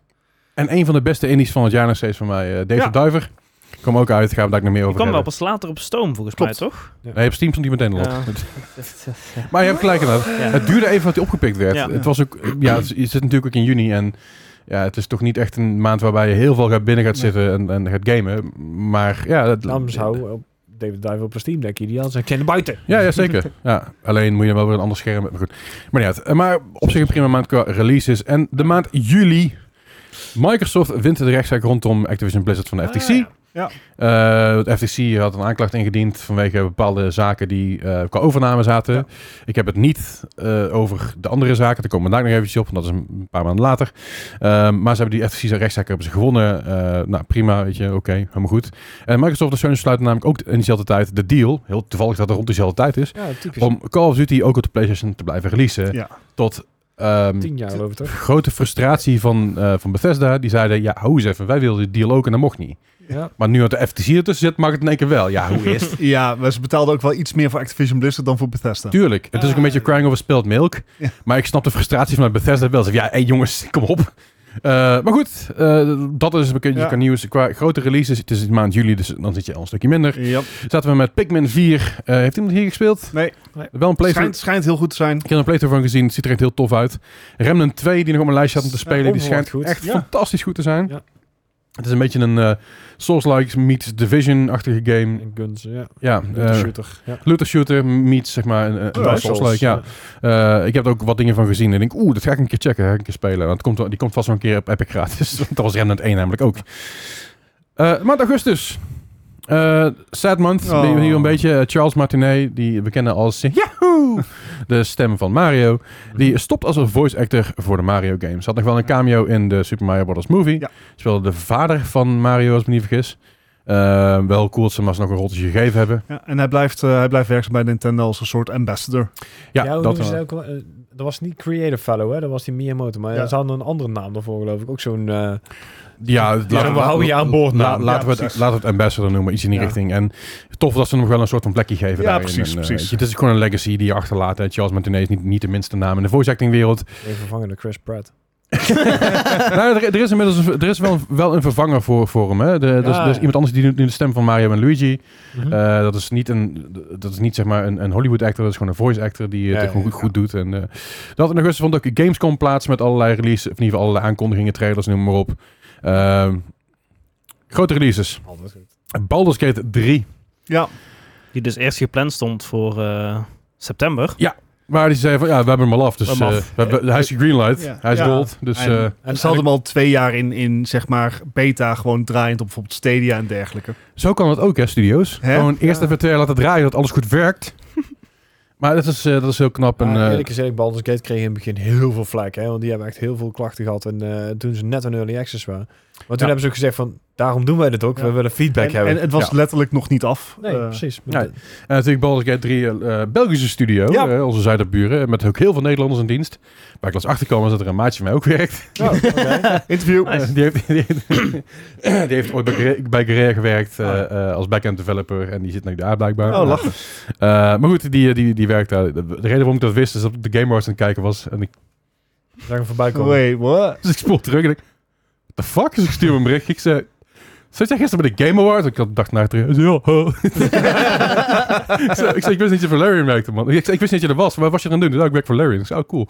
En een van de beste indies van het jaar nog steeds van mij. eh Dave
Ja.
Diver. Ik kom ook uit, gaan we daar nog meer
Je
over
kwam wel
hebben.
pas later op stoom, volgens
Klopt.
mij, toch?
Nee, op Steam stond hij meteen al op.
Ja.
[LAUGHS] Maar je hebt gelijk inderdaad.
Ja.
Het duurde even dat hij opgepikt werd.
Ja.
Het was ook, eh, ja, het zit natuurlijk ook in juni en ja, het is toch niet echt een maand waarbij je heel veel gaat binnen gaat
Nee.
zitten en, en gaat gamen. Maar ja, dat,
Namens hou op David Dive op een Steam Deck ideaal zijn. Ik naar buiten.
ja, ja, zeker. ja, alleen moet je dan wel weer een ander scherm hebben. Maar goed, maar niet uit. Eh, Maar op zich een prima maand qua releases. En de maand juli, Microsoft wint de rechtszaak rondom Activision Blizzard van de
Ah,
FTC. Eh, het FTC had een aanklacht ingediend vanwege bepaalde zaken die eh, qua overname zaten.
Ja.
Ik heb het niet eh, over de andere zaken. Daar komen we daar nog eventjes op, want dat is een paar maanden later. Ehm, maar ze hebben die FTC's rechtszaak hebben ze gewonnen. Eh, nou, prima, weet je, oké, helemaal goed. En Microsoft en Sony sluiten namelijk ook in diezelfde tijd de deal. Heel toevallig dat er rond dezelfde tijd is.
[LAUGHS] Ja, typisch.
Om Call of Duty ook op de PlayStation te blijven releasen.
Ja.
Tot ehm,
Tien jaar over toch?
grote frustratie van, eh, van Bethesda. Die zeiden, ja, hou eens even, wij wilden die deal ook en dat mocht niet.
Ja.
Maar nu dat de FTC ertussen zit, mag het in één keer wel. Ja, hoe
[LAUGHS]
is het?
Ja, maar ze betaalden ook wel iets meer voor Activision Blizzard dan voor Bethesda.
Tuurlijk. Het
Ah.
is ook een beetje crying over spilled milk.
Ja.
Maar ik snap de frustratie vanuit Bethesda wel. Ze zeggen, ja, hey, jongens, [LAUGHS] kom op. Eh, maar goed, eh, dat is een beetje
Ja.
qua nieuws. Qua grote releases, het is in maand juli, dus dan zit je al een stukje minder.
Ja.
Zaten we met Pikmin 4. Eh, heeft iemand hier gespeeld?
Nee.
Nee.
Wel een playthrough.
Schijnt, schijnt heel goed te zijn.
Ik heb er een playthrough van gezien. Het ziet er echt heel tof uit. Remnant 2, die nog op mijn lijstje had om te
Ja,
spelen, die
onverwacht
schijnt
goed.
echt
Ja.
fantastisch goed te zijn.
Ja.
Het is een beetje een eh, Souls-like meets Division-achtige game.
En guns, ja.
Ja,
De
eh,
shooter. Ja.
looter shooter meets zeg maar een, een
Ja,
Dark
Souls,
Souls like, ja. Eh, ik heb er ook wat dingen van gezien en ik denk oeh, dat ga ik een keer checken, ga ik een keer spelen. Want het komt, wel- die komt vast wel een keer op Epic gratis. [LAUGHS] Want dat was Remnant 1 namelijk ook. Eh maand augustus. Eh, sad month,
Oh.
ben je hier een beetje. Eh, Charles Martinet, die we kennen als [LAUGHS] Yahoo! de stem van Mario. Die stopt als een voice actor voor de Mario games. Had nog wel een cameo in de Super Mario Bros. movie.
Ja.
Speelde de vader van Mario, als ik me niet vergis. Eh, wel cool dat ze hem alsnog een rolletje gegeven hebben.
Ja, en hij blijft, eh, hij blijft werkzaam bij Nintendo als een soort ambassador.
Ja,
hoe
dat
noemen ze
wel.
dat, ook wel? Eh, dat was niet Creative Fellow, hè? Dat was die Miyamoto. Maar
Ja.
ze hadden een andere naam daarvoor, geloof ik. Ook zo'n... eh,
Ja, laten
we houden je aan boord,
la-
nou.
laten,
Ja,
we het,
precies.
laten we het ambassador noemen, iets in die
Ja.
richting. En tof dat ze hem nog wel een soort van plekje geven.
Ja,
daarin.
precies,
En, eh,
precies.
weet je, Het is gewoon een legacy die je achterlaat. hè. Charles Martinet is niet, niet de minste naam in de voice acting wereld.
een vervangende Chris Pratt.
nou, er, er is inmiddels een, ver- er is wel, een- wel een vervanger voor, voor hem. Hè. De, er, is,
Ja,
er is
ja.
iemand anders die doet nu de stem van Mario en Luigi.
Mhm.
Eh, dat is niet, een, dat is niet zeg maar een, een Hollywood actor, dat is gewoon een voice actor die eh, het
Ja,
gewoon
ja,
goed, goed doet. En, eh dat in augustus vond ook Gamescom plaats met allerlei releases, of in ieder geval allerlei aankondigingen, trailers, noem maar op. Ehm, grote releases.
Altijd goed.
Baldur's Gate 3,
Ja,
Die dus eerst gepland stond voor eh, september.
waar die zei van ja, we hebben hem al af. Dus
We hebben
eh,
hem af.
we hebben- hij is greenlight,
Ja.
hij is
Ja.
gold. Dus
En-
eh,
En
ze hadden hem al twee jaar in, in zeg maar beta gewoon draaiend op bijvoorbeeld Stadia en dergelijke.
zo kan dat ook hè, studios.
Hè?
Gewoon eerst
Ja.
even twee jaar laten draaien dat alles goed
[LAUGHS]
werkt. maar dat is, eh, dat is heel knap. En,
Maar
eh,
eerlijk gezegd, Baldur's Gate kreeg in het begin heel veel vlek. Hè? Want die hebben echt heel veel klachten gehad. En eh, toen ze net een early access waren. Maar toen
Ja.
hebben ze ook gezegd van, daarom doen wij dit ook.
Ja.
We willen feedback
En,
hebben.
en het was
Ja.
letterlijk nog niet af.
nee,
Eh,
precies.
ja. En natuurlijk Baldur's Gate 3, eh, eh, Belgische studio,
Ja.
eh, onze zuiderburen, met ook heel veel Nederlanders in dienst. Waar ik was achterkomen dat er een maatje van mij ook werkt.
Oh, oké.
Interview.
Eh, die, heeft, die, heeft, [COUGHS] die heeft ooit bij Grea- bij Guerrilla gewerkt eh, eh, als back-end developer en die zit nu daar blijkbaar.
Oh, lachen.
Eh, maar goed, die, die, die werkt daar. De reden waarom ik dat wist is dat ik op de Game Awards aan het kijken was en ik, [LAUGHS]
Zag hem voorbij komen.
Wait, what?
dus ik spoel terug en ik, what the fuck? Dus ik stuur hem een bericht. Ik zei, zat jij gisteren bij de Game Awards? Ik had dacht naar terug. Hij zei, Ja, huh. ik, zei, ik zei, ik wist niet dat je Valerian werkte, man. Ik, zei, ik wist niet dat je er was. Maar wat was je aan het doen? Nou, ik werk voor Valerian. Ik zei, oh, cool.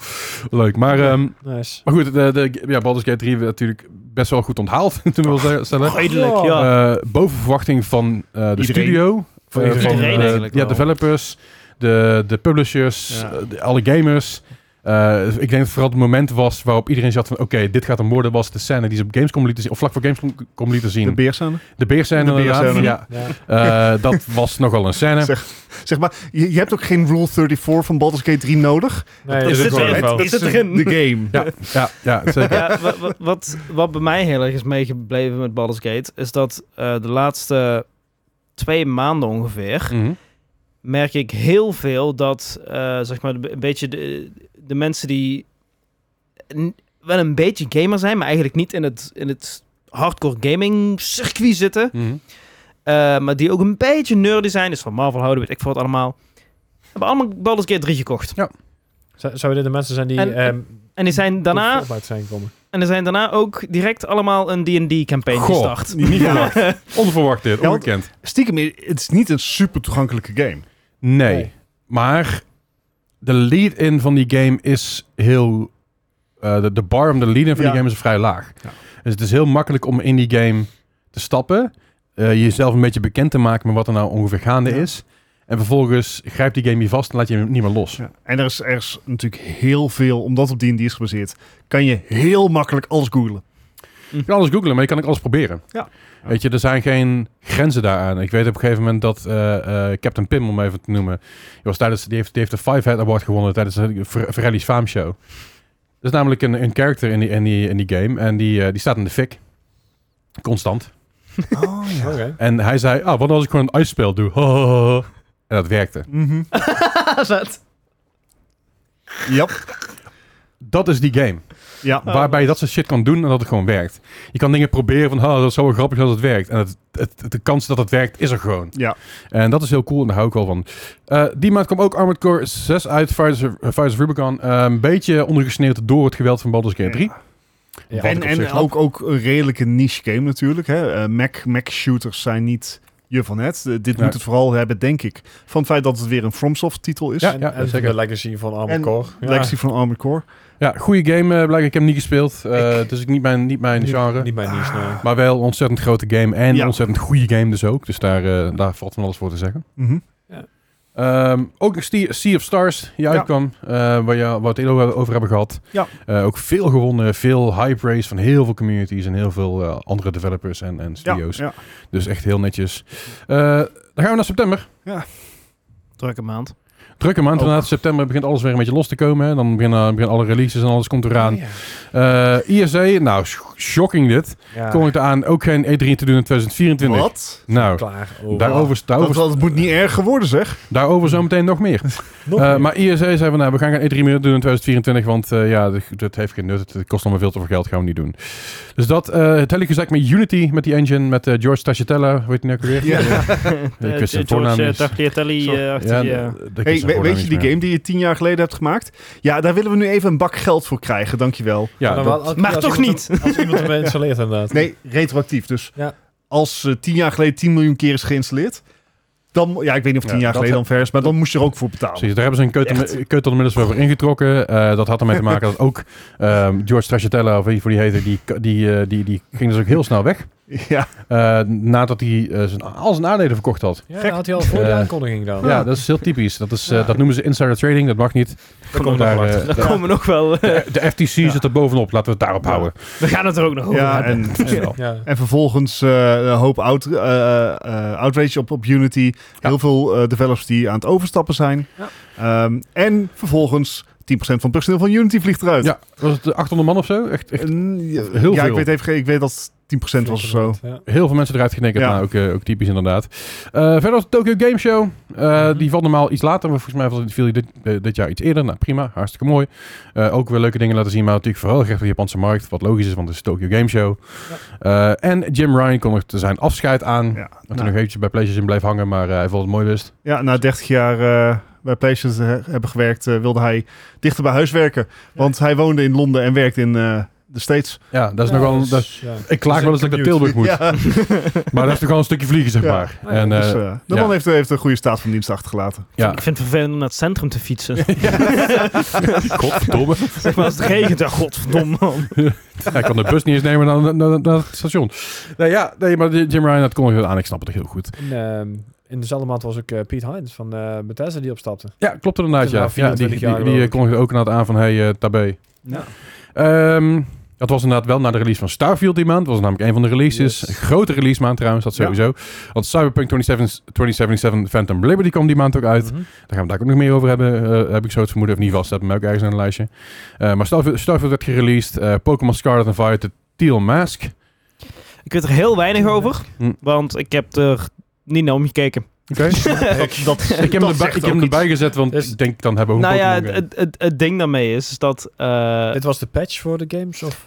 Leuk. Maar, ehm,
Nice.
maar goed, de, de, ja, Baldur's Gate 3 werd natuurlijk best wel goed onthaald. [LAUGHS] Toen
Oh.
wil ik stellen.
Redelijk,
Ja.
ja.
Eh, boven verwachting van eh, de
Iedereen.
studio.
Van
eh,
iedereen.
van,
Iedereen
eh,
eigenlijk
ja,
wel.
developers, de, de publishers,
Ja.
eh, de- alle gamers. Eh, ik denk dat het vooral het moment was waarop iedereen zat van... oké, dit gaat een worden was de scène die ze op Gamescom lieten zien... of vlak voor Gamescom lieten zien.
De
De,
beerscène.
beerscène
de
inderdaad.
beerscène.
Ja, [LAUGHS]
Ja.
Eh, dat was nogal een scène.
[LAUGHS] Zeg, Zeg maar, je, je hebt ook geen Rule 34 van Baldur's Gate 3 nodig.
Nee,
is
dat
het
is
wel.
wel.
Het
wel.
Dat
is
zit erin.
de game.
Ja, ja, ja, zeker.
Ja, wa- wa- wat, wat bij mij heel erg is meegebleven met Baldur's Gate, is dat eh, de laatste twee maanden ongeveer,
Mhm.
merk ik heel veel dat, eh, zeg maar, de- een beetje de, de mensen die n- wel een beetje gamer zijn, maar eigenlijk niet in het, in het hardcore gaming circuit zitten,
Mhm.
eh, maar die ook een beetje nerdy zijn, dus van Marvel houden, weet ik veel wat allemaal, hebben allemaal Baldur's Gate 3 gekocht.
Zou- Zouden dit de mensen zijn die...
En-
ehm,
En die zijn
toen
daarna
Fortnite zijn gekomen?
En er zijn daarna ook direct allemaal een D&D-campaign
Goh.
gestart. [LAUGHS]
Niet verwacht. Onverwacht dit,
Ja, want-
ongekend.
Stiekem, het is niet een super toegankelijke game.
Nee.
Nee.
Maar de lead-in van die game is heel... eh, de, de bar om de lead-in van
Ja.
die game is vrij laag.
Ja.
Dus het is heel makkelijk om in die game te stappen. eh, jezelf een beetje bekend te maken met wat er nou ongeveer gaande
Ja.
is. En vervolgens grijpt die game je vast en laat je hem niet meer los.
Ja. En er is, er is natuurlijk heel veel, omdat op D&D is gebaseerd, kan je heel makkelijk alles googlen.
Je kan alles googlen, maar je kan ook alles proberen.
Ja.
Weet je, er zijn geen grenzen daaraan. Ik weet op een gegeven moment dat eh, eh, Captain Pim, om even te noemen, die, was tijdens, die, heeft, die heeft de Five Head Award gewonnen tijdens de Ver- Verelli's Farm Show. Dat is namelijk een, een character in die, in, die, in die game en die, eh, die staat in de fik. Constant.
Oh
Oké.
En hij zei, ah, wat als ik gewoon een ijsspel doe? [LAUGHS] Ho, ho, ho, ho. En dat werkte.
Zet.
Dat is die game.
Ja.
Oh.
Waarbij je dat soort shit kan doen en dat het gewoon werkt. Je kan dingen proberen van, oh, dat is zo grappig als het werkt. En het, het, de kans dat het werkt, is er gewoon.
Ja.
En dat is heel cool en daar hou ik wel van. Eh, die maand kwam ook Armored Core 6 uit, Fires of, eh, Fires of Rubicon. Eh, een beetje ondergesneeuwd door het geweld van Baldur's Gate 3.
Ja.
Wat
En,
ik op
en
zich snap.
ook, ook een redelijke niche game natuurlijk. Hè. Eh, Mac, Mac shooters zijn niet je van het. Eh, dit
Ja.
moet het vooral hebben, denk ik, van het feit dat het weer een FromSoft titel is.
Ja,
En,
ja,
en
zeker.
de legacy van Armored
En
Core. Ja.
Legacy van Armored Core.
Ja, goede game eh, blijkbaar. Ik heb hem niet gespeeld. Eh dus niet mijn, niet mijn
Niet-
genre. Ah,
Niet mijn niche, nee.
Maar wel een ontzettend grote game en
Ja.
een ontzettend goede game dus ook. Dus daar, eh, daar valt van alles voor te zeggen.
Mhm.
Ehm, ook nog Ste- Sea of Stars, die
Ja.
uitkwam, eh, waar, je, waar we het eerder over hebben gehad.
Ja.
Eh, ook veel gewonnen, veel high praise van heel veel communities en heel veel eh, andere developers en, en
Ja,
studios.
ja.
Dus echt heel netjes. Eh, dan gaan we naar september.
Drukke [LAUGHS] maand.
Drukke maand,
Ook.
inderdaad. September begint alles weer een beetje los te komen. Hè. Dan beginnen, beginnen alle releases en alles komt eraan.
Ja.
Eh ISA, nou, sh- shocking dit.
Ah.
Ja.
Kondigde aan ook geen E3 te doen in 2024.
Wat?
Nou,
Klaar.
daarover,
Dat,
daarover,
dat moet niet erg geworden, zeg.
daarover zometeen nog meer.
Nog
Eh,
meer.
maar ISA zei van, nou, we gaan geen E3 meer doen in 2024, want eh, ja, dat- dat heeft geen nut. Het kost allemaal veel te veel geld, gaan we niet doen. Dus dat, eh het hele gezegd met Unity, met die engine, met eh, George Tachetella, weet je nou ook weer?
Eh,
Ik wist zijn voornaam niet. Ja, dat- dat
Hey,
is
we-
een voornaam
weet
niet
je die
meer.
game die je tien jaar geleden hebt gemaakt? Ja, daar willen we nu even een bak geld voor krijgen, dankjewel.
Ja,
Maar
dat-
wel- als-
Maar
als
toch
iemand
niet.
hem- Als iemand hem installeert, inderdaad.
Nee, retroactief. Dus
Ja.
als eh, tien jaar geleden 10 miljoen keer is geïnstalleerd, dan, ja, ik weet niet of
Ja,
tien jaar
dat
geleden dan ver is, maar dan moest je er ook voor betalen.
Precies, daar hebben ze een keutel, keutel inmiddels wel voor ingetrokken. Eh, dat had ermee te
[LAUGHS]
maken dat ook ehm, George Stracciatella, of wie voor die heette, die, die, eh, die, die ging dus ook heel snel weg.
[LAUGHS] Ja.
Eh, nadat hij eh, zijn, al zijn aandelen verkocht had.
Ja,
Gek.
dat had hij al voor de
Eh,
aankondiging
Ah.
gedaan.
Ja, dat is heel typisch. Dat, is, eh,
Ja.
dat noemen ze insider trading, dat mag niet.
Daar komen we
Daar,
nog wel
eh,
achter.
[LAUGHS] Daar komen we nog wel. eh,
De, de FTC zit er bovenop, laten we het daarop
Ja.
houden.
we gaan het er ook nog over
Ja,
hebben.
en,
Ja.
en,
Ja.
en vervolgens eh, een hoop out, eh, eh, outrage op, op Unity. Heel veel eh, developers die aan het overstappen zijn.
Ja.
Ehm, en vervolgens 10% van het personeel van Unity vliegt
[LAUGHS]
eruit.
Ja, was het eh, 800 man of zo? Echt, echt
En, ja,
Heel
ja,
veel.
Ik, weet even, geen- ik weet dat het 10% was of zo.
Ja.
heel veel mensen eruit geknikkerd,
Ja.
maar ook, eh, ook typisch inderdaad. Eh, verder was de Tokyo Game Show. Eh,
Mhm.
Die valt normaal iets later, maar volgens mij viel die- viel die dit, eh, dit jaar iets eerder. Nou, prima, hartstikke mooi. Eh, ook weer leuke dingen laten zien, maar natuurlijk vooral gericht op de Japanse markt. Wat logisch is, want het is de Tokyo Game Show. Eh, en Jim Ryan kondigde zijn afscheid aan.
Ja,
Dat hij
nou,
nog eventjes bij PlayStation bleef hangen, maar eh, hij vond het mooi lust.
ja, na 30 jaar eh, bij PlayStation te hebben gewerkt, eh, wilde hij dichter bij huis werken. Want hij woonde in Londen en werkte in eh, de States.
Ja, dat is
Ja,
nog wel...
dus,
dat-
ja.
ik klaag
Dus
wel eens dat ik naar Tilburg moet.
Ja,
[LAUGHS] Maar dat is toch wel een stukje vliegen, zeg
Ja.
maar. En, eh,
[LAUGHS] dus, eh, de
ja.
man heeft, heeft een goede staat van dienst achtergelaten.
ja.
Ik vind het vervelend om naar het centrum te [LAUGHS] fietsen.
Godverdomme.
zeg maar als het regent, ja, godverdomme man.
Hij kan de bus niet eens nemen naar, naar, naar- naar het station. Nou ja, nee, maar Jim Ryan had kondigde aan. Ik snap het heel goed.
En, ehm, in dezelfde maand was ook eh, Piet Hines van eh Bethesda die opstapte.
Ja, klopt inderdaad,
Het is
ja.
na
ja die
24
die,
jaar
die,
geloof ik.
kondigde ook inderdaad aan van, hey, eh Tabé.
Ja.
Ehm, dat was inderdaad wel na de release van Starfield die maand. Dat was namelijk een van de releases.
Yes.
Een Grote release maand trouwens, dat
Ja.
sowieso. Want Cyberpunk 2077, 2077 Phantom Liberty kwam die maand ook uit.
Mhm.
Daar gaan we daar ook nog meer over hebben, eh, heb ik zo het vermoeden. Of niet vast, dat hebben we ook ergens in een lijstje. Eh, maar Starfield, Starfield werd gereleased. eh, Pokémon Scarlet and Violet, de Teal Mask. Oké.
Ik weet er heel weinig over,
Hm.
want ik heb er niet naar [LAUGHS] omgekeken.
[LAUGHS]
Dat, dat,
ik heb hem erbij, ik heb hem erbij gezet, want
Dus-
ik denk dan hebben we ook
Nou
een
ja,
Pokémon
het, het, het, het ding daarmee is, is dat... eh,
Dit was de patch voor de
[LAUGHS]
games? Of?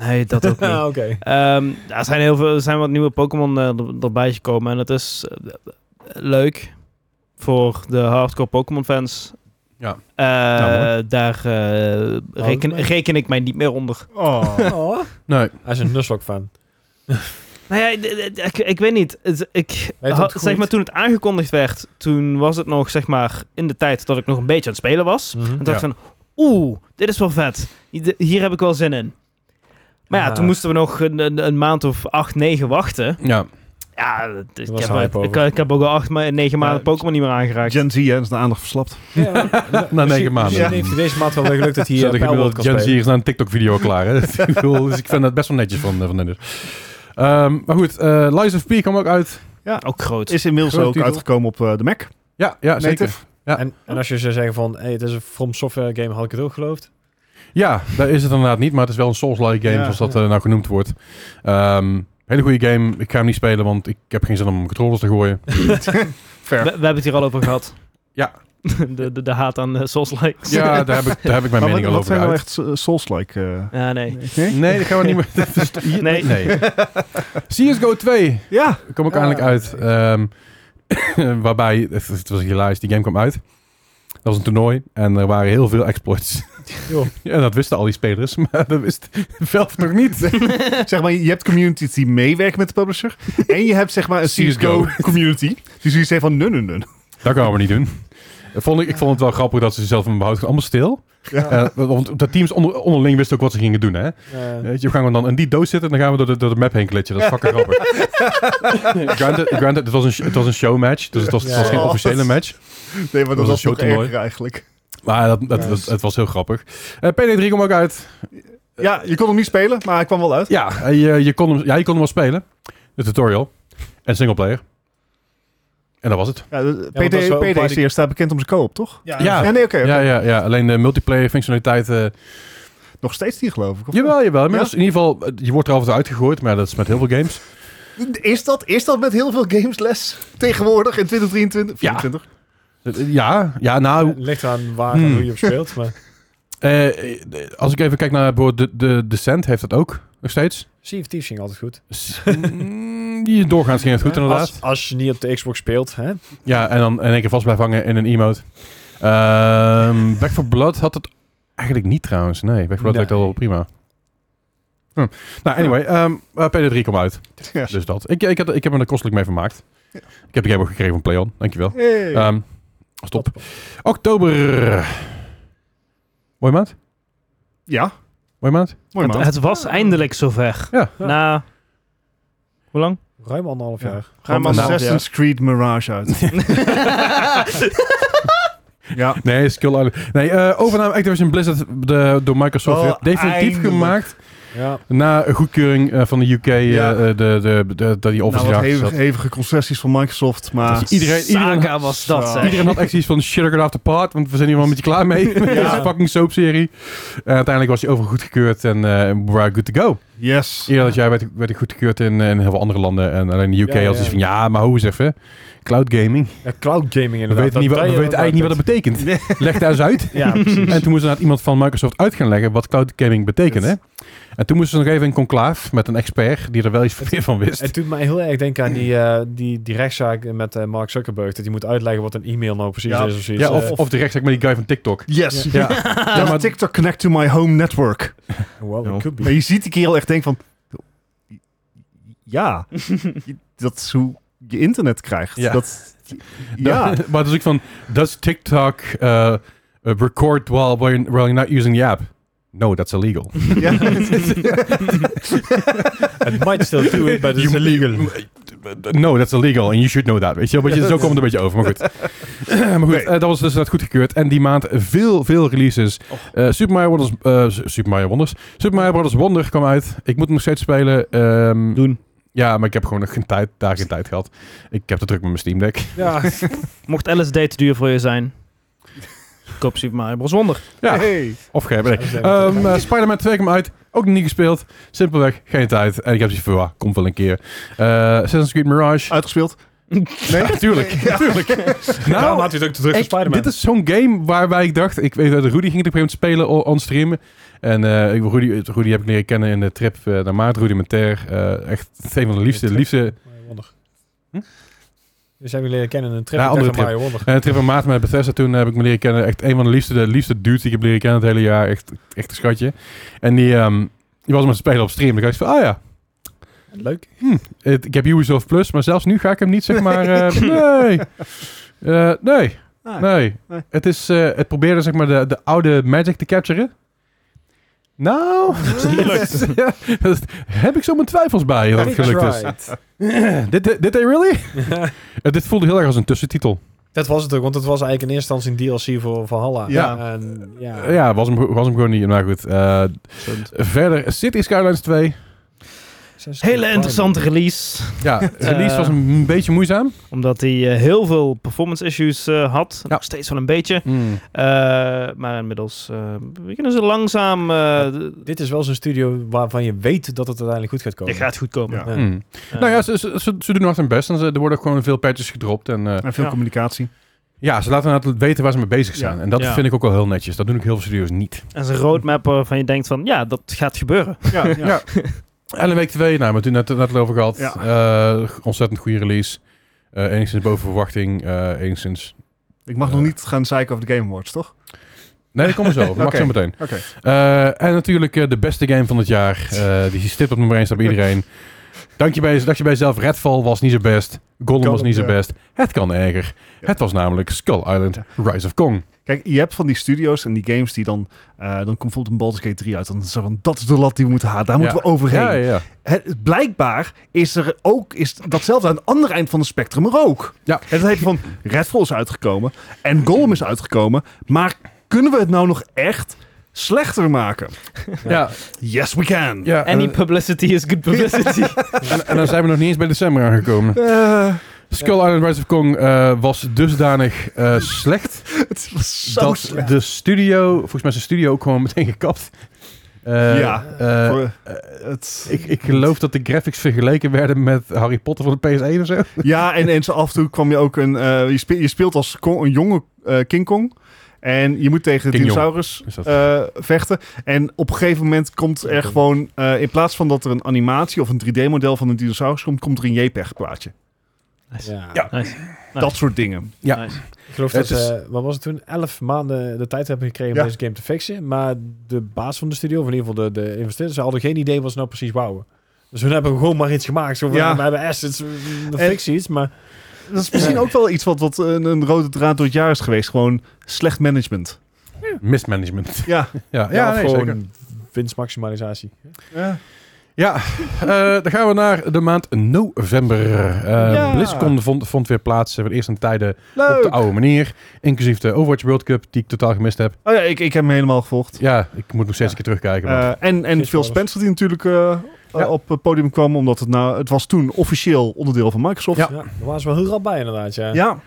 nee,
[LAUGHS]
dat ook niet.
Ah, oké.
[LAUGHS] Ehm, ja, er zijn heel veel, er zijn wat nieuwe Pokémon eh, er- erbij gekomen en het is eh, leuk voor de hardcore Pokémon fans.
Ja.
Eh,
Nou, mooi.
daar eh, reken,
mooi.
reken ik mij niet meer onder.
[LAUGHS]
Oh.
Oh.
Nee.
Hij is een Nuzlocke-fan.
Nou ja, d- d- ik, ik weet niet. Het- Ik,
Weet
had-
het goed.
zeg maar, toen het aangekondigd werd, toen was het nog zeg maar, in de tijd dat ik nog een beetje aan het spelen was. En dacht
Ja.
van, oeh, dit is wel vet. Hier- Hier heb ik wel zin in. Maar ja,
Ah.
toen moesten we nog een, een, een maand of acht, negen wachten.
Ja.
eh,
Ja, dat- ik
was
heb,
een hype
ik,
over.
ik heb ook al acht, ma- negen maanden Pokémon niet meer aangeraakt.
Gen Z, hè, is de aandacht verslapt.
Ja.
Na
Misschien-
negen maanden.
Misschien heeft hij deze maand wel weer geluk dat hij
Zat
eh,
ik
Palworld
gemiddeld
kan
Gen Z
spelen.
is naar een TikTok-video klaar.
[LAUGHS]
Hè? Ik bedoel, dus ik vind dat best wel netjes van, eh, van Dennis. Ehm, maar goed, eh Lies of P kwam ook uit.
Ook groot.
Is inmiddels
Groot
ook
titel.
uitgekomen op eh, de Mac.
Ja, ja
Native.
zeker. Ja.
En, en als je zou zeggen van, hey, het is een From Software game, had ik het ook geloofd.
Ja, daar is het inderdaad niet, maar het is wel een Souls-like game,
Ja,
zoals dat
ja.
eh, nou genoemd wordt. Ehm, hele goede game. Ik ga hem niet spelen, want ik heb geen zin om mijn controllers te
[LAUGHS]
gooien.
we, we
Fair.
hebben het hier al over gehad.
Ja.
[LAUGHS] de, de, de haat aan eh, Souls-likes.
Ja, daar heb ik, daar heb ik mijn
Maar
mening
wat,
al
wat
over
zijn nou
uit.
echt eh, Souls-like? eh,
[LAUGHS] Ja, nee.
nee?
Nee, dat gaan
[LAUGHS]
we niet meer. [LAUGHS] dat is- hier-
Nee.
nee. CSGO 2
Ja.
kwam ook
Ja.
eindelijk uit. ehm, [COUGHS] waarbij, het, het was helaas, die game kwam uit. Dat was een toernooi en er waren heel veel exploits. [LAUGHS]
Joh.
Ja, dat wisten al die spelers, [LAUGHS] maar dat wist Valve nog
[LAUGHS]
niet.
Zeg maar, je hebt communities die meewerken met de publisher. en je hebt zeg maar een
CSGO.
CSGO-community. Die zoiets heeft van, nee, nee, nee.
Dat gaan we niet doen. Dat Vond ik, ik vond het wel grappig dat ze zelf een behoud allemaal stil. Eh, want de teams onder, onderling wisten ook wat ze gingen doen. Hè?
Eh,
Weet je, we gaan dan in die doos zitten en dan gaan we door de, door de map heen glitchen. Dat is fucking grappig.
[LAUGHS]
granted, granted, het, was een, sh- het was een showmatch, dus het was, het was geen
Ja.
officiële match.
Nee, maar
Dat
dat
was
was
een
nog
showtoernooi.
erger eigenlijk.
Maar dat, dat, dat- het was heel grappig. Eh, PD3 kwam ook uit. Eh.
Ja, je kon hem niet spelen, maar hij kwam wel uit.
Ja, eh, je, je kon hem, ja, je kon hem wel spelen. De tutorial. En singleplayer. En dat was het.
Ja, de-
want dat is wel ook
PD,
waar
PDCR staat bekend om zijn koop, toch?
Ja.
nee, oké. oké.
Ja, ja, ja. alleen de multiplayer functionaliteit... eh,
Nog steeds niet, geloof ik. of
jawel, jawel. Inmiddels, In ieder geval, eh, je wordt er altijd uitgegooid, maar dat is met heel veel games.
niet? Is dat, is dat met heel veel games les tegenwoordig in 2023?
Ja.
24?
Eh, Ja, ja nou,
het ligt aan waar en
Hmm.
hoe je op speelt, maar...
Eh, als ik even kijk naar bijvoorbeeld de, de Descent, heeft dat ook nog steeds.
Sea of Thieves ging altijd goed.
S- [LAUGHS] Mm, Die doorgaans ging het goed,
Hè?
inderdaad.
Als, als je niet op de Xbox speelt, hè?
Ja, en dan in één keer vast blijven hangen in een emote. Ehm Back for Blood had het eigenlijk niet trouwens. Nee, Back for Blood
Nee.
werkt al wel prima. Hm. Nou, anyway. ehm eh, PD3 komt uit.
[LAUGHS] Ja.
Dus dat. Ik, ik, had, ik heb me er kostelijk mee vermaakt. Ik heb de game ook gekregen van PlayOn. Dankjewel.
Hey.
Ehm stop. Oktober. Mooi maand?
ja,
Mooi maand?
mooi
Het,
man.
het was eindelijk zover.
Ja.
Ja.
Na... Hoe lang?
Ruim anderhalf
Ja.
jaar.
Ga maar
Nou, ja.
Assassin's Creed
[LAUGHS]
Mirage uit. ja.
Nee, Skull Island. Nee, eh, overname Activision Blizzard de, door Microsoft
Oh,
werd definitief
eindelijk.
gemaakt
Ja.
na goedkeuring eh, van de UK eh,
Ja.
eh, de, de, de, dat die
Nou,
offers
wat
erachter zat.
hevige, hevige concessies van Microsoft, maar...
Dat je iedereen, iedereen,
Saga was dat,
Zo.
zeg.
iedereen had echt zoiets van shit, I got off the pot, want we zijn hier wel een beetje klaar mee
[LAUGHS]
met deze fucking soapserie. En uiteindelijk was die overal goedgekeurd en eh we were good to go.
Yes.
Eerder dat jij werd, werd ik goedgekeurd in, eh, in heel veel andere landen en alleen de UK
Ja,
als
ja.
iets van ja, maar hoe eens even. Cloud gaming.
Ja, cloud gaming
We
inderdaad.
weten, niet wat, we
Dat-
weten eigenlijk niet wat dat betekent. Leg daar eens uit.
[LAUGHS] Ja,
[LAUGHS]
precies.
En toen moest inderdaad iemand van Microsoft uit gaan leggen wat cloud gaming betekende.
Yes.
En toen moesten ze nog even in conclaaf met een expert die er wel iets meer van wist.
Het doet mij heel erg denken aan die, eh, die, die rechtszaak met eh, Mark Zuckerberg. Dat hij moet uitleggen wat een e-mail nou precies
Ja.
is. Of zoiets.
Ja, of,
Eh,
of direct zeg maar die guy van TikTok.
Yes.
Ja.
Ja,
[LAUGHS] Does
maar-
TikTok connect to my home network?
well,
Ja.
it could
Maar
be.
je ziet die kerel echt denken van... [LAUGHS] Ja, je- dat is hoe je internet krijgt.
Ja. [LAUGHS]
Dat, ja.
maar het is ook van, does TikTok eh, eh, record while, while you're while you're not using the app? No, that's
[LAUGHS]
illegal.
[LAUGHS] ja.
It might still do it, but
[LAUGHS]
it's
You-
illegal.
No, that's illegal and you should know that. Weet je wel, want je- zo komt het een beetje over, maar
[LAUGHS]
goed. maar goed,
Nee.
eh, dat was dus net goedgekeurd. En die maand veel, veel releases. Eh, Super Mario Wonders... eh, Su- Super Mario Wonders? Super Mario Brothers Wonder kwam uit. Ik moet hem nog steeds spelen. Ehm,
Doen.
Ja, maar ik heb gewoon nog geen tijd, daar geen tijd gehad. Ik heb te druk met mijn Steam
[LAUGHS]
Deck.
Ja,
Mocht LSD te duur voor je zijn, koop Super Mario Bros. Wonder.
Ja,
Hey.
of geen. Nee.
Dat is even
Ehm, eh, Spider-Man 2 kwam uit. Ook nog niet gespeeld. Simpelweg, geen tijd. En ik heb zoiets van, ah, komt wel een keer. Eh Assassin's Creed Mirage.
Ah,
Uitgespeeld.
[LAUGHS] Ja,
[LAUGHS]
tuurlijk. tuurlijk.
daarom
Nou,
had hij het ook te druk voor
Echt,
Spider-Man.
dit is zo'n game waarbij ik dacht, ik weet dat Rudy ging het op een gegeven moment spelen o- on stream. En eh, ik- Rudy, Rudy heb ik leren kennen in de trip eh, naar Maart, Rudy Menter. Eh, echt een van de liefste,
trip.
liefste
Maar wonder.
Hm?
Ja, Dus hebben we leren kennen in een trip.
Ja,
Ik dacht
andere
aan Mario Wonder.
Eh Trip en Maat met Bethesda toen heb ik me leren kennen. Echt een van de liefste, de liefste dudes die ik heb leren kennen het hele jaar. Echt, echt een schatje. En die, ehm, die was met het spelen op stream. Ik dacht van, ah ja, Hm,
Leuk.
het- ik heb Ubisoft Plus, maar zelfs nu ga ik hem niet zeg maar...
[LAUGHS]
eh, nee. Eh, nee,
Ah,
nee.
Nee.
Het, is, eh, het probeerde zeg maar de, de oude Magic te capturen.
[LAUGHS]
Nou, [LAUGHS] ja, dat heb ik zo mijn twijfels bij dat het gelukt is. Did, did, did they
[LAUGHS]
really? Eh, dit voelde heel erg als een tussentitel.
Dat was het ook, want het was eigenlijk in eerste instantie een DLC voor Valhalla.
Ja.
En, ja.
Eh, ja, was hem, was hem gewoon niet. Maar goed, eh, Verder, City Skylines 2.
Hele interessante release.
[LAUGHS]
Ja, release
Eh.
was een beetje moeizaam.
Omdat hij eh, heel veel performance issues eh, had.
Ja.
Nog steeds wel een beetje.
Mm.
Eh, maar inmiddels eh, beginnen ze langzaam... eh
Dit is wel zo'n studio waarvan je weet dat het uiteindelijk goed gaat komen.
dit gaat goed komen.
Ja.
Ja.
Mm.
Eh,
nou ja, ze, ze, ze- ze doen hard hun best en ze, er worden ook gewoon veel patches gedropt. En eh,
En veel
Ja.
communicatie.
ja, ze laten inderdaad weten waar ze mee bezig zijn.
Ja.
En dat
Ja.
vind ik ook wel heel netjes. Dat doen ook heel veel studios niet.
En zijn roadmap waarvan je denkt van... Ja, dat gaat gebeuren.
Ja, ja.
Ja. En een week 2, nou, we hebben het net, net al over gehad.
Ja.
Eh, ontzettend goede release. Eh, enigszins boven verwachting. eh, enigszins...
Ik mag nog niet gaan zeiken over de Game Awards, toch?
Nee, dat komt er zo.
[LAUGHS]
Dat mag
Oké.
zo meteen.
Oké.
Eh, en natuurlijk eh, de beste game van het
[LAUGHS]
jaar. Eh, die stipt op nummer 1 staat bij iedereen. Dank je bij, dacht je bij jezelf, Redfall was niet zo best. Golden was
Golem,
niet zo
ja.
best. Het kan erger.
Ja.
Het was namelijk Skull Island Rise of Kong.
Kijk, je hebt van die studio's en die games die dan... eh, dan komt bijvoorbeeld een Baldur's Gate 3 uit. Dan is er van, dat is de lat die we moeten halen. Daar moeten
Ja.
we overheen.
Ja, ja, ja.
Het, blijkbaar is er ook is datzelfde aan het andere eind van het spectrum er ook.
Ja.
En dat heet van Redfall is uitgekomen en Golem is uitgekomen. Maar kunnen we het nou nog echt slechter maken?
ja. ja.
Yes, we can.
En,
Any publicity is good publicity.
en, en dan zijn we nog niet eens bij december aangekomen.
Eh,
Skull Island Rise of Kong eh, was dusdanig eh, slecht.
het was [LAUGHS] zo
dat
slecht.
de studio, volgens mij is de studio ook gewoon [LAUGHS] meteen gekapt. Eh,
Ja.
eh,
Voor, eh, het,
ik, ik geloof dat de graphics vergeleken werden met Harry Potter van de PS1 of zo.
Ja, en, en zo af en toe kwam je ook een... eh, je, speelt, je speelt als Kong- een jonge eh, King Kong. En je moet tegen de
King Jong.
dinosaurus
Is dat-
eh, vechten. En op een gegeven moment komt er gewoon... eh, in plaats van dat er een animatie of een 3D-model van een dinosaurus komt... komt er een JPEG-plaatje.
Ja.
Ja.
Nice.
Dat soort
[LAUGHS]
dingen.
Ja.
Nice.
Ik geloof
Het
dat
is-
ze, wat was het toen, elf maanden de tijd hebben gekregen
Ja.
om deze game te fixen. Maar de baas van de studio, of in ieder geval de, de investeerders, ze hadden geen idee wat ze nou precies wouden. Dus hun hebben gewoon maar iets gemaakt. Zo van,
Ja.
we hebben assets, we we
En-
fixen iets, maar...
Dat is misschien ook wel iets wat, wat een, een rode draad door het jaar is geweest. Gewoon slecht management.
Mismanagement.
Ja. eh,
Ja, ja,
Ja, of
nee,
gewoon
zeker.
winstmaximalisatie.
Ja, eh, dan gaan we naar de maand november. Eh,
Ja.
BlizzCon vond, vond weer plaats. eh, Voor de eerste tijden op de
Leuk.
oude manier. Inclusief de Overwatch World Cup, die ik totaal gemist heb.
Oh ja, ik, ik heb hem helemaal gevolgd.
Ja, ik moet nog steeds
Ja.
een keer terugkijken. maar-
Eh, en en
Chris
Phil
Wallace.
Spencer die natuurlijk eh,
Ja.
op het podium kwam. Omdat het, nou, het was toen officieel onderdeel van Microsoft.
Ja.
Ja, daar waren ze wel heel rap bij inderdaad, ja.
Ja.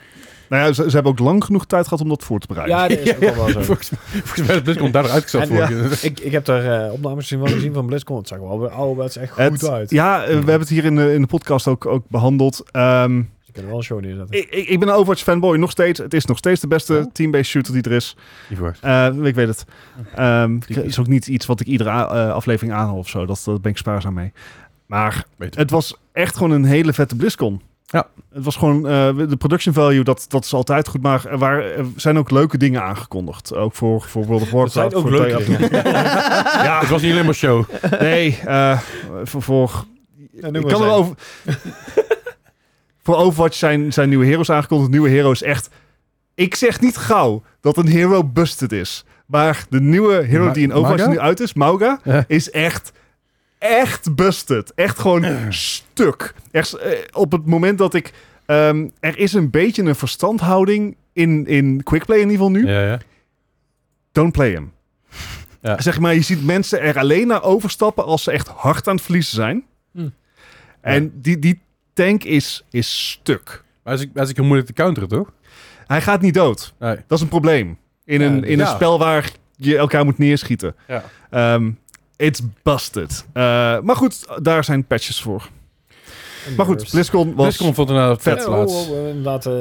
Nou ja, ze, ze hebben ook lang genoeg tijd gehad om dat voor te bereiden.
Ja, dat is ook
[LAUGHS]
wel zo.
[LAUGHS] volgens, volgens mij is BlizzCon daardoor uitgesteld
En-
voor. [LAUGHS]
Ik, ik heb daar eh, opnames van gezien van BlizzCon. Het zag er wel weer ouderwets echt goed
Het-
uit.
Ja, eh, we hebben het hier in de, in de podcast ook, ook behandeld. Ehm,
Ik kan er wel een show neerzetten.
ik, ik, ik ben een Overwatch fanboy nog steeds. Het is nog steeds de beste
Oh.
team-based shooter die er is.
Hiervoor.
Eh, ik weet het. Ehm, het is ook niet iets wat ik iedere a- eh, aflevering aanhaal of zo. Dat, dat ben ik spaarzaam mee. Maar
Beter.
het was echt gewoon een hele vette BlizzCon.
Ja.
Het was gewoon eh, de production value, dat, dat is altijd goed. Maar er, waren, er zijn ook leuke dingen aangekondigd. Ook voor, voor World of Warcraft.
zijn ook
voor
leuke
Diablo.
[LAUGHS]
ja,
Het was niet alleen maar show.
nee. eh, voor, voor,
Ja, noem
ik
maar
kan er
eens
over, [LAUGHS] voor Overwatch zijn, zijn nieuwe heroes aangekondigd. Nieuwe heroes echt... Ik zeg niet gauw dat een hero busted is. Maar de nieuwe hero
Ma-
die in Overwatch
Mauga?
nu uit is, Mauga,
Ja.
is echt... Echt busted. Echt gewoon stuk. Echt, eh, op het moment dat ik... ehm, er is een beetje een verstandhouding in, in quickplay in ieder geval nu.
Ja, ja.
Don't play him.
Ja.
Zeg maar, je ziet mensen er alleen naar overstappen als ze echt hard aan het verliezen zijn.
Hm.
En die, die tank is, is stuk.
Maar als ik, als ik heel moeilijk te counteren, toch?
Hij gaat niet dood.
Nee.
Dat is een probleem. In,
Ja,
een, in
ja.
een spel waar je elkaar moet neerschieten.
Ja.
Ehm, it's busted. Eh, maar goed, daar zijn patches voor.
En
Maar goed,
Burst.
BlizzCon was...
BlizzCon vond inderdaad vet
Ja,
plaats.
oh, oh, oh, inderdaad, eh,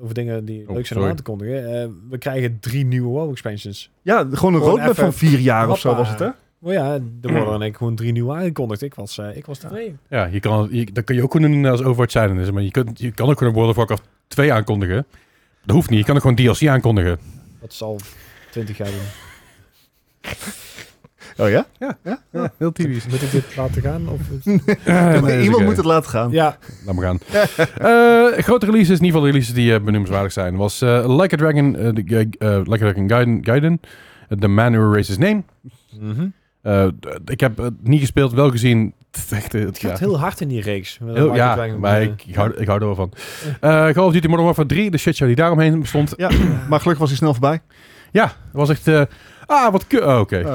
over dingen die
Oh,
leuk zijn om
sorry.
aan te kondigen. Eh, we krijgen drie nieuwe WoW-expansions.
Ja, gewoon een
Gewoon
roadmap
even-
van vier jaar Ah, of zo
Hoppa.
was het, hè?
Maar ja,
[CLEARS THROAT]
er worden dan gewoon drie nieuwe aangekondigd. Ik was, eh, ik was tevreden.
Ja, je kan, je, dat kun je ook gewoon doen als Overwatch zijn. Maar je, kunt, je kan ook gewoon World of Warcraft 2 aankondigen. Dat hoeft niet. Je kan ook gewoon DLC aankondigen.
Dat zal 20 jaar doen.
[LAUGHS] Oh ja?
Ja, heel [LAUGHS] typisch.
Moet ik dit laten gaan? Of...
[LAUGHS] Ja, maar iemand moet het laten gaan.
Ja,
Laat maar
[LAUGHS]
gaan. Eh, grote releases, in ieder geval releases die eh, benoemenswaardig zijn, was eh, Like a Dragon, eh, de- eh, eh, Like a Dragon Gaiden, Gaiden eh, The Man Who Erased His Name. Eh, d- ik heb het niet gespeeld, wel gezien. [LAUGHS] Het is echt, eh,
het gaat
ja.
heel hard in die reeks. Met
Heel-
Like a
ja,
Dragon. eh.
maar ik, ik, hou, ik hou er wel van. Eh Call of Duty Modern Warfare 3, de shitshow die daaromheen bestond.
Ja, maar gelukkig was hij snel voorbij.
Ja, was echt... eh, ah, wat ku... oh, oké.
Oh,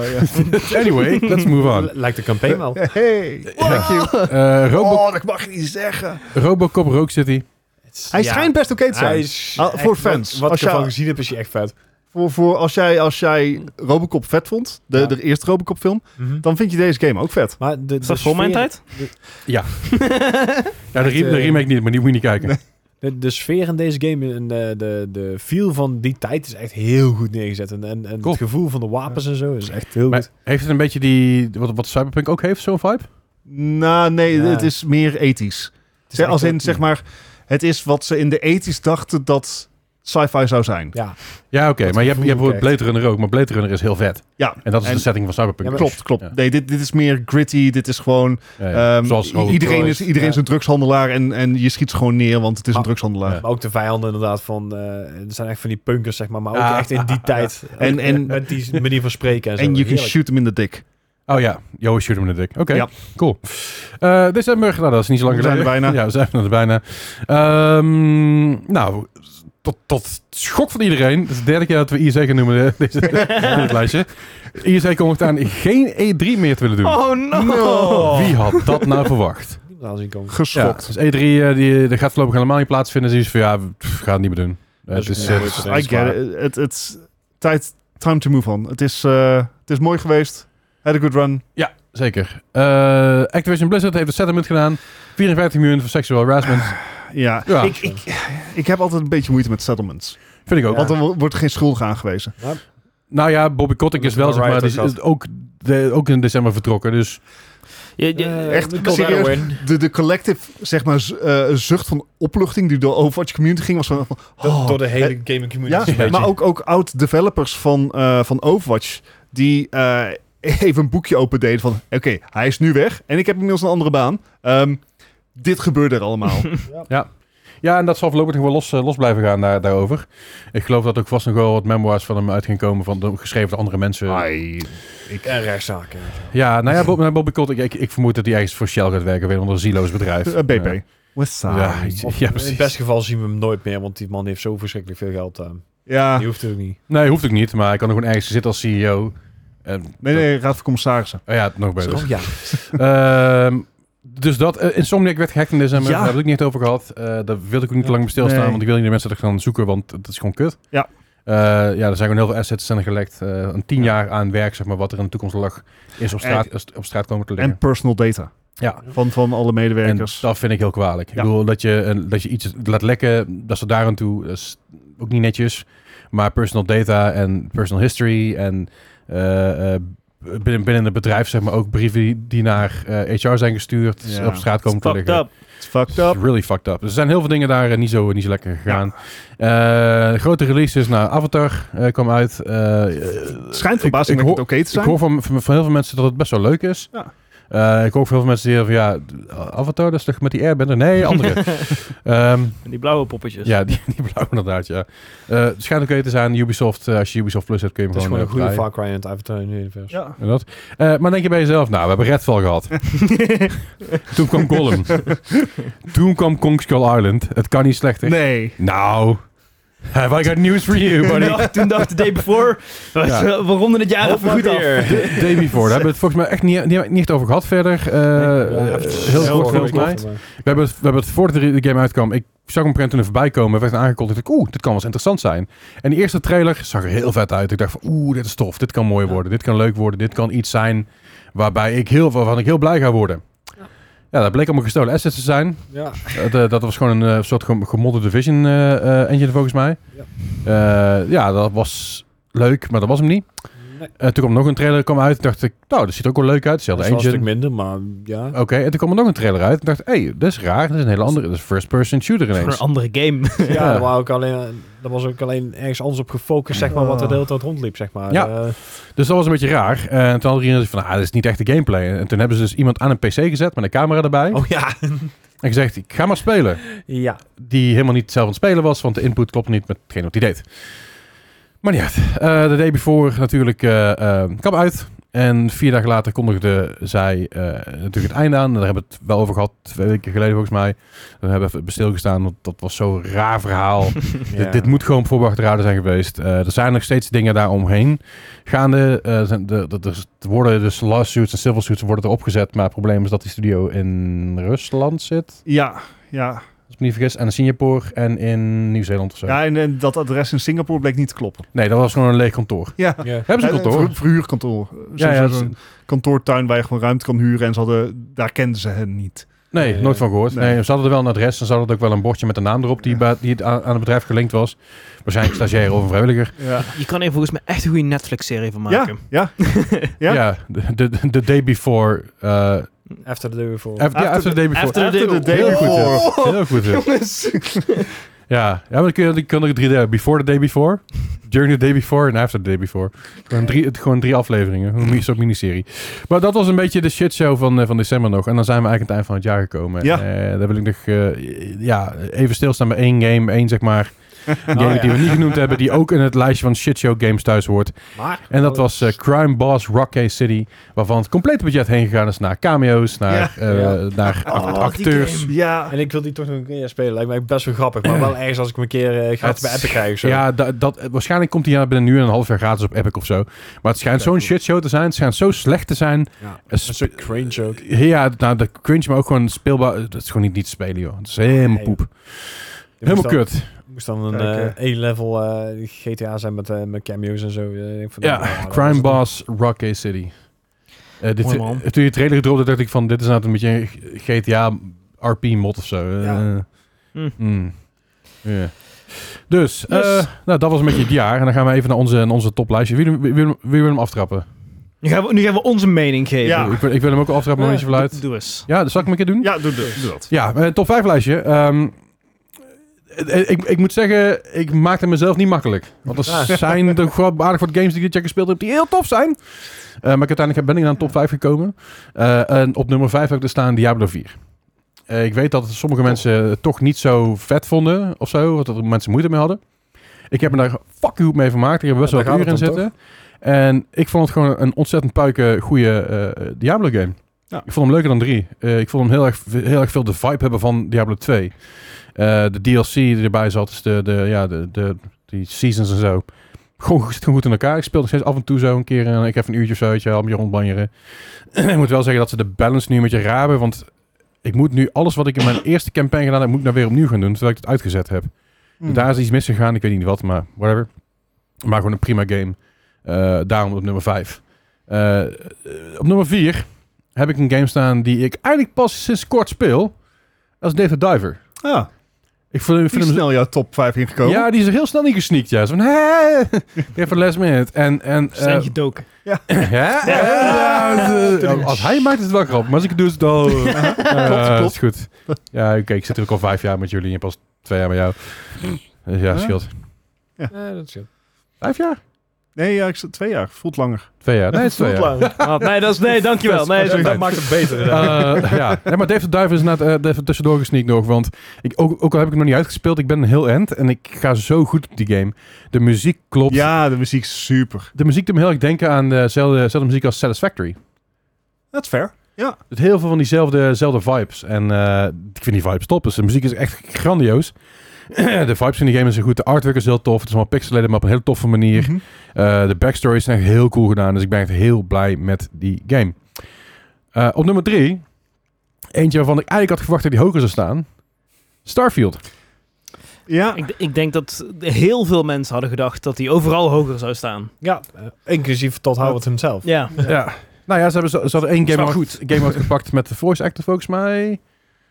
ja.
[LAUGHS] anyway, let's move on.
L- Lijkt de campaign wel.
Hey, thank you.
Eh, Robo-
Oh, dat mag je niet zeggen.
Robocop Rogue City.
Hij schijnt best oké te zijn.
Hij is
Ah,
echt-
voor fans.
Wat, wat
Als
ik
je-
ervan gezien heb, is hij echt vet.
Voor, voor als, jij, als jij Robocop vet vond, de,
Ja.
de eerste Robocop film,
Mhm.
dan vind je deze game ook vet.
Maar de,
Is
de
dat voor mijn
sfeer-
tijd?
Ja, de, re-
Echt, eh,
de remake niet, maar die moet je niet kijken.
De, de sfeer in deze game en de, de, de feel van die tijd is echt heel goed neergezet. En, en, en
Cool.
het gevoel van de wapens en zo is echt heel
Maar
goed.
heeft het een beetje die... Wat, wat Cyberpunk ook heeft, zo'n vibe?
Nou, nee,
Ja.
het is meer ethisch.
Het is
Zeg,
echt
als in,
ook-
zeg maar, het is wat ze in de ethisch dachten dat sci-fi zou zijn.
Ja,
Ja, oké.
Dat
Maar je hebt, je
gevoel
hebt bijvoorbeeld
krijgt.
Blade Runner ook. Maar Blade Runner is heel vet.
Ja,
En dat is
En-
de setting van Cyberpunk.
Ja, maar-
klopt, klopt.
Ja.
Nee, dit, dit is meer gritty, dit is gewoon...
Ja, ja.
ehm,
Zoals Rogue-
iedereen, is,
Rogue-
iedereen is
ja.
een drugshandelaar en, en je schiet ze gewoon neer, want het is een
Ah.
drugshandelaar.
Ja.
maar ook de vijanden inderdaad van... eh er zijn echt van die punkers, zeg maar. Maar ook
Ja.
echt
[LAUGHS]
in die tijd.
En-
Ook,
en-
eh, met die manier van spreken en zo.
En je can
Heerlijk.
shoot hem in de dik.
Oh ja, Yo, shoot him in the dick. Oké,
Ja.
cool. Eh december, nou dat is niet zo lang
We zijn
geleden.
er bijna.
[LAUGHS] Ja, we zijn er bijna. Ehm, nou, tot, tot schok van iedereen. Het is de derde keer dat we IEC gaan noemen, eh, deze, [LAUGHS] dit
[LAUGHS]
lijstje. IEC kondigt aan geen E3 meer te willen doen.
Oh no!
Wie had dat nou verwacht?
Niemand aan zien komen.
Ja,
Geschokt.
dus E3 eh, die, dat gaat voorlopig helemaal niet plaatsvinden. Dus die is van, ja, pff, ga het niet meer doen. Eh,
Dat
het
is
is,
een
eh,
mooie
I get it. Het is tijd, time to move on. Het is, eh, het is mooi geweest. Had a good run.
Ja, zeker. Eh, Activision Blizzard heeft een settlement gedaan. 54 miljoen voor sexual harassment.
Ah. Ja,
Ja.
Ik, ik, ik heb altijd een beetje moeite met settlements.
Vind ik ook.
Want er wo- wordt geen schuldig aangewezen.
Nou ja, Bobby Kotick
Dat
is
is
wel,
van
zeg maar,
Riot
die is,
ook
is ook, de, ook in december vertrokken. Dus
Je- je-
Eh,
echt
we call that a
serieus?
win.
De, de collective zeg maar, z- eh, zucht van opluchting die door Overwatch community ging was van... van oh,
Door de hele
eh,
gaming
ja,
community. een beetje.
maar ook, ook oud-developers van, eh, van Overwatch die eh, [LAUGHS] even een boekje opendeden van... Oké, hij is nu weg en ik heb inmiddels een andere baan. Ehm, dit gebeurde er
[LAUGHS]
allemaal.
ja, en dat zal voorlopig nog wel los, eh, los blijven gaan daar, daarover. Ik geloof dat ook vast nog wel wat memoirs van hem uit gaan komen, van de, geschreven door andere mensen.
Ai,
En rechtszaken. en zo.
Ja, nou ja, Bob, nou, Bobby Kotick, ik, ik vermoed dat hij ergens voor Shell gaat werken, weer onder een zieloos bedrijf.
eh, BP.
Ja.
Westside.
[LAUGHS] Ja,
Ja,
Of
ja,
in het
precies.
beste geval zien we hem nooit meer, want die man heeft zo verschrikkelijk veel geld. aan. die hoeft het ook niet.
Nee, hoeft ook niet, maar hij kan er gewoon ergens zitten als CEO. En
nee, nee, Raad van Commissarissen.
Oh ja, nog beter.
Oh, ja.
Ehm, dus dat, in Insomniac werd gehackt in december.
Ja.
Daar heb ik niet over gehad. Eh, daar wilde ik ook niet te lang bij stilstaan,
Nee.
want ik wil niet de mensen dat gaan zoeken, want dat is gewoon kut.
Ja.
Eh, ja, er zijn gewoon heel veel assets zijn er gelekt. Eh, een tien jaar aan werk, zeg maar, wat er in de toekomst lag, is op straat, is op straat komen te
En
liggen.
personal data
ja.
van, van alle
En
medewerkers.
dat vind ik heel kwalijk. Ik
Ja.
bedoel, dat je, een- dat je iets laat lekken, dat ze daar aan toe, dat is ook niet netjes. Maar personal data en personal history en eh, eh, binnen, binnen het bedrijf, zeg maar, ook brieven die, die naar eh, HR zijn gestuurd,
Ja.
op straat komen te
Fucked
liggen.
up.
It's fucked
Dat
up.
is really fucked up. Dus er zijn heel veel dingen daar eh, niet, zo, niet zo lekker gegaan. Eh, grote releases naar Avatar eh, kwam uit. Eh, eh,
Het schijnt
ik- ik
verbazingwekkend
hoor-
oké te
ik
zijn.
hoor van, van, van heel veel mensen dat het best wel leuk is.
Ja.
Eh, ik hoor ook veel mensen die zeggen van ja, Avatar, dat is toch met die Airbender? Nee,
[LAUGHS]
andere. Ehm,
En Die blauwe poppetjes.
ja, die, die blauw inderdaad, ja. Eh, het schijnt oké te zijn. Ubisoft, eh, als je Ubisoft Plus hebt, kun je
Het
hem
is gewoon
gewoon,
een goede
eh,
Far Cry in het Avatar universe.
Ja.
draaien. En dat. Eh, maar denk je bij jezelf, nou, we hebben Redfall gehad. Toen kwam Gollum. Toen kwam Kong Skull Island. Het kan niet slechter.
Nee.
Nou, have I got news for you,
Toen [LAUGHS]
buddy.
dacht- Toen dacht de day before, eh,
Ja.
we ronden het jaar even goed af.
De Day before. Daar hebben we het volgens mij echt niet, niet, niet echt over gehad verder. Eh, eh, heel kort volgens mij. We hebben, het, we hebben het voordat de game uitkwam. Ik zag hem print toen er voorbij komen. werd aangekondigd. Ik dacht, oeh, dit kan wel eens interessant zijn. En die eerste trailer zag er heel vet uit. Ik dacht van, oeh, dit is tof. Dit kan mooi worden. Dit kan leuk worden. Dit kan iets zijn waarbij ik heel, waarvan ik heel blij ga worden. Ja, dat bleek allemaal gestolen assets te zijn.
Ja.
Dat, eh, dat was gewoon een eh, soort gem- gemodderde Vision eh, eh, engine volgens mij. Eh, Ja. dat was leuk, maar dat was hem niet.
Nee.
Eh, toen kwam nog een trailer kwam uit. Toen dacht ik, nou, dat ziet er ook wel leuk uit.
Dat
Hetzelfde
is wel een
engine.
stuk minder, maar ja.
Oké, en toen kwam er nog een trailer uit. Ik dacht, hé, hey, dat is raar. Dat is een hele andere. Dat is first-person shooter
Voor een
ineens.
andere game.
Ja, daar was, ook alleen, daar was ook alleen ergens anders op gefocust, zeg maar, wat er de hele tijd rondliep, zeg maar.
Ja.
Eh,
Dus dat was een beetje raar. En toen had iedereen van, ah, dit is niet echt de gameplay. En toen hebben ze dus iemand aan een PC gezet met een camera erbij.
oh ja.
En gezegd, ik ga maar spelen.
ja.
Die helemaal niet zelf aan het spelen was, want de input klopte niet met hetgeen wat hij deed. Maar niet uit. Eh, de day before natuurlijk eh, eh, kwam uit. En vier dagen later kondigde zij eh, natuurlijk het einde aan. Daar hebben we het wel over gehad, twee weken geleden volgens mij. We hebben even stilgestaan, want dat was zo'n raar verhaal.
Ja.
Dit, dit moet gewoon voorbehouden zijn geweest. Eh, er zijn nog steeds dingen daaromheen gaande. Eh, er zijn- de- de- de- er worden dus lawsuits en civil suits worden erop gezet. Maar het probleem is dat die studio in Rusland zit.
Ja, ja.
Als ik me niet vergis. En in Singapore en in Nieuw-Zeeland of zo.
ja en, en dat adres in Singapore bleek niet te kloppen.
Nee, dat was gewoon een leeg kantoor.
Ja.
Ja.
Hebben ze een
Eh,
kantoor?
ver- verhuurkantoor.
Ja,
Zo'n-
ja,
zo'n
dat-
kantoortuin waar je gewoon ruimte kan huren. En ze hadden, daar kenden ze hen niet.
nee,
Nee,
nooit van gehoord. Nee.
nee.
ze hadden er wel een adres en ze hadden ook wel een bordje met een naam erop die,
Ja.
bij- die het aan aan het bedrijf gelinkt was. Waarschijnlijk stagiair of een vrijwilliger.
Ja,
Je kan er volgens mij echt een goede Netflix-serie van
ja.
maken.
ja.
Ja,
Ja.
de, de, de day before. eh,
After the day before.
af- ja,
After
after the day before.
After the
After the day
Day
Heel goed,
before. Oh,
hè. heel goed. hè.
Jongens.
Ja, ja maar dan kun je, dan kun je drie, before the day before, during the day before en after the day before. Gewoon drie, het- gewoon drie afleveringen, een mini- soort miniserie. Maar dat was een beetje de shitshow van, eh, van december nog. En dan zijn we eigenlijk aan het eind van het jaar gekomen.
Ja.
Eh, daar wil ik nog eh, ja, even stilstaan bij één game, één zeg
[LAUGHS]
maar, game
Oh, ja.
die we niet genoemd hebben, die ook in het lijstje van shitshow games thuis hoort.
Maar,
En dat was eh, Crime Boss Rocky City, waarvan het complete budget heen gegaan is naar cameo's, naar, eh,
Ja. Oh,
naar act-
die
acteurs.
game.
Oh, Ja.
En ik wil die toch nog een keer spelen. Lijkt mij best wel grappig, maar wel ergens als ik hem een keer eh
Het-
gratis bij Epic krijg of zo.
Ja, da- dat, waarschijnlijk komt hij ja binnen nu en een half jaar gratis op Epic of zo. Maar het schijnt
Oké,
zo'n
cool.
shitshow te zijn. Het schijnt zo slecht te zijn.
Ja.
Een
Een
sp-
soort cringe ook.
ja, nou, de cringe, maar ook gewoon speelbaar. Dat is gewoon niet, niet te spelen, joh. Het is helemaal
Nee,
poep.
Je moest
Helemaal
dan-
kut.
je moest dan een
Kijk,
eh, A-level eh, GTA zijn met, eh, met cameo's en zo. Eh, ik vond-
Ja,
nou, dat was
Crime
het.
Boss, Rocky City. Eh, dit,
Mooi, man.
eh, toen je de trailer gedropte, dacht ik van... Dit is nou een beetje een G- GTA RP-mod of zo. Eh,
Ja.
Hm.
mm. Ja. Dus, eh,
Yes.
nou, dat was een beetje het jaar. En dan gaan we even naar onze, naar onze toplijstje. Wie, wil- wie, wil- wie wil hem aftrappen?
Nu gaan, we, nu gaan we onze mening geven.
Ja.
Ik, wil, ik wil hem ook al aftrappen, maar
Ja.
een beetje verluid.
Eh, Doe eens.
Ja, dat zal ik hem een keer doen?
Ja, doe, doe, doe dat.
Ja, eh, top 5 lijstje. Ehm, eh, eh, ik, ik moet zeggen, ik maak het mezelf niet makkelijk. Want er
Ah.
zijn er gewoon aardig wat games die ik dit jaar gespeeld heb die heel tof zijn. Eh, maar ik uiteindelijk ben ik naar een top 5 gekomen. Eh, en op nummer 5 heb ik er staan Diablo 4. Eh, ik weet dat sommige mensen het toch niet zo vet vonden of zo. Dat er mensen moeite mee hadden. Ik heb me daar fucking goed mee vermaakt. Ik heb best
Ja,
wel
daar
wat uren in
gaat het om,
zitten. En ik vond het gewoon een ontzettend puiken goede eh, Diablo game.
Ja.
Ik vond hem leuker dan 3. ik vond hem heel erg, heel erg veel de vibe hebben van Diablo 2. Eh, de DLC die erbij zat, dus de, de, ja, de, de, die seasons en zo. Gewoon, het zit gewoon goed in elkaar. Ik speel nog steeds af en toe zo een keer. En ik heb een uurtje of zo, weet je wel, een beetje rondbanjeren. [CLEARS THROAT] ik moet wel zeggen dat ze de balance nu een beetje raar hebben. Want ik moet nu alles wat ik in mijn eerste campaign gedaan heb, moet ik nou weer opnieuw gaan doen. Terwijl ik het uitgezet heb. Dus
Mm.
Daar is iets misgegaan. Ik weet niet wat, maar whatever. Maar gewoon een prima game. Eh, daarom op nummer 5. op nummer 4 heb ik een game staan die ik eigenlijk pas sinds kort speel. Dat is Dave the Diver.
Ah,
Ik vind, ik
ik vind
vind hem
snel jouw top 5 ingekomen. [LAUGHS]
ja, die is er heel snel in gesneakt juist. Van, hè? [LAUGHS] Even last minute. En, en,
We zijn
eh,
gedoken.
[LAUGHS] ja, eh, eh, als hij maakt is het wel grappig, maar als ik het doe is het al... Eh,
klopt.
is goed. Ja, oké, ik zit er ook al vijf jaar met jullie en pas twee jaar met jou. Dus ja,
Huh?
scheelt.
Eh, dat is goed.
Vijf jaar?
Nee, ja, ik zat twee jaar. Voelt langer.
Twee jaar. Nee, het is twee jaar.
Ah, nee, dat is, nee, dankjewel. Nee,
nou Dat is-
dat-
maakt het beter.
Eh, ja, nee, maar Dave de Diver is inderdaad eh, er even tussendoor gesneakt nog. Want ik, ook, ook al heb ik het nog niet uitgespeeld, ik ben een heel end. En ik ga zo goed op die game. De muziek klopt.
Ja, de muziek is super.
De muziek doet me heel erg denken aan dezelfde, dezelfde muziek als Satisfactory.
Dat is fair. Ja.
Het heel veel van diezelfde dezelfde vibes. En eh, ik vind die vibes top. Dus de muziek is echt grandioos. [CLEARS THROAT] de vibes in die game zijn goed. De artwork is heel tof. Het is allemaal pixelated, maar op een hele toffe manier.
Mhm.
Eh, de backstories zijn echt heel cool gedaan. Dus ik ben echt heel blij met die game. Eh, op nummer drie. Eentje waarvan ik eigenlijk had verwacht dat die hoger zou staan. Starfield.
Ja.
Ik, ik denk dat heel veel mensen hadden gedacht dat hij overal hoger zou staan.
Ja, eh, inclusief tot Howard hemzelf.
Ja.
Ja. Nou ja, ze, hebben, zo- ze hadden één
Is
Game
wel
Award, Game Award gepakt met de voice actor volgens mij.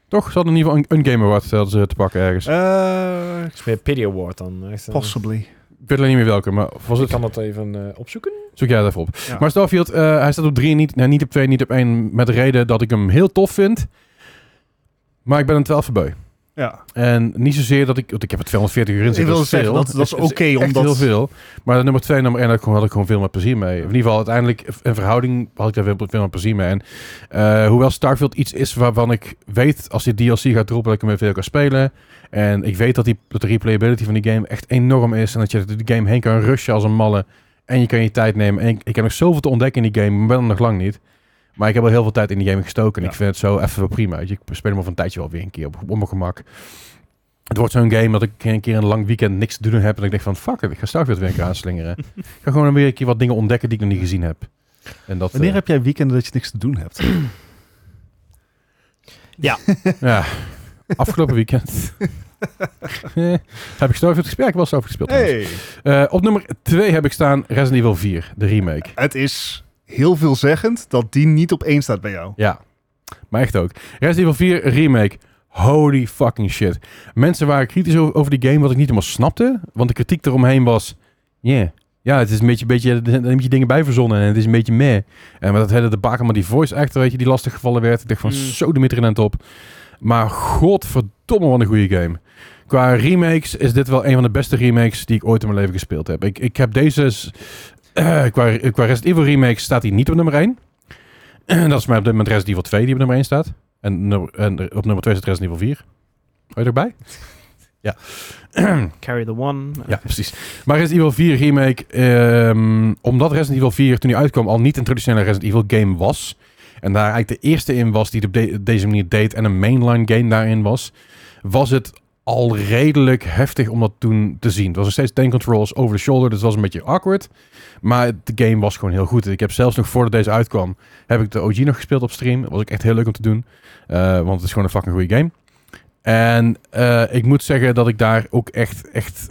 Toch? Ze eh, hadden in ieder geval een, een Game Award hadden ze te pakken ergens.
Eh,
Het is meer Pity Award dan. Echt, eh,
possibly.
weet alleen niet meer welke, maar was
Ik
het...
kan dat even eh, opzoeken.
Zoek jij dat even op.
Ja.
Maar Starfield, eh, hij staat op 3, niet, nee, niet op 2, niet op 1. Met de reden dat ik hem heel tof vind. Maar ik ben een 12 bui.
Ja.
En niet zozeer dat ik... Want ik heb er 240 uur in zitten.
Ik wil
dat is
zeggen,
veel.
dat- dat
[LAUGHS]
is
Het het
oké,
echt
omdat-
heel veel. Maar de nummer 2 en nummer 1 had ik, gewoon- had ik gewoon veel meer plezier mee. In ieder geval, uiteindelijk in verhouding had ik daar veel, veel meer plezier mee. En eh, hoewel Starfield iets is waarvan ik weet... Als die DLC gaat droppen, dat ik hem weer veel kan spelen. En ik weet dat, die, dat de replayability van die game echt enorm is. En dat je de game heen kan rushen als een malle. En je kan je tijd nemen. En ik, ik heb nog zoveel te ontdekken in die game. Maar ben er nog lang niet. Maar ik heb al heel veel tijd in die game gestoken. En
Ja.
ik vind het zo even wel prima. weet je. Ik speel hem over een tijdje wel weer een keer op, op mijn gemak. Het wordt zo'n game dat ik een keer een lang weekend niks te doen heb. En ik denk van, fuck it, ik ga Starfield weer een keer
[LAUGHS]
aanslingeren. ik ga gewoon weer een keer wat dingen ontdekken die ik nog niet gezien heb. En dat,
Wanneer
eh,
heb jij weekenden dat je niks te doen hebt?
ja, afgelopen
[LAUGHS]
weekend Eh, heb ik Starfield gespeeld. Ja, ik heb wel Starfield gespeeld. trouwens.
Hey.
Eh, op nummer 2 heb ik staan Resident Evil 4, de remake.
Het is heel veelzeggend dat die niet op één staat bij jou.
Ja, maar echt ook. Resident Evil 4 remake. Holy fucking shit. Mensen waren kritisch over, over die game, wat ik niet helemaal snapte. Want de kritiek eromheen was... Yeah. Ja, het is een beetje, beetje, er zijn een beetje dingen bij verzonnen en het is een beetje meh. En met dat hele debakel met die voice actor, weet je, die lastig gevallen werd. Ik dacht van,
Mm.
zo de mitrainent op. Maar godverdomme, wat een goede game. Qua remakes is dit wel een van de beste remakes die ik ooit in mijn leven gespeeld heb. Ik, ik heb deze... s- eh, qua, qua Resident Evil remake staat hij niet op nummer 1. [CLEARS THROAT] dat is maar op dit moment Resident Evil 2 die op nummer 1 staat. En, nummer- en op nummer 2 staat Resident Evil 4. Hou je erbij? ja. [CLEARS THROAT]
Carry the one.
Ja, precies. Maar Resident Evil 4 Remake, ehm, omdat Resident Evil 4 toen hij uitkwam al niet een traditionele Resident Evil game was. En daar eigenlijk de eerste in was die het op de- deze manier deed en een mainline game daarin was. Was het al redelijk heftig om dat toen te zien. Het was nog steeds tank controls over the shoulder, dus het was een beetje awkward. Maar de game was gewoon heel goed. Ik heb zelfs nog voordat deze uitkwam, heb ik de OG nog gespeeld op stream. Dat was ook echt heel leuk om te doen, eh, want het is gewoon een fucking goede game. En eh, ik moet zeggen dat ik daar ook echt, echt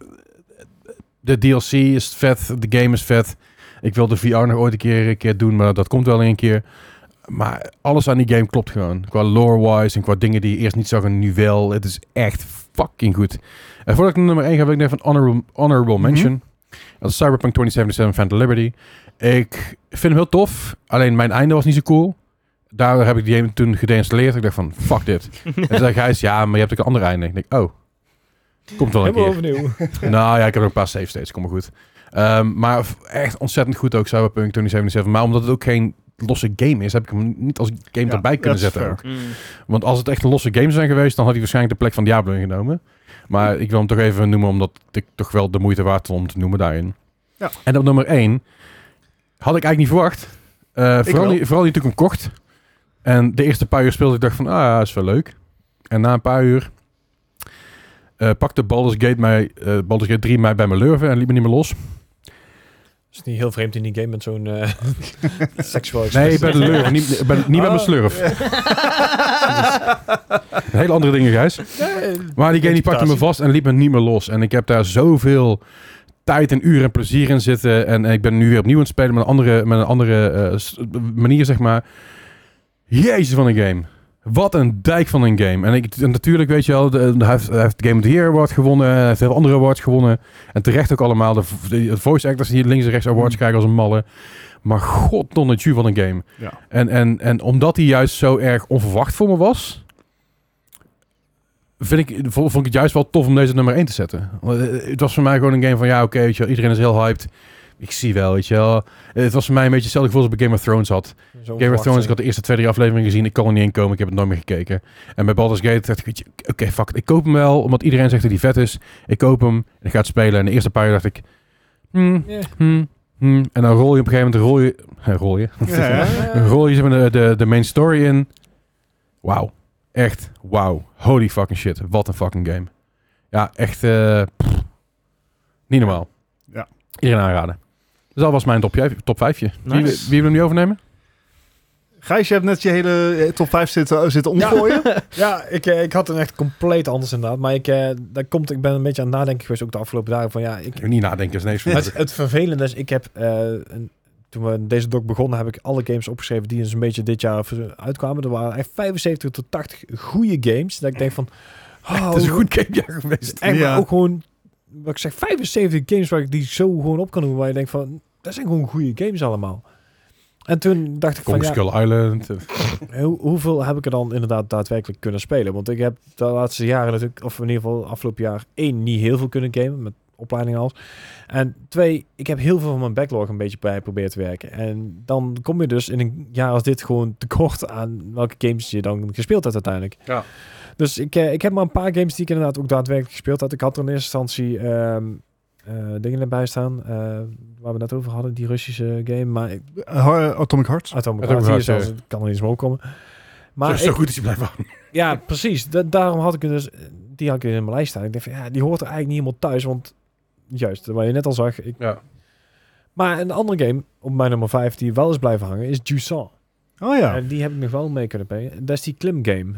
de DLC is vet, de game is vet. Ik wil de VR nog ooit een keer, een keer doen, maar dat komt wel in een keer. Maar alles aan die game klopt gewoon. Qua lore-wise en qua dingen die je eerst niet zag en nu wel. Het is echt fucking goed. En voordat ik naar nummer 1 ga, wil ik nog even een honorable, honorable mention. Dat is Cyberpunk 2077 Phantom Liberty. Ik vind hem heel tof, alleen mijn einde was niet zo cool. Daardoor heb ik die game toen gedeinstalleerd. Ik dacht van, fuck dit.
[LAUGHS]
en toen zei Gijs, ja, maar je hebt ook een ander einde. Ik denk, oh, komt wel een keer.
Helemaal
[LAUGHS]
overnieuw.
Nou ja, ik heb nog een paar save states, kom maar goed. Ehm, maar v- echt ontzettend goed ook Cyberpunk 2077. Maar omdat het ook geen losse game is, heb ik hem niet als game
Ja,
erbij
dat
kunnen
is
zetten.
fair.
ook.
Mm.
Want als het echt een losse game zijn geweest, dan had hij waarschijnlijk de plek van Diablo ingenomen. Maar ik wil hem toch even noemen, omdat ik toch wel de moeite waard vond om te noemen daarin.
Ja.
En op nummer 1 had ik eigenlijk niet verwacht. Eh, vooral,
wel.
die, vooral die toen ik hem kocht. En de eerste paar uur speelde ik dacht van, ah, ja, is wel leuk. En na een paar uur eh, pakte Baldur's Gate, mij, eh, Baldur's Gate 3 mij bij mijn lurven en liet me niet meer los.
Het is niet heel vreemd in die game met zo'n
[LAUGHS]
eh seksueel
Nee,
expressie.
bij de
[LAUGHS]
lurven, niet, bij, niet bij mijn
Oh.
slurf. Hele andere dingen, Gijs. Maar die game die pakte me vast en liet me niet meer los. En ik heb daar zoveel tijd en uren en plezier in zitten. En, en ik ben nu weer opnieuw aan het spelen met een andere, met een andere eh, s- manier, zeg maar. Jezus van een game. Wat een dijk van een game. En, ik, en natuurlijk, weet je wel, de, hij, heeft, hij heeft de Game of the Year Award gewonnen. Hij heeft heel veel andere awards gewonnen. En terecht ook allemaal. De, v- de voice actors die links en rechts awards
Mm.
krijgen als een malle. Maar god, non het van een game.
Ja.
En, en, en omdat hij juist zo erg onverwacht voor me was, vind ik, vo- vond ik het juist wel tof om deze nummer 1 te zetten. Want, eh, Het was voor mij gewoon een game van, ja, oké, weet je wel, iedereen is heel hyped. Ik zie wel, weet je wel. Eh, Het was voor mij een beetje hetzelfde gevoel als ik bij Game of Thrones had. Game of Thrones, ik had de eerste twee, drie afleveringen gezien. Ik kon er niet in komen, ik heb het nooit meer gekeken. En bij Baldur's Gate dacht ik, weet je, oké, fuck it. Ik koop hem wel, omdat iedereen zegt dat hij vet is. Ik koop hem en ik ga het spelen. En de eerste paar jaar dacht ik, hmm,
Ja.
hmm, hmm. En dan rol je op een gegeven moment, rol je... [LAUGHS] eh, rol je?
Ja, [LAUGHS] ja.
Dan rol je zeg maar, de, de, de main story in. Wauw. Echt, wauw. Holy fucking shit. Wat een fucking game. Ja, echt... eh, pff. niet normaal.
Ja.
Iedereen aanraden. Dus dat was mijn top, vijf- top vijfje. Wie,
Nice.
wie wil hem nu overnemen?
Gijs, je hebt net je hele eh, top 5 zitten, zitten omgooien.
[LAUGHS] Ja, ik, eh, ik had een echt compleet anders inderdaad. Maar ik, eh, daar komt, ik ben een beetje aan het nadenken geweest ook de afgelopen dagen. Van ja, ik,
Ik niet nadenken, is niks van
het, het vervelende is, ik heb... eh, een- toen we deze doc begonnen, heb ik alle games opgeschreven die dus een beetje dit jaar uitkwamen. Er waren echt 75 tot 80 goede games. Dat ik denk van... Oh,
Het is een goed game geweest.
Echt, maar
Ja.
ook gewoon wat ik zeg, 75 games waar ik die zo gewoon op kan doen. Waar je denkt van, dat zijn gewoon goede games allemaal. En toen dacht ik van,
Kong
ja,
Skull Island. eh,
Hoe, hoeveel heb ik er dan inderdaad daadwerkelijk kunnen spelen? Want ik heb de laatste jaren natuurlijk, of in ieder geval afgelopen jaar, één, niet heel veel kunnen gamen met opleiding en alles. En twee, ik heb heel veel van mijn backlog een beetje bij proberen te werken. En dan kom je dus in een jaar als dit gewoon tekort aan welke games je dan gespeeld hebt uiteindelijk.
Ja.
Dus ik, eh, ik heb maar een paar games die ik inderdaad ook daadwerkelijk gespeeld had. Ik had er in eerste instantie ehm, eh, dingen erbij staan, eh, waar we net over hadden, die Russische game. Maar ik,
Eh, Har- Atomic Hearts.
uit elkaar,
Atomic
die
Heart,
is als-
ja.
kan er niet eens meer opkomen.
zo,
Maar
zo
ik-
goed is hij blijkbaar.
ja, precies. Da- daarom had ik het dus, die had ik in mijn lijst staan. Ik dacht van, ja, die hoort er eigenlijk niet helemaal thuis, want juist, wat je net al zag. Ik...
Ja.
Maar een andere game op mijn nummer 5 die wel is blijven hangen is Jusant.
Oh ja.
En die heb ik nog wel mee kunnen spelen. Dat is die klimgame.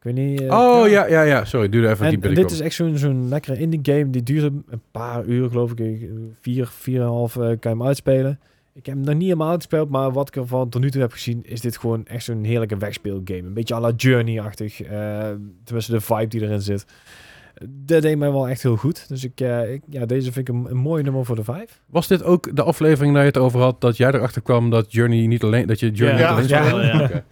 Ik weet niet... eh,
Oh ja, ja, ja. Sorry, duurde even
en
diep
en
binnenkomen.
dit is echt zo'n zo'n lekkere indie game. Die duurde een paar uur, geloof ik. Eh, Vier, vier en een half eh, kan je hem uitspelen. Ik heb hem nog niet helemaal uitgespeeld, maar wat ik ervan tot nu toe heb gezien, is dit gewoon echt zo'n heerlijke wegspeelgame. Een beetje à la Journey-achtig. eh, tenminste, de vibe die erin zit. Dat deed mij wel echt heel goed. Dus ik, eh, ik- ja, deze vind ik een, een mooi nummer voor de vijf.
Was dit ook de aflevering waar je het over had dat jij erachter kwam dat Journey niet alleen dat je Journey
Ja,
niet alleen
ja,
speelde?
ja.
Oké.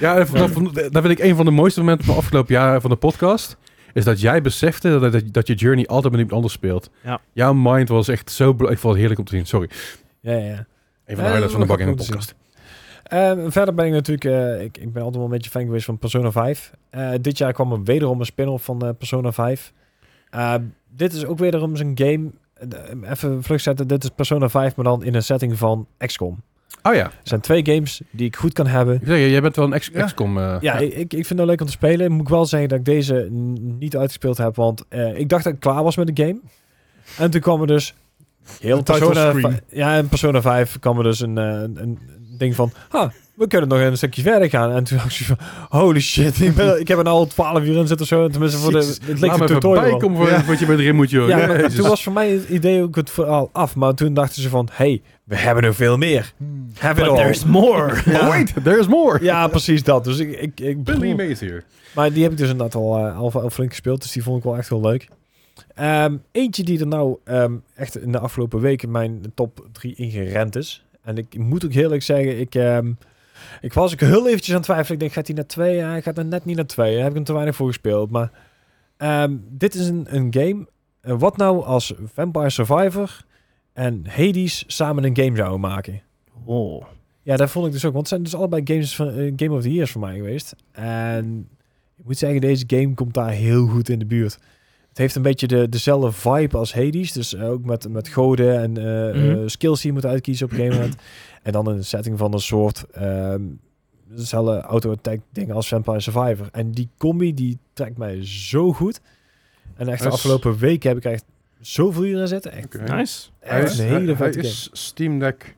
ja. en dat, vond- dat vind ik een van de mooiste momenten van afgelopen jaar van de podcast. Is dat jij besefte dat, dat, dat je Journey altijd met iemand anders speelt.
Ja.
Jouw mind was echt zo... bl- Ik vond het heerlijk om te zien. Sorry.
Ja, ja, ja.
Een van
Eh,
de highlights van de
dat
bak in de
moet ik
podcast.
Ehm, verder ben ik natuurlijk, eh, ik, ik ben altijd wel een beetje fan geweest van Persona 5. Eh, dit jaar kwam er wederom een spin-off van eh, Persona 5. Eh, dit is ook wederom zo'n game. eh, Even vlug zetten, dit is Persona 5, maar dan in een setting van XCOM.
Oh ja.
Het zijn twee games die ik goed kan hebben.
Ik zeg, jij bent wel een ex
Ja.
XCOM... eh, [LAUGHS]
Ja, ik, ik vind het leuk om te spelen. Moet ik wel zeggen dat ik deze n- niet uitgespeeld heb, want eh, ik dacht dat ik klaar was met de game. En toen kwam er dus heel
Een title
Persona,
screen.
vij- ja, in Persona 5 kwam er dus een, eh, een, een ding van, ha, we kunnen nog een stukje verder gaan. En toen dacht ik zo van, holy shit, ik, ben, ik heb er nou al 12 uur in zitten of zo. Tenminste, voor de,
Jezus,
het leek
Laat
een
me even
tutorial.
bijkomen voor
Ja.
wat je met erin moet, joh.
Ja, maar
Jezus.
toen was voor mij het idee ook het verhaal af. Maar toen dachten ze van, hey, we hebben er veel meer. Have it
But
all.
there's more.
Oh, wait, there's more.
Ja, precies dat. Dus ik... ik, ik
Billy Mazier.
maar die heb ik dus inderdaad al, eh, al, al flink gespeeld. Dus die vond ik wel echt heel leuk. Ehm, eentje die er nou ehm, echt in de afgelopen weken mijn top 3 ingerend is. En ik moet ook heel eerlijk zeggen, ik, ehm, ik was ook heel eventjes aan het twijfelen. Ik denk, gaat hij naar 2? Ja, hij gaat er net niet naar 2. Daar heb ik hem te weinig voor gespeeld. Maar ehm, dit is een, een game. eh, wat nou als Vampire Survivor en Hades samen een game zouden maken?
Oh.
Ja, dat vond ik dus ook. Want het zijn dus allebei games van eh, Game of the Years voor mij geweest. En ik moet zeggen, deze game komt daar heel goed in de buurt. Het heeft een beetje de, dezelfde vibe als Hades. Dus eh, ook met, met goden en eh,
Mhm.
eh, skills die je moet uitkiezen op een gegeven moment. En dan een setting van een soort... ehm, dezelfde auto-attack ding als Vampire Survivor. En die combi, die trekt mij zo goed. En echt de
Dus-
afgelopen weken heb ik echt zoveel uur in zitten. Echt,
Oké.
Nice.
Hij
echt
is,
een
hij-
hele
hij
vette game.
is Steam Deck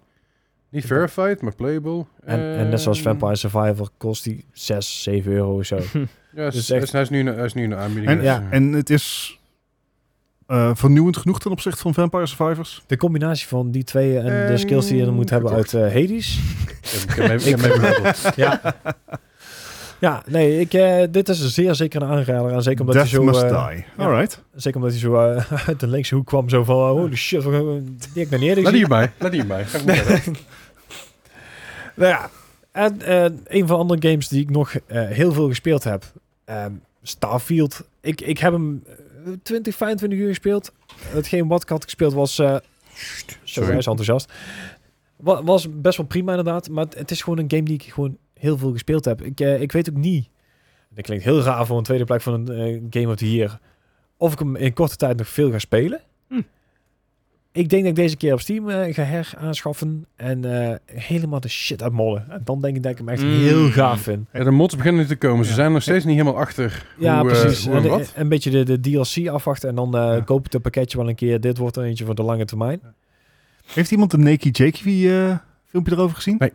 niet verified, maar playable.
En, en net zoals
Ehm,
Vampire Survivor kost die 6, 7 euro of zo.
Ja, hij is-
Dus
hij,
echt-
is, hij is nu, een- hij is nu een aanbieding.
En,
dus,
Ja.
eh,
en het is eh, vernieuwend genoeg ten opzichte van Vampire Survivors.
De combinatie van die twee en de
En
skills die je dan moet hebben uit eh, [LAUGHS] Hades.
ik heb
[LAUGHS]
hem- ik heb hem even gegoogeld.
ja. [LAUGHS] ja, nee, ik, eh, dit is zeer zeker een aanrader. En zeker omdat
Death
hij zo,
Must
eh,
Die. Alright.
zeker omdat hij zo eh, [LAUGHS] uit de linkse hoek kwam. Zo van, oh, holy shit, wat- wat- die heb ik nog niet eerder
Laat die
gezien.
hierbij. [LAUGHS] Laat die hierbij. Ga maar verder.
Nou ja, en eh, een van de andere games die ik nog eh, heel veel gespeeld heb. ehm, Starfield. Ik, ik heb hem eh, 20, 25 uur gespeeld. Hetgeen wat ik had gespeeld was... eh zo,
sorry.
hij is enthousiast. Wa- was best wel prima inderdaad. Maar het, het is gewoon een game die ik gewoon heel veel gespeeld heb. Ik, eh, ik weet ook niet... Dat klinkt heel raar voor een tweede plek van een eh, Game of the Year. Of ik hem in korte tijd nog veel ga spelen.
Hm.
Ik denk dat ik deze keer op Steam eh, ga heraanschaffen. En eh, helemaal de shit uitmollen. En dan denk ik dat ik hem echt
Mm.
heel gaaf vind.
Ja, de mods beginnen nu te komen. Ze zijn nog steeds niet helemaal achter.
Ja,
hoe, eh,
precies.
hoe en
En de-
wat?
een beetje de, de DLC afwachten. En dan eh,
Ja.
koop ik het pakketje wel een keer. Dit wordt er eentje voor de lange termijn.
Heeft iemand een Nakey Jakey eh, filmpje erover gezien?
Eh,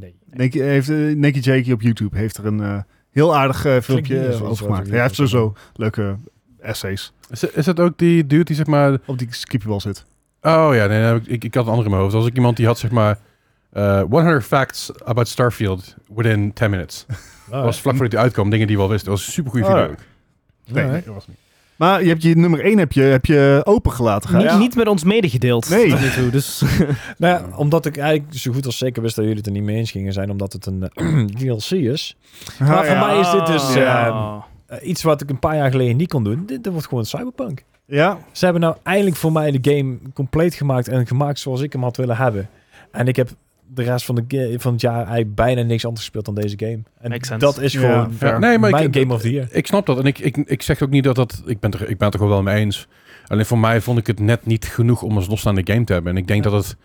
nee.
Nakey, heeft, eh, Nakey Jakey op YouTube heeft er een eh, heel aardig eh, filmpje
niet als
eh,
iets
over
wat
gemaakt.
ik
Ja, hij heeft
niet
sowieso leuke essays
Is, is dat ook die dude die zeg maar...
op die skipjebal zit.
Oh ja, nee, nee, ik, ik had een andere in mijn hoofd. Als ik iemand die had zeg maar... eh 100 facts about Starfield within 10 minutes.
Ah,
Oh. was vlak voordat hij uitkwam. Dingen die we al wisten. Dat was een supergoeie
Oh,
video.
ja.
ook.
Nee,
Alright.
nee, dat was niet. Maar je hebt je nummer 1 heb je, heb je opengelaten. Gijs.
[LAUGHS] Niet,
Ja.
niet met ons medegedeeld.
Nee.
tot nu toe, Dus
Nou ja, omdat ik eigenlijk zo goed als zeker wist dat jullie het er niet mee eens gingen zijn, omdat het een eh, [CLEARS THROAT] DLC is. Maar
Ah,
voor
ja.
mij is dit dus,
Ja.
ehm, Eh, iets wat ik een paar jaar geleden niet kon doen, dit, dit wordt gewoon Cyberpunk.
Ja,
Ze hebben nou eindelijk voor mij de game compleet gemaakt en gemaakt zoals ik hem had willen hebben. En ik heb de rest van, de ga- van het jaar eigenlijk bijna niks anders gespeeld dan deze game. En
Makes sense.
dat is
Ja.
gewoon
Fair.
Ja, nee, maar
mijn
ik,
game of the year.
ik snap dat. En ik, ik, ik zeg ook niet dat dat... Ik ben, er, ik ben het er gewoon wel mee eens. Alleen voor mij vond ik het net niet genoeg om als losstaande game te hebben. En ik denk dat het...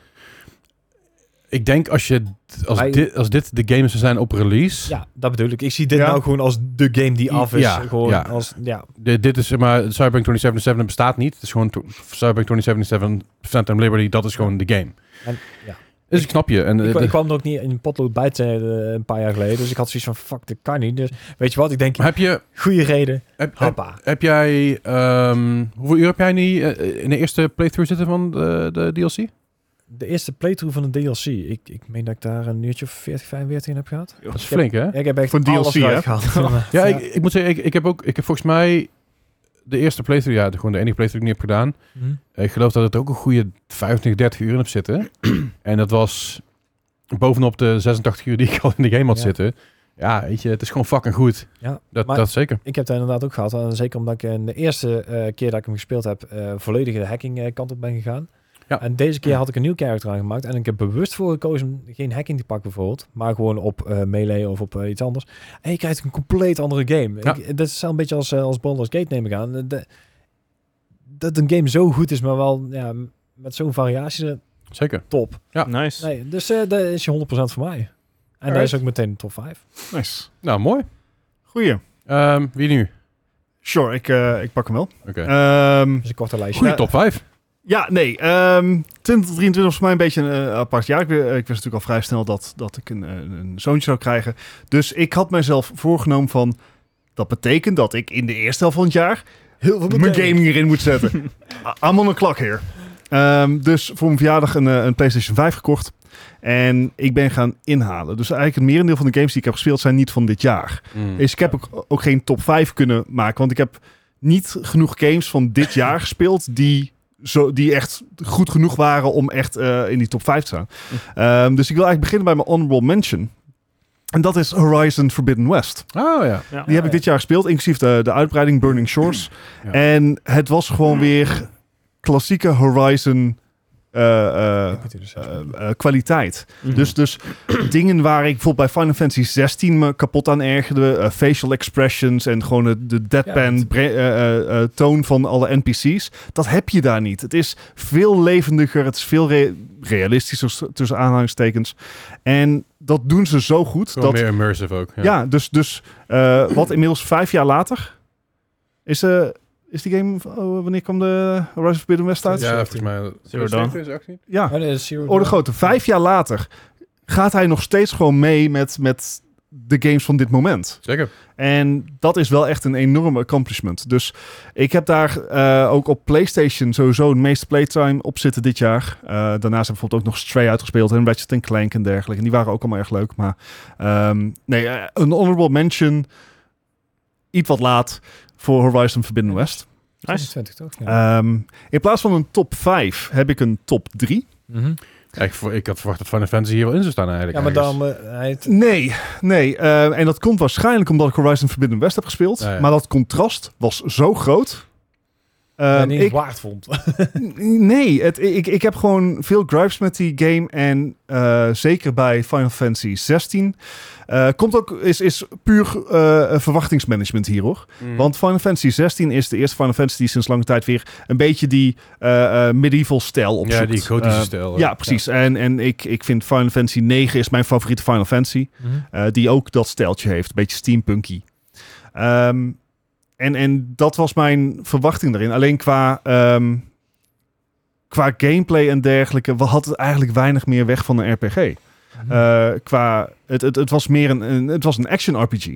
Ik denk als, je, als,
Hij-
dit, als dit de game zou zijn op release...
Ja, dat bedoel ik. Ik zie dit
Ja.
nou gewoon als de game die af is.
Ja,
gewoon
ja.
Als, ja.
Dit, dit is zeg maar Cyberpunk 2077 bestaat niet. Het is gewoon to- Cyberpunk 2077 Phantom Liberty. Dat is gewoon de game.
En- ja.
Dus ik snap je. En,
Ik,
eh,
kwa- ik
de-
kwam er ook niet in potlood bij te, eh, een paar jaar geleden. Dus ik had zoiets van, fuck, dit kan niet. Dus weet je wat, ik denk,
maar heb je,
goede reden.
heb, heb,
Hoppa.
heb jij, ehm, hoeveel uur heb jij nu eh, in de eerste playthrough zitten van de, de DLC?
De eerste playthrough van de DLC. Ik, ik meen dat ik daar een uurtje of 40, 45 in heb gehad.
Dat is
Ik heb-
flink, hè?
Ja, ik heb echt
Voor DLC,
alles
hè?
eruit gehaald.
[LAUGHS] Ja, ik, ik moet zeggen, ik, ik heb ook, ik heb volgens mij de eerste playthrough, ja, de- gewoon de enige playthrough die ik niet heb gedaan.
Hm.
Ik geloof dat het ook een goede 25, 30 uur in heb zitten. en dat was bovenop de 86 uur die ik al in de game had
Ja.
zitten. Ja, weet je, het is gewoon fucking goed.
Ja,
Dat,
maar
dat zeker.
ik heb dat inderdaad ook gehad. En zeker omdat ik in de eerste eh, keer dat ik hem gespeeld heb, eh volledig de hacking eh, kant op ben gegaan.
Ja.
En deze keer had ik een nieuw character aangemaakt. En ik heb bewust voor gekozen om geen hacking te pakken bijvoorbeeld. Maar gewoon op eh, melee of op eh, iets anders. En je krijgt een compleet andere game.
Ja.
Ik, dat is een beetje als, eh, als Baldur's Gate neem ik aan. Eh, de- dat een game zo goed is, maar wel ja, met zo'n variatie eh,
Zeker.
top.
Nice.
Nee, dus eh dat is je 100% voor mij. En dat
Alright.
is ook meteen de top 5.
nice.
Nou, mooi.
Goeie.
Ehm, wie nu?
Sure, ik, eh, ik pak hem wel.
Oké.
Ehm,
Dus een korte lijstje.
Goeie
ja.
top 5.
ja, nee. ehm 2023 was voor mij een beetje een eh, apart jaar. Ik, wi- ik wist natuurlijk al vrij snel dat, dat ik een, eh, een zoontje zou krijgen. Dus ik had mezelf voorgenomen van... Dat betekent dat ik in de eerste helft van het jaar...
Heel veel
mijn gaming erin moet zetten. I- I'm on [LAUGHS] a clock here. Ehm, dus voor mijn verjaardag een, eh, een PlayStation 5 gekocht. En ik ben gaan inhalen. Dus eigenlijk het merendeel van de games die ik heb gespeeld zijn niet van dit jaar.
Hmm.
Dus ik heb ook, ook geen top 5 kunnen maken. Want ik heb niet genoeg games
[LAUGHS]
van dit jaar gespeeld die, zo, die echt goed genoeg waren om echt eh, in die top 5 te staan.
Hmm.
Ehm, dus ik wil eigenlijk beginnen bij mijn honorable mention. En dat is Horizon Forbidden West.
Oh ja.
Ja.
Die heb ik dit jaar gespeeld, inclusief de, de uitbreiding
[CLEARS THROAT]
Burning Shores.
Ja.
En het was gewoon weer klassieke Horizon eh, eh,
dus,
eh,
Oh,
eh, kwaliteit.
Mhm.
Dus, dus dingen waar ik bijvoorbeeld bij Final Fantasy 16 me kapot aan ergerde. eh, facial expressions en gewoon de, de deadpan
Ja, dat-
bre- eh, eh, eh, toon van alle NPC's. Dat heb je daar niet. Het is veel levendiger. Het is veel re- realistischer s- tussen aanhalingstekens. En dat doen ze zo goed.
Gewoon
Dat,
meer immersive ook. Ja.
ja. dus, dus eh, wat inmiddels vijf jaar later is, eh, is die game... oh, wanneer kwam de Horizon Forbidden West uit?
Ja, volgens mij.
Zero Dawn.
ja.
Oh, nee, Zero
Oh, de
Dawn.
grote. Vijf jaar later gaat hij nog steeds gewoon mee met, met de games van dit moment.
Zeker.
En dat is wel echt een enorm accomplishment. Dus ik heb daar eh, ook op PlayStation sowieso het meeste playtime op zitten dit jaar. Eh, daarnaast heb ik bijvoorbeeld ook nog Stray uitgespeeld en Ratchet Clank en dergelijke. En die waren ook allemaal erg leuk. Maar ehm, nee, eh, een honorable mention. Iets wat laat voor Horizon Forbidden West.
Nice.
20 toch? Ja.
Ehm, in plaats van een top 5 heb ik een top 3.
Mhm.
Ja, ik, vo- ik had verwacht dat Final Fantasy hier wel in zou staan eigenlijk.
ja, maar
ergens.
dan... eh, hij het-
Nee, nee. eh, en dat komt waarschijnlijk omdat ik Horizon Forbidden West heb gespeeld.
Ja, ja.
Maar dat contrast was zo groot.
hij
Ehm,
niet
ik,
waard vond.
nee, het, ik, ik heb gewoon veel gripes met die game. En eh, zeker bij Final Fantasy 16. eh, komt ook, is, is puur eh, verwachtingsmanagement hier hoor.
Mm.
Want Final Fantasy 16 is de eerste Final Fantasy die sinds lange tijd weer een beetje die eh, eh, medieval stijl opzoekt.
ja, die gotische
Eh,
stijl.
Ja, precies. En, en ik, ik vind Final Fantasy 9 is mijn favoriete Final Fantasy.
[LAUGHS]
Eh, die ook dat steltje heeft. Een beetje steampunky. Ehm, en, en dat was mijn verwachting daarin. Alleen qua, ehm, qua gameplay en dergelijke... wa- had het eigenlijk weinig meer weg van een RPG.
Mhm.
Eh, qua, het, het, het was meer een, een, het was een action RPG.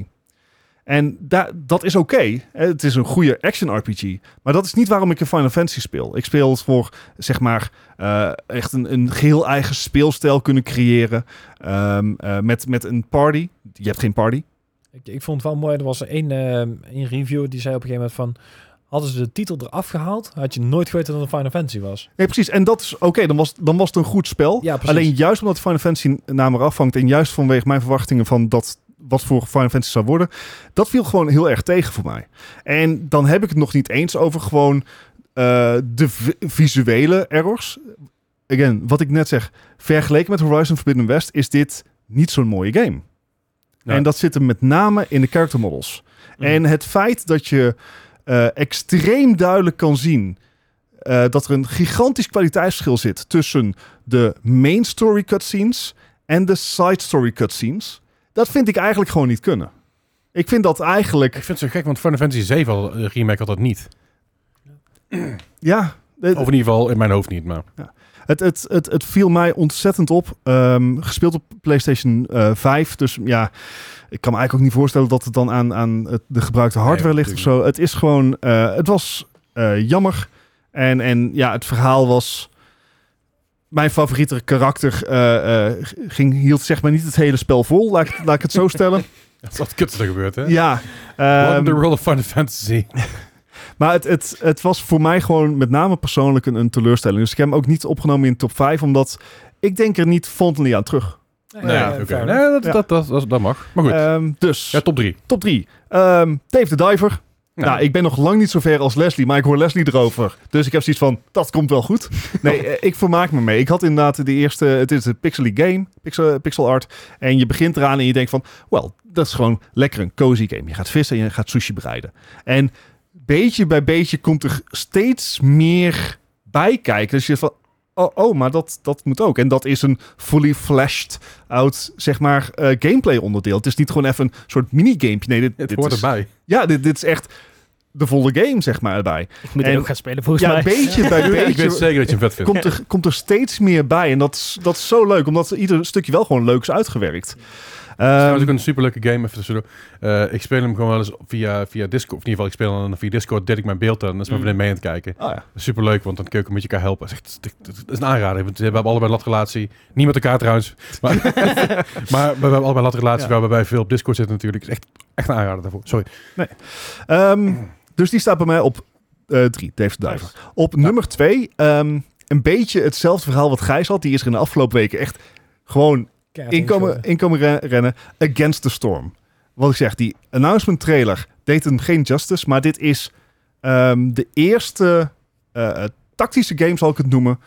En da, dat is oké. Eh, Het is een goede action RPG. Maar dat is niet waarom ik een Final Fantasy speel. Ik speel het voor, zeg maar, eh, echt een, een geheel eigen speelstijl kunnen creëren. Ehm, eh, met, met een party. Je hebt geen party.
eh, ik, ik vond het wel mooi. Er was één, ehm één reviewer die zei op een gegeven moment van... Hadden ze de titel eraf gehaald, had je nooit geweten dat het Final Fantasy was.
Nee, precies. En dat is oké, dan, was, dan was het een goed spel.
Ja,
Oh,
precies.
Alleen juist omdat Final Fantasy naam eraf hangt en juist vanwege mijn verwachtingen van dat wat voor Final Fantasy zou worden, dat viel gewoon heel erg tegen voor mij. En dan heb ik het nog niet eens over gewoon eh, de vi- visuele errors. Again, wat ik net zeg, vergeleken met Horizon Forbidden West is dit niet zo'n mooie game.
Ja.
En dat zit hem met name in de character models. En het feit dat je eh, extreem duidelijk kan zien eh, dat er een gigantisch kwaliteitsverschil zit tussen de main story cutscenes en de side story cutscenes, dat vind ik eigenlijk gewoon niet kunnen. Ik vind dat eigenlijk,
Ik vind het zo gek, want Final Fantasy 7 al, eh, remake had dat niet.
ja, eh, het,
Of in ieder geval in mijn hoofd niet, maar... [LAUGHS]
het, het, het, het viel mij ontzettend op. Ehm, gespeeld op PlayStation eh 5, dus ja, ik kan me eigenlijk ook niet voorstellen dat het dan aan, aan het, de gebruikte hardware ligt of
natuurlijk
zo. Het is gewoon, eh, het was eh, jammer. En, en ja, het verhaal was. Mijn favoriete karakter eh, eh, g- ging, hield zeg maar niet het hele spel vol, laat, ik- laat ik het zo stellen.
Wat kut is er gebeurd, hè?
ja,
What in
ehm,
the world of Final
[LAUGHS]
Fantasy.
maar het, het, het was voor mij gewoon met name persoonlijk een, een teleurstelling. Dus ik heb hem ook niet opgenomen in de top 5, omdat ik denk er niet fondly aan terug.
Nee, Nou ja,
Eh,
oké.
fair
Nee,
enough.
dat,
Nou Ja.
dat, dat, dat, dat mag. Maar goed,
Ehm, dus,
ja, top 3.
top 3. Ehm Dave de Diver.
Ja.
Nou, ik ben nog lang niet zo ver als Leslie, maar ik hoor Leslie erover. Dus ik heb zoiets van, dat komt wel goed.
[LAUGHS]
Nee, eh, ik vermaak me mee. Ik had inderdaad de eerste, het is een pixely game, pixel, pixel art. En je begint eraan en je denkt van, wel, dat is gewoon lekker een cozy game. Je gaat vissen en je gaat sushi bereiden. En beetje bij beetje komt er steeds meer bij kijken. Dus je zegt van, oh, oh maar dat, dat moet ook. En dat is een fully fleshed out, zeg maar, eh, gameplay onderdeel. Het is niet gewoon even een soort minigamepje. Nee, dit,
Het
dit
hoort
is,
erbij.
ja, dit, dit is echt de volle game, zeg maar, erbij.
Ik moet die
En-
ook gaan spelen, volgens
Ja,
mij.
een beetje
[LAUGHS]
bij
Ik weet
beetje
zeker dat je hem vet vindt.
komt er, komt er steeds meer bij. En dat is, dat is zo leuk, omdat ieder stukje wel gewoon leuk is uitgewerkt.
Het
Ehm,
is ook een superleuke game. Even tussendoor. Eh, ik speel hem gewoon wel eens via, via Discord. Of in ieder geval, ik speel hem dan via Discord. Deel ik mijn beeld aan. Dan is mijn
Mm.
vriendin mee aan het kijken.
ah, ja.
Superleuk, want dan kun je ook een beetje elkaar helpen. Het is, echt- het is een aanrader. want We hebben allebei een latrelatie. Niet met elkaar trouwens. Maar, maar we hebben allebei een latrelatie
Ja.
waar we bij veel op Discord zitten natuurlijk. Het is echt, echt een aanrader daarvoor. Sorry.
Ehm, dus die staat bij mij op 3, Dave de Diver. Op nummer 2, een beetje hetzelfde verhaal wat Gijs had. Die is er in de afgelopen weken echt gewoon
Keihard
inkomen,
ingeschoten.
inkomen re- rennen. Against the Storm. Wat ik zeg, die announcement trailer deed hem geen justice. Maar dit is ehm, de eerste eh, eh, tactische game, zal ik het noemen.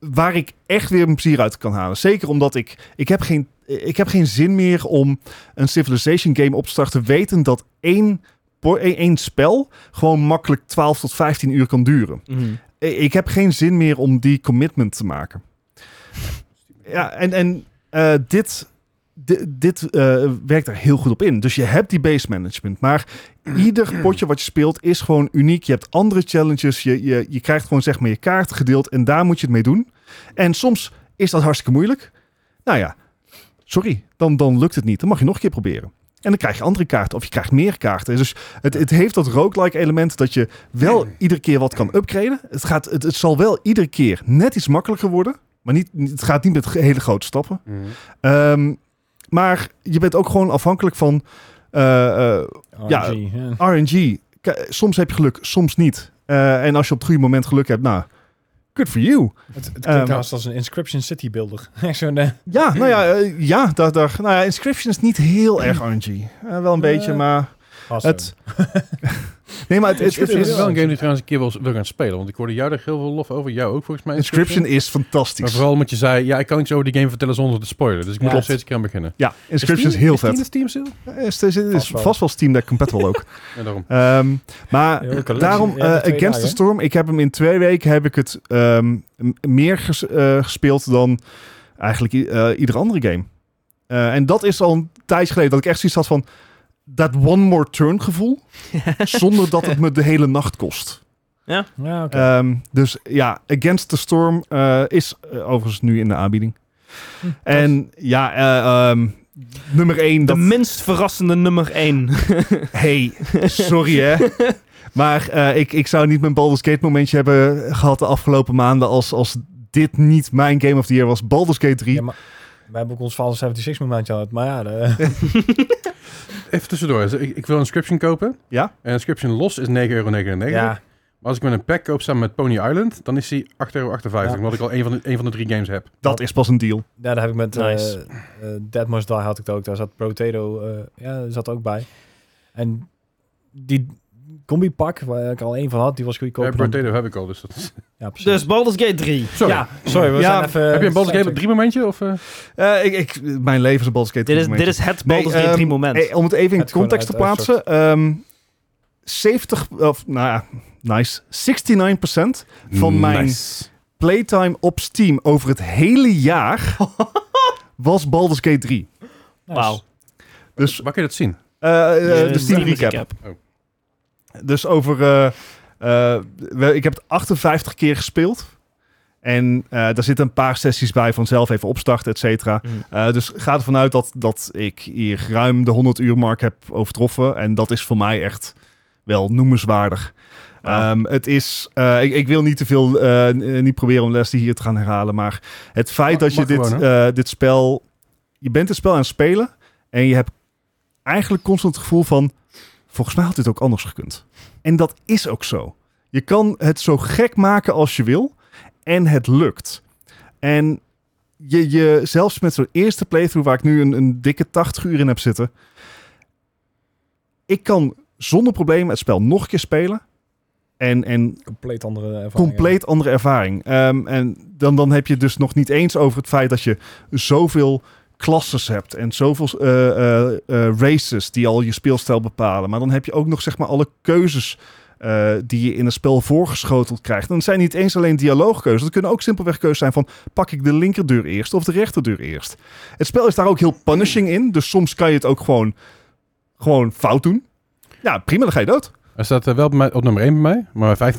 Waar ik echt weer mijn plezier uit kan halen. Zeker omdat ik, ik, heb geen, ik heb geen zin meer om een Civilization game op te starten. Weten dat één, por- één, één spel gewoon makkelijk 12 tot 15 uur kan duren.
Mhm.
I- Eh, ik heb geen zin meer om die commitment te maken. Ja, en, en eh, dit, di- dit eh, werkt er heel goed op in. Dus je hebt die base management, maar ieder potje wat je speelt is gewoon uniek. Je hebt andere challenges, je, je, je krijgt gewoon zeg maar je kaart gedeeld en daar moet je het mee doen. En soms is dat hartstikke moeilijk. Nou ja, sorry, dan, dan lukt het niet. Dan mag je nog een keer proberen. En dan krijg je andere kaarten of je krijgt meer kaarten. Dus het, het heeft dat roguelike element dat je wel
Hmm.
iedere keer wat kan upgraden. Het, gaat, het, het zal wel iedere keer net iets makkelijker worden. Maar niet, het gaat niet met hele grote stappen.
Mm.
Ehm, maar je bent ook gewoon afhankelijk van eh, eh, Ja.
RNG, hè.
RNG. K- soms heb je geluk, soms niet. Eh, en als je op het goede moment geluk hebt, nou, good for you.
Het, het
Ehm,
klinkt haast als een Inscription City builder. [LAUGHS] Echt zo'n... eh,
Ja,
Hmm.
nou ja, eh, ja daar, daar, nou ja, Inscription is niet heel erg RNG. Eh, wel een
Eh,
beetje, maar...
haast
Het, [LAUGHS]
zo'n.
nee, maar het, het,
Het
het
is
is...
wel een game die trouwens een keer wil, wil gaan spelen. Want ik hoorde jou daar heel veel lof over. Jou ook volgens mij.
Inscription is
Maar
fantastisch.
vooral omdat je zei, ja, ik kan niks over die game vertellen zonder te spoilen. Dus ik moet
Ja.
nog steeds een keer aan beginnen.
Ja, Inscription is heel vet.
Is Steam sale?
Eh, Is, is, is
Vast wel.
vast wel Steam Deck compatible
[LAUGHS]
ook.
Ja, daarom.
Ehm, maar
Ja, ook een
daarom,
lezen. Ja,
eh,
twee
Against the
dagen.
Storm, ik heb hem in twee weken heb ik het ehm, m- meer ges- eh, gespeeld dan eigenlijk i- eh, iedere andere game. Eh, en dat is al een tijdje geleden dat ik echt zoiets had van dat one more turn
[LAUGHS]
gevoel. zonder dat het me de hele nacht kost.
Ja, oké.
Ehm, dus ja, Against the Storm eh, is eh, overigens nu in de aanbieding.
Hm,
en ja, eh, ehm, nummer één.
De
dat-
minst verrassende nummer [LAUGHS] 1.
Hey, sorry
[LAUGHS]
hè. Maar eh, ik, ik zou niet mijn Baldur's Gate momentje hebben gehad de afgelopen maanden als, als dit niet mijn Game of the Year was. Baldur's Gate 3.
Ja, maar we hebben ook ons Final 76 momentje gehad. Maar ja, de-
Even tussendoor. Dus Ik, ik wil een subscription kopen.
Ja?
En een subscription los is 9,99 euro.
Ja,
Maar als ik met een pack koop samen met Pony Island, dan is die 8,58 euro.
Ja.
Omdat ik al een van, de, een van de drie games heb.
Dat is pas een deal.
ja, daar heb ik met eh
Nice.
eh, Dead Must Die had ik het ook. Daar zat Potato, eh ja, zat ook bij. En die combi pak waar ik al één van had, die was
Ja,
goedkoper. dan-
Potato heb ik al, dus dat is...
Ja, precies.
Dus Baldur's Gate 3.
[LAUGHS] Sorry.
Ja, sorry, we
Ja,
zijn even...
heb je een Baldur's Gate 3 momentje? Of, eh?
Eh, ik, ik, mijn leven is een Baldur's Gate
Dit is,
drie
dit
momentje.
is het
Nee,
Baldur's Gate 3
ehm,
moment.
eh, om het even in
Het gewoon eh,
context te
uit-
plaatsen. ehm, 70, of nou ja, nice. 69% van mijn
Nice.
playtime op Steam over het hele
[LAUGHS]
jaar was Baldur's Gate 3.
Nice.
Wauw.
Dus
Waar kun je dat zien?
eh, eh,
Eh,
de Steam
Steam
recap. Dus over. eh, eh, we- ik heb het 58 keer gespeeld. En eh, daar zitten een paar sessies bij van zelf even opstarten, et cetera.
Mm.
Eh, dus ga ervan uit dat, dat ik hier ruim de 100 uur mark heb overtroffen. En dat is voor mij echt wel noemenswaardig.
Wauw.
Ehm, het is, eh, ik, ik wil niet te veel, eh, n- niet proberen om les die hier te gaan herhalen. Maar het
Mag-
feit dat je
mag
dit,
gewoon,
eh, dit spel, je bent het spel aan het spelen. En je hebt eigenlijk constant het gevoel van, volgens mij had dit ook anders gekund. En dat is ook zo. Je kan het zo gek maken als je wil. En het lukt. En je, je, zelfs met zo'n eerste playthrough, waar ik nu een, een dikke 80 uur in heb zitten. Ik kan zonder problemen het spel nog een keer spelen. En, en
Compleet andere ervaring.
compleet andere ervaring. Ehm, en dan, dan heb je het dus nog niet eens over het feit dat je zoveel klasses hebt en zoveel eh, eh, eh, races die al je speelstijl bepalen. Maar dan heb je ook nog zeg maar alle keuzes eh, die je in een spel voorgeschoteld krijgt. En dat zijn niet eens alleen dialoogkeuzes. Dat kunnen ook simpelweg keuzes zijn van pak ik de linkerdeur eerst of de rechterdeur eerst. Het spel is daar ook heel punishing in. Dus soms kan je het ook gewoon, gewoon fout doen. Ja, prima, dan ga je dood.
Hij staat eh, wel bij mij, op nummer 1 bij mij, maar bij 15%.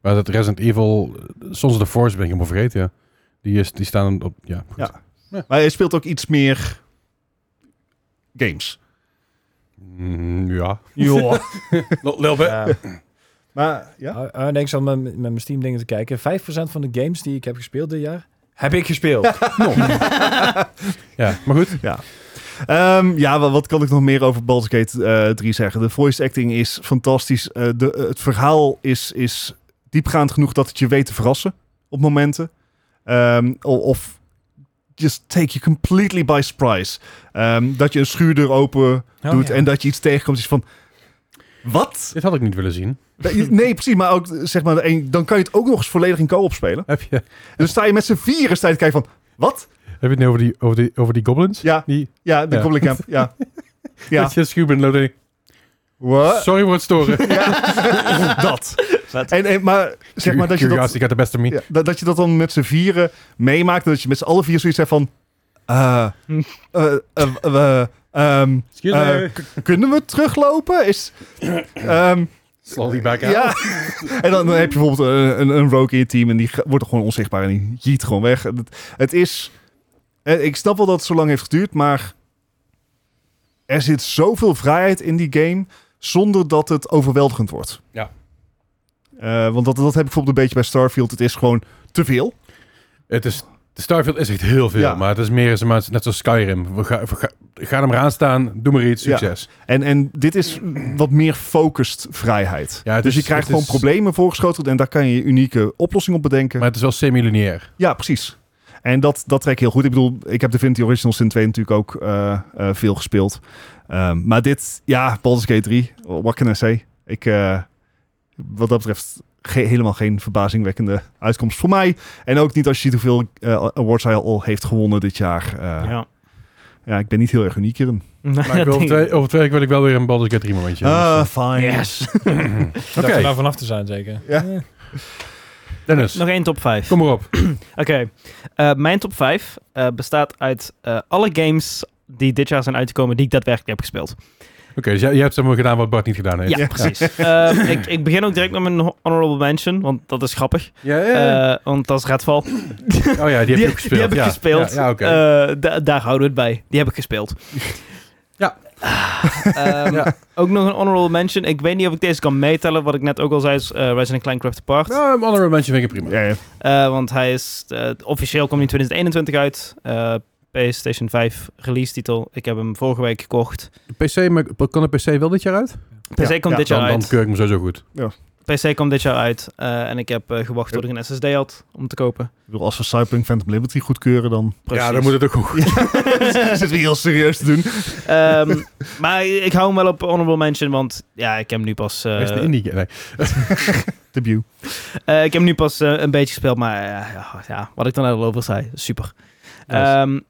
Maar dat Resident Evil, eh, Sons of the Force ben ik helemaal vergeten, ja. Die, is, die staan op, ja, goed.
Ja. Maar je speelt ook iets meer games.
Mm,
[LAUGHS]
ja.
Joh.
Ja.
Maar ja.
Ah, ah, nee, ik zat met, met mijn Steam dingen te kijken. 5% van de games die ik heb gespeeld dit jaar, heb ik gespeeld.
ja, maar goed.
Ehm, ja, wa- wat kan ik nog meer over Baldur's Gate eh, 3 zeggen? De voice acting is fantastisch. Eh, de, eh, het verhaal is, is diepgaand genoeg dat het je weet te verrassen op momenten. Ehm, o- of just take you completely by surprise. Ehm, dat je een schuurdeur open
Oh,
doet en dat je iets tegenkomt. Is van,
[LAUGHS]
wat?
Dit had ik niet willen zien.
Nee, precies. Maar ook, zeg maar, en dan kan je het ook nog eens volledig in co-op spelen.
Heb je,
En dan sta je met z'n vieren sta je te kijken van, wat?
heb je het nu over die, over die, over die goblins?
Ja,
Die,
ja, de
Ja.
Goblin Camp.
[LAUGHS]
Ja.
ja.
ja.
Dat je schuw bent, dan denk ik,
What?
sorry voor het
[LAUGHS]
storen.
dat.
Vet.
En, en, maar zeg maar dat je dat,
Curiosity got the best of me.
ja, dat, dat je dat dan met z'n vieren meemaakt. En dat je met z'n allen vier zoiets hebt van... eh,
[LAUGHS]
eh, eh, eh, ehm,
Excuse
eh,
me.
k- kunnen we teruglopen? Is, ehm,
Slowly back out.
ja. [LAUGHS] en dan, dan heb je bijvoorbeeld een, een, een rogue in je team en die ge- wordt er gewoon onzichtbaar en die jeet gewoon weg. Het, het is... eh, Ik snap wel dat het zo lang heeft geduurd, maar er zit zoveel vrijheid in die game zonder dat het overweldigend wordt.
Ja.
Eh, want dat, dat heb ik bijvoorbeeld een beetje bij Starfield. Het is gewoon te veel.
Het is, de Starfield is echt heel veel,
Ja.
maar het is meer zo- net zoals Skyrim. We gaan, we gaan, ga er maar aan staan, doe maar iets,
Ja.
succes.
En, en dit is wat meer focused vrijheid.
Ja, het
dus
is-
je krijgt
het
gewoon
is-
problemen voorgeschoteld en daar kan je je unieke oplossing op bedenken.
Maar het is wel
[LAUGHS]
semi-lineair.
Ja, precies. En dat, dat trek ik heel goed. Ik bedoel, ik heb Divinity Original Sin 2 natuurlijk ook eh, eh, veel gespeeld. Ehm, maar dit, ja, Baldur's Gate 3, what can I say? Ik, eh, wat dat betreft, ge- helemaal geen verbazingwekkende uitkomst voor mij. En ook niet als je ziet hoeveel eh, awards hij al heeft gewonnen dit jaar. Eh, ja.
Ja.
ik ben niet heel erg uniek hierin.
[LAUGHS]
Maar Nou, ik wil over, twee, over twee weken wil ik wel weer een Baldur's Gate 3 momentje.
Ah,
Dus,
fine. [LAUGHS]
Yes.
eh,
Dat
Oké,
we daar vanaf te zijn, zeker.
Ja.
Eh,
Dennis,
Nog één top 5.
kom maar op.
Oké, eh, mijn top 5 eh, bestaat uit eh, alle games die dit jaar zijn uitgekomen die ik daadwerkelijk heb gespeeld.
Oké, dus jij, jij hebt zeg maar gedaan wat Bart niet gedaan heeft.
Ja, precies. Eh, ik, ik begin ook direct met mijn ho- honorable mention, want dat is grappig.
Ja,
Eh, want dat is Redfall.
oh ja, die heb je ook gespeeld.
Eh, Die heb ik
ja.
gespeeld.
Ja, ja, oké.
Eh, da- daar houden we het bij. Die heb ik [LAUGHS] gespeeld.
Ja.
Ah, ehm,
Ja.
Ook nog een honorable mention. Ik weet niet of ik deze kan meetellen. Wat ik net ook al zei is eh Resident Clank Rift Apart.
Nou, een andere momentje vind ik prima.
Ja, ja.
Eh, want hij is... eh, officieel komt hij in 2021 uit. Eh, PlayStation 5 release titel. Ik heb hem vorige week gekocht.
PC, maar kan de PC wel dit jaar uit?
PC
Ja,
komt
ja,
dit jaar
Dan, dan
uit.
keur ik me sowieso goed.
PC komt dit jaar uit. eh, en ik heb eh, gewacht tot ik een SSD had om te [LAUGHS] kopen.
Ik bedoel, als we Cyberpunk Phantom Liberty goedkeuren, dan
Precies.
Ja, dan moet het ook goed.
[LAUGHS] zitten we heel serieus te doen.
Ehm, maar ik hou hem wel op honorable mention, want ja, ik heb hem nu pas... eh,
Hij is een indie game. Nee.
Debut.
Eh, ik heb hem nu pas eh, een beetje gespeeld, maar eh, ja, ja, wat ik dan net al over zei, super.
Nice.
Ehm,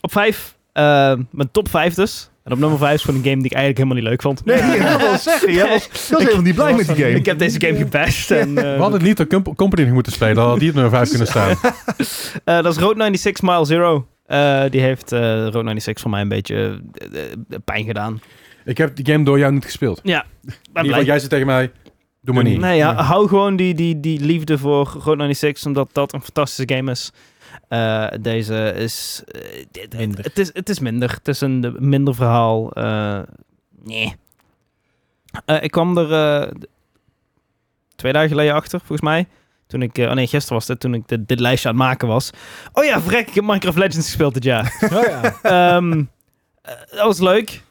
op vijf, ehm, mijn top vijf dus. En op nummer vijf is van een game die ik eigenlijk helemaal niet leuk vond.
Nee, ik wil wel zeggen. Jij
[LAUGHS]
was, was helemaal niet blij met die game.
Ik heb deze game gepasht. En, eh,
We hadden niet de comp- company nog moeten spelen. Dan had die op nummer 5
[LAUGHS]
kunnen staan.
eh, dat is Road 96 Mile Zero. Eh, die heeft eh Road 96 voor mij een beetje eh, eh, pijn gedaan.
Ik heb die game door jou niet gespeeld.
Maar
In ieder geval, jij zei tegen mij, doe maar niet.
Nee, ja, hou gewoon die, die, die liefde voor Road 96, omdat dat een fantastische game is. Eh, deze is... eh, dit-
Minder.
Het is, het is minder. Het is een minder verhaal. eh, nee. Eh, ik kwam er eh, twee dagen geleden achter, volgens mij. Toen ik... eh, oh nee, gisteren was het, toen ik dit, dit lijstje aan het maken was. Oh ja, vrek, ik heb Minecraft Legends gespeeld dit [LAUGHS] jaar.
Oh ja,
Ehm, eh, dat was leuk.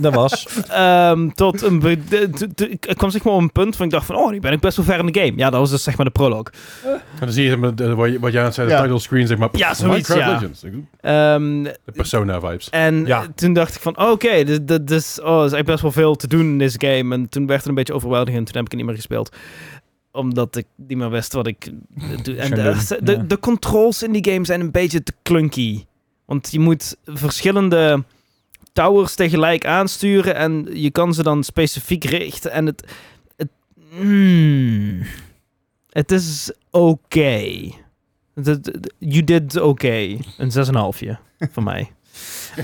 dat was.
Ehm, tot een be- de- de- de- ik kwam zeg maar op een punt van ik dacht van oh nu ben ik best wel ver in de game. Ja, dat was dus zeg maar de prologue.
En dan zie je hem, eh, wat je- wat jij aan het zei, de
Ja.
title screen, zeg maar.
Ja, zoiets,
Minecraft
ja.
Legends.
Ehm,
De Persona vibes.
en
Ja.
toen dacht ik van oké, dus, dat dus, oh, er is eigenlijk best wel veel te doen in deze game. En toen werd het een beetje overweldigend en toen heb ik het niet meer gespeeld omdat ik niet meer wist wat ik eh, doe. En
Zou
de,
doen,
de,
ja.
de controls in die game zijn een beetje te clunky. Want je moet verschillende towers tegelijk aansturen en je kan ze dan specifiek richten. En het. Het, mm. het is oké. Het- het- You did oké. Een 6,5 van mij.
[LAUGHS]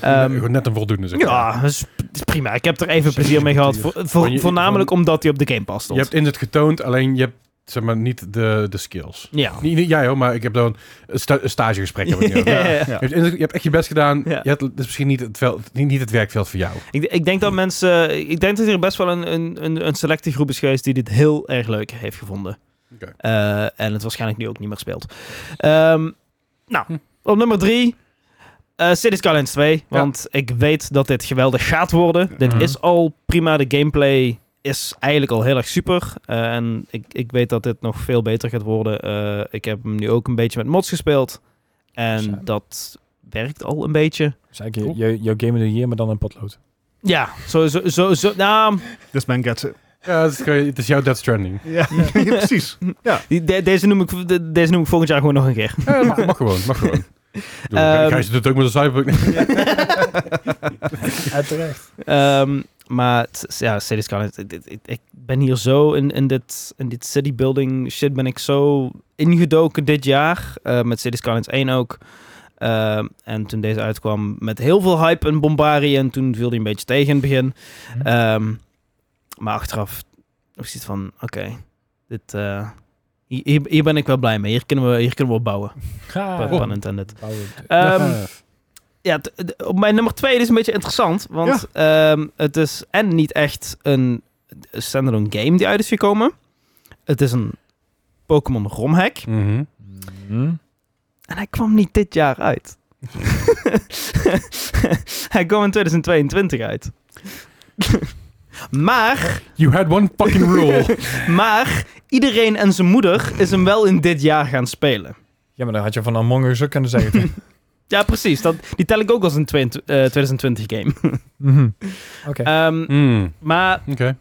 Ehm,
Gewoon net een voldoende, zeg maar.
ja, dat is, dat is prima. Ik heb er even plezier mee gehad. Vo- vo-
Maar je-
voornamelijk omdat hij op de Game Pass
Je
stond.
hebt inzet getoond, alleen je hebt zeg maar, niet de, de skills.
Ja.
Niet, niet jij hoor, maar ik heb dan een, sta- een stagegesprek.
[LAUGHS]
heb ik nu ook.
Ja.
Je, hebt inzet- je hebt echt je best gedaan.
Ja.
Je hebt, het is misschien niet het, veld, niet, niet het werkveld voor jou.
Ik, ik denk dat mensen. Ik denk dat er best wel een, een, een, een selecte groep is geweest die dit heel erg leuk heeft gevonden.
Oké.
Eh, en het waarschijnlijk nu ook niet meer speelt. Ehm, nou, op nummer drie. eh Cities Skylines 2.
Ja.
Want ik weet dat dit geweldig gaat worden. Dit
Mhm.
is al prima. De gameplay is eigenlijk al heel erg super. Eh, en ik, ik weet dat dit nog veel beter gaat worden. Eh, ik heb hem nu ook een beetje met mods gespeeld. En
Zo.
dat werkt al een beetje.
Dus eigenlijk je, je- jouw game of the year, maar dan een potlood.
Ja, zo, zo, zo, zo nou,
Dus mijn gets it.
Ja, het is, gewoon- het is jouw Death Stranding.
Ja, [LAUGHS] ja, precies.
Die- de- deze, noem ik, de- deze noem ik volgend jaar gewoon nog een keer.
Ja, mag, mag gewoon, mag gewoon. Doe,
[LAUGHS] Ehm.
Gijs doet het ook met een cyberpunk. [LAUGHS]
[LAUGHS] Uiteraard.
Ehm, maar het is- ja, Cities Skylines, ik, ik- ik- ik ben hier zo in, in, dit, in dit city building shit ben ik zo ingedoken dit jaar. eh, met Cities Skylines 1 ook. Ehm, en toen deze uitkwam met heel veel hype en bombarie. En toen viel die een beetje tegen in het begin.
Mhm.
Ehm, maar achteraf heb ik zoiets van, oké, dit... eh, hier- hier, hier ben ik wel blij mee. Hier kunnen we, hier kunnen we op bouwen.
Ga.
Pun intended.
Ja.
Ehm, ja, t- d- op mijn nummer twee dit is een beetje interessant. Want ehm, het is en niet echt een standalone game die uit is gekomen. Het is een Pokémon romhack.
Mhm.
Mhm.
En hij kwam niet dit jaar uit. [LAUGHS] hij kwam in 2022 uit. maar,
You had one fucking rule.
[LAUGHS] maar iedereen en zijn moeder is hem wel in dit jaar gaan spelen.
Ja, maar dan had je van Among Us ook kunnen zeggen. [LAUGHS] toch?
Ja, precies. Dat, die tel ik ook als een 20, eh, 2020 game.
Mhm. Oké.
Ehm,
Mm,
maar
Oké.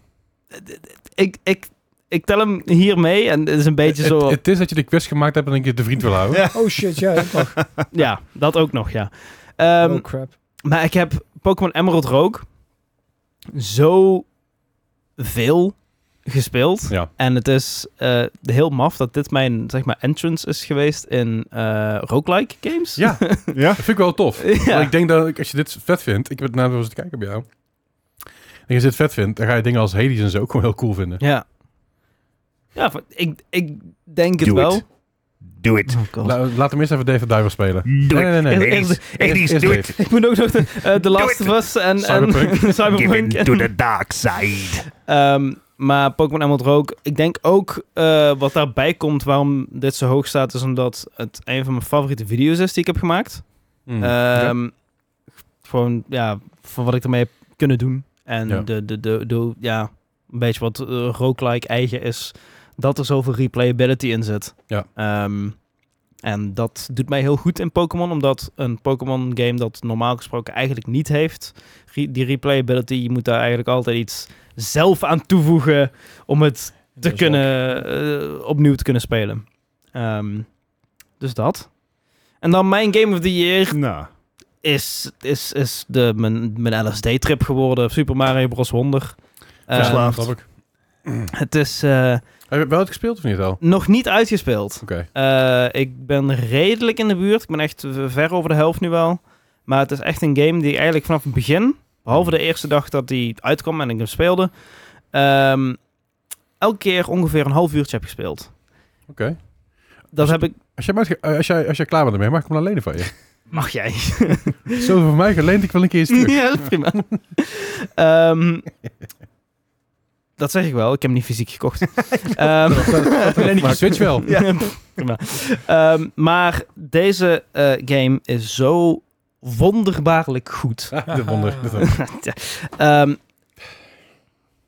ik, ik, ik tel hem hier mee en het is een
[LAUGHS]
beetje
Het-
zo...
Het, is dat je de quiz gemaakt hebt en dat ik je te vriend wil houden.
Oh shit, ja. dat mag.
ja, dat ook nog, ja. Ehm,
oh crap.
maar ik heb Pokémon Emerald Rogue zo veel gespeeld.
Ja.
En het is eh, heel maf dat dit mijn zeg maar, entrance is geweest in eh roguelike games.
Ja.
Ja?
Dat vind ik wel tof.
[LAUGHS] Ja.
Want ik denk dat ik- als je dit vet vindt, ik heb het namelijk wel eens te kijken bij jou. En als je dit vet vindt, dan ga je dingen als Hades en zo ook gewoon heel cool vinden.
Ja, ja van- ik, ik denk het
Do it.
wel.
Do it.
Oh God.
La- laat hem eerst even David Diver spelen.
Do
Nee,
it.
nee, nee. nee.
Eerst- eerst-
Eerst-
Hades,
eerst
do
Dave.
[LAUGHS]
it.
ik moet ook nog de, eh, The Last
it.
of Us en en-
Cyberpunk.
[LAUGHS] Cyberpunk
Give
en-
it to the dark side.
Ehm, maar Pokémon Emerald Rogue, ik denk ook eh, wat daarbij komt waarom dit zo hoog staat, is omdat het een van mijn favoriete video's is die ik heb gemaakt.
Mm.
Ehm, Gewoon, ja, voor wat ik ermee heb kunnen doen. En
Ja.
de, de, de, de, ja, een beetje wat uh, roguelike eigen is, dat er zoveel replayability in zit.
Ja.
Ehm, en dat doet mij heel goed in Pokémon, omdat een Pokémon game dat normaal gesproken eigenlijk niet heeft, re- die replayability, je moet daar eigenlijk altijd iets zelf aan toevoegen om het te
Dat is [LAUGHS]
kunnen, eh, opnieuw te kunnen spelen. Ehm, dus dat. En dan mijn Game of the Year
Nou,
is, is, is de, mijn, mijn LSD-trip geworden. Super Mario Bros. 100. Eh,
Verslaafd.
Snap ik.
het is eh,
Heb je wel het gespeeld of niet al? Oké.
nog niet uitgespeeld. Eh, ik ben redelijk in de buurt. Ik ben echt ver over de helft nu wel. Maar het is echt een game die eigenlijk vanaf het begin, behalve de eerste dag dat die uitkwam en ik hem speelde, ehm, elke keer ongeveer een half uurtje heb gespeeld.
Oké.
Dat heb ik.
Als jij, maar- eh, als, jij, als jij klaar bent ermee, mag ik hem dan lenen van je?
Mag jij?
Zo van mij geleend, ik wil een keer iets terug.
[LAUGHS] Ja, dat is prima. Ehm, dat zeg ik wel. Ik heb hem niet fysiek [LAUGHS] gekocht. Ehm,
Leen ik
[LAUGHS]
je Switch wel.
ja, prima. Ehm, maar deze eh, game is zo wonderbaarlijk goed.
De
Ah.
wonder.
[LAUGHS]
Dat ook.
Ehm,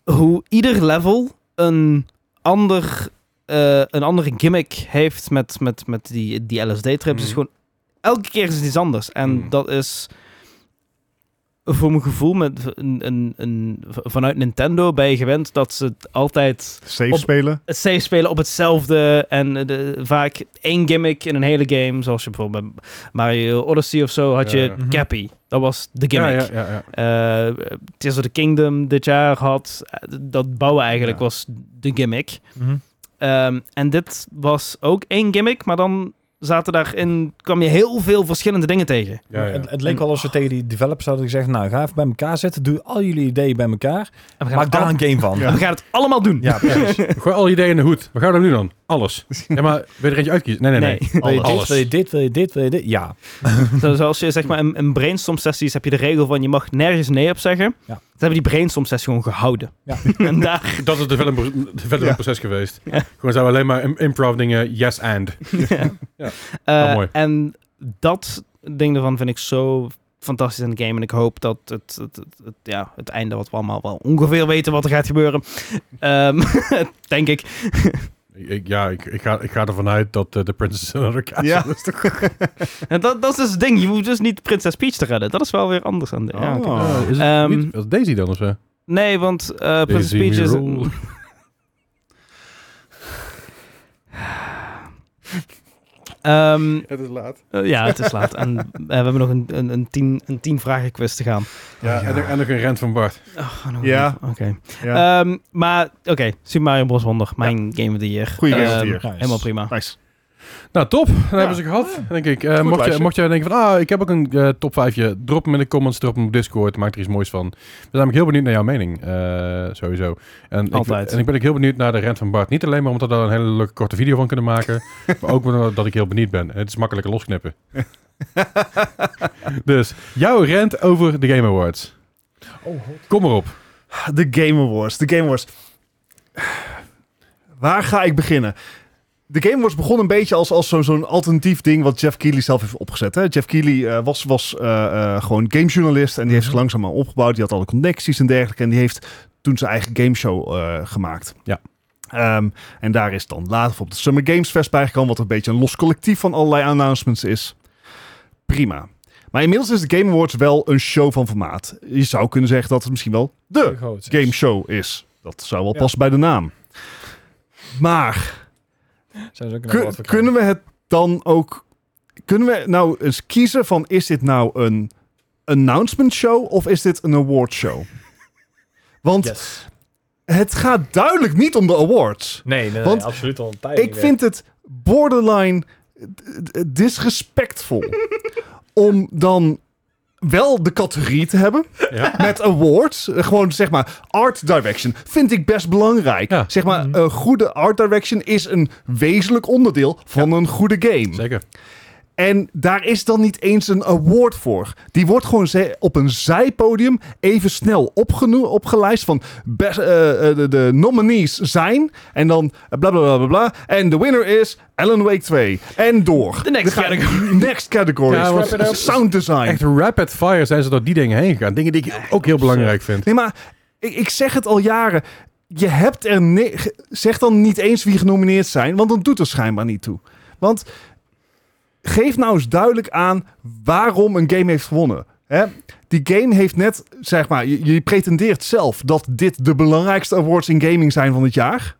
hoe ieder level een, ander, eh, een andere gimmick heeft met, met, met die, die LSD-trips.
Mhm.
is gewoon, elke keer is het iets anders. En
Mhm.
dat is voor mijn gevoel met een, een, een, vanuit Nintendo ben je gewend dat ze het altijd
safe
Op-
spelen.
het safe spelen op hetzelfde en eh, de, vaak één gimmick in een hele game. Zoals je bijvoorbeeld bij Mario Odyssey of zo had
Ja,
je
ja.
Mhm.
Cappy. Dat was de
Ja,
gimmick.
ja, ja, ja.
Eh, Tears of the Kingdom dit jaar had, eh, dat bouwen eigenlijk
Ja.
was de gimmick.
Mhm.
Ehm, en dit was ook één gimmick, maar dan zaten daarin, kwam je heel veel verschillende dingen tegen.
ja, ja.
Het, het leek wel alsof ze tegen die developers hadden gezegd... nou, ga even bij elkaar zitten. Doe al jullie ideeën bij elkaar.
En we gaan,
Maak
het,
daar
allemaal,
een game van.
we gaan het allemaal doen.
[LAUGHS] Ja, precies.
Gooi al je ideeën in de hoed. Wat gaan we dan nu dan? Alles. Ja, maar wil je er eentje uitkiezen? Nee, nee, nee.
Nee. [LAUGHS]
Wil je dit,
Alles.
wil je dit, wil je dit, wil je dit? Ja.
Zo- Zoals je zeg maar in, in brainstorm sessies heb je de regel van je mag nergens nee op zeggen.
Ja.
Dat hebben die brainstorm sessie gewoon gehouden.
Ja.
[LAUGHS] en daar,
Dat is het development, developmentproces geweest.
Ja.
Gewoon zijn we alleen maar im- improv dingen, yes and.
eh,
Oh, mooi.
En dat ding ervan vind ik zo fantastisch in de game. En ik hoop dat het, het, het, het- ja, het einde, wat we allemaal wel ongeveer weten wat er gaat
[LAUGHS]
gebeuren. Ehm, [LAUGHS] denk ik.
Ik, ja, ik, ik, ga, ik ga ervan uit dat eh, de Princess Another Castle
Ja.
is toch...
En dat, dat is dus het ding. Je hoeft dus niet Prinses Peach te redden. Dat is wel weer anders aan de. ja, oké.
Oh, is het
Ehm,
niet- was Daisy dan of zo?
Nee, want eh Prinses
Daisy
Peach is.
Mule.
Ehm,
Het is laat.
eh, ja, het is laat. En eh, we hebben nog een, een, een, tien, een tien vragen quiz te gaan.
Ja, en, er- en nog een rent van Bart.
Oh, nog
Ja.
een- Oké.
Ja.
Ehm, maar oké, Super Mario Bros. 100, mijn game of the year.
Goeie game of the
Ehm,
year.
Helemaal prima.
Nice.
Nou, top. Dan hebben we ze gehad, denk ik. Eh, mocht, je,
lijstje.
mocht jij denken van, ah, ik heb ook een eh, top 5, drop hem in de comments, drop hem op Discord, maak er iets moois van. We zijn namelijk heel benieuwd naar jouw mening, eh, sowieso. En
Altijd.
Ik, en ik ben ook heel benieuwd naar de rent van Bart. Niet alleen maar omdat we daar een hele leuke korte video van kunnen maken, maar ook omdat ik heel benieuwd ben. En het is makkelijker losknippen. dus, jouw rent over de Game Awards.
Oh, god.
Kom erop.
De Game Awards. De Game Awards. Waar ga ik beginnen? De Game Awards begon een beetje als, als zo- zo'n alternatief ding wat Jeff Keighley zelf heeft opgezet. Hè? Jeff Keighley eh, was, was eh, eh, gewoon gamejournalist en die heeft zich langzaamaan opgebouwd. Die had alle connecties en dergelijke en die heeft toen zijn eigen gameshow eh gemaakt.
Ja.
Ehm, en daar is dan later op de Summer Games Fest bijgekomen, wat een beetje een los collectief van allerlei announcements is. Prima. Maar inmiddels is de Game Awards wel een show van formaat. Je zou kunnen zeggen dat het misschien wel de game show is. Dat zou wel
Ja.
passen bij de naam. Maar
Zijn ze ook een
kun-
award voor
kunnen we het dan ook. Kunnen we nou eens kiezen van is dit nou een announcement show of is dit een award
[LAUGHS]
show? Want
krijgen? Yes.
het gaat duidelijk niet om de awards.
Nee, nee, nee,
Want
absoluut al een eh, tijd
Ik
niet
vind het borderline eh, eh,
[LAUGHS]
disrespectvol om dan wel de categorie te hebben
Ja.
met awards. Eh, Gewoon zeg maar art direction vind ik best belangrijk.
Ja.
Zeg maar, eh,
Mhm.
een goede art direction is een wezenlijk onderdeel van een goede game.
Zeker.
En daar is dan niet eens een award voor. Die wordt gewoon ze- op een zijpodium even snel opgeno- opgelijst van best- eh, eh, de, de nominees zijn. En dan eh, bla bla bla bla bla. En de winner is Alan Wake 2. En door.
De next
Dan ga-
category.
Next category.
Ja,
is
want-
sound design.
Echt rapid fire zijn ze door die dingen heen gegaan. Dingen die ik ook heel belangrijk vind.
Nee, maar ik, ik zeg het al jaren. Je hebt er... ni- ge- Zeg dan niet eens wie genomineerd zijn, want dan doet er schijnbaar niet toe. Want geef nou eens duidelijk aan waarom een game heeft gewonnen. Hè? Die game heeft net, zeg maar, je, je pretendeert zelf dat dit de belangrijkste awards in gaming zijn van het jaar.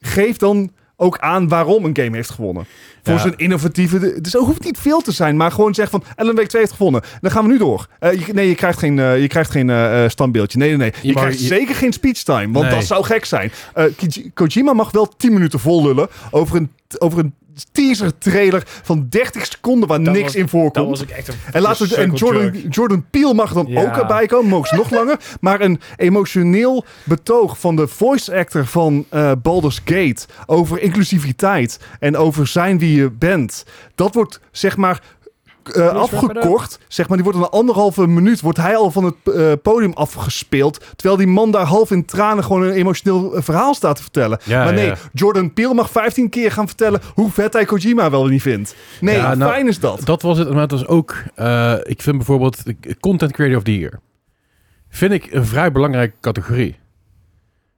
Geef dan ook aan waarom een game heeft gewonnen. Voor
Ja.
zijn innovatieve... Dus er hoeft niet veel te zijn, maar gewoon zeg van... Ellen Week 2 heeft gewonnen. Dan gaan we nu door. Eh, je- nee, je krijgt geen, eh, je krijgt geen eh, eh, standbeeldje. Nee, nee, nee. Je,
Je mag-
krijgt
je-
zeker geen speechtime, want
Nee.
dat zou gek zijn. Eh, Kij- Kojima mag wel 10 minuten vol lullen over een, over een teaser trailer van 30 seconden waar
Dat
niks
was-
in
Dat
voorkomt.
was ik echt een...
En, laten we, en
circle
Jordan,
jerk.
Jordan Peele mag dan
Ja.
ook erbij komen. Mogen ze
[LAUGHS]
nog langer. Maar een emotioneel betoog van de voice actor van eh, Baldur's Gate... over inclusiviteit en over zijn wie je bent... dat wordt zeg maar eh, afgekort. Zeg maar, die wordt in een anderhalve minuut... wordt hij al van het eh, podium afgespeeld... terwijl die man daar half in tranen... gewoon een emotioneel eh, verhaal staat te vertellen.
Ja,
maar nee,
ja.
Jordan Peele mag 15 keer gaan vertellen... hoe vet hij Kojima wel niet vindt. Nee,
Ja, nou,
fijn is dat.
Dat was het, maar het was ook... eh, ik vind bijvoorbeeld de Content Creator of the Year. Vind ik een vrij belangrijke categorie.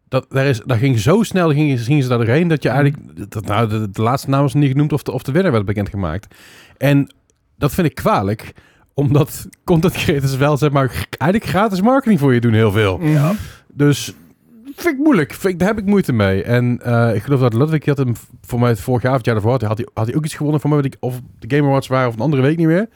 Dat, daar, is, daar ging zo snel gingen, gingen ze daar doorheen dat je eigenlijk... Dat, nou, de, de laatste naam was niet genoemd of de, of de winnaar werd bekendgemaakt. En dat vind ik kwalijk omdat content creators wel, zeg maar, g- eigenlijk gratis marketing voor je doen heel veel.
Ja.
Dus vind ik moeilijk. Vind ik, daar heb ik moeite mee. En eh, ik geloof dat Ludwig die had hem v- voor mij het vorige avond, jaar daarvoor, had, had, hij, had hij ook iets gewonnen voor mij. weet ik Of de Game Awards waren of een andere week niet meer.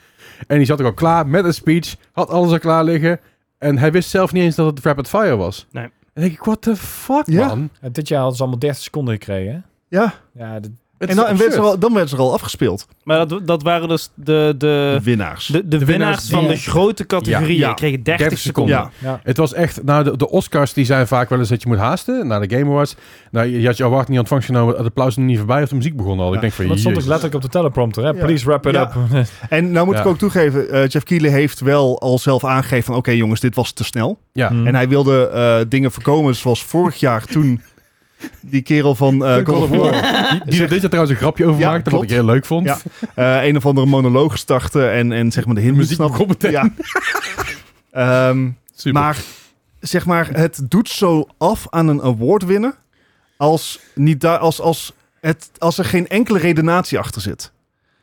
En die zat ook al klaar met een speech. Had alles al klaar liggen. En hij wist zelf niet eens dat het Rapid Fire was.
Nee.
En dan denk ik, what the fuck,
Ja.
man?
En dit jaar hadden ze allemaal 30 seconden gekregen, hè?
ja.
Ja, dat-
Het
En
is
dan, en werd
absurd.
ze al, dan werd ze er al afgespeeld.
Maar dat, dat waren dus de,
Eh,
de,
winnaars.
de, de, winnaars
winnaars
van
die-
de grote categorieën.
Ja.
Die kregen 30,
30
seconden.
ja.
ja.
Het was echt, nou, de, de Oscars die zijn vaak wel eens dat je moet haasten naar de Game Awards. Nou, je, je had je award niet aan het vangst genomen, het applaus nog niet voorbij of de muziek begon al.
Ja,
ik denk van,
Dat stond ook
jezus.
letterlijk op de teleprompter, hè?
Ja.
Please wrap it
Ja.
up. Ja.
En nou moet
Ja.
ik ook toegeven, eh, Jeff Keighley heeft wel al zelf aangegeven van... oké jongens, dit was te snel.
Ja.
Hmm.
En hij wilde eh, dingen voorkomen zoals vorig jaar
[LAUGHS]
toen die kerel van eh
Ik
God of
wilde
War...
horen. Die, die er dit jaar trouwens een grapje over
Ja,
maakte,
klopt.
wat ik heel leuk vond.
Ja. eh, een of andere monoloog startte en, en zeg maar de hint
De [LAUGHS]
niet
muziek
snapte.
begon meteen.
Ja. Ehm,
Super.
maar zeg maar, het doet zo af aan een award winnen... als, niet daar als, als, het, als er geen enkele redenatie achter zit.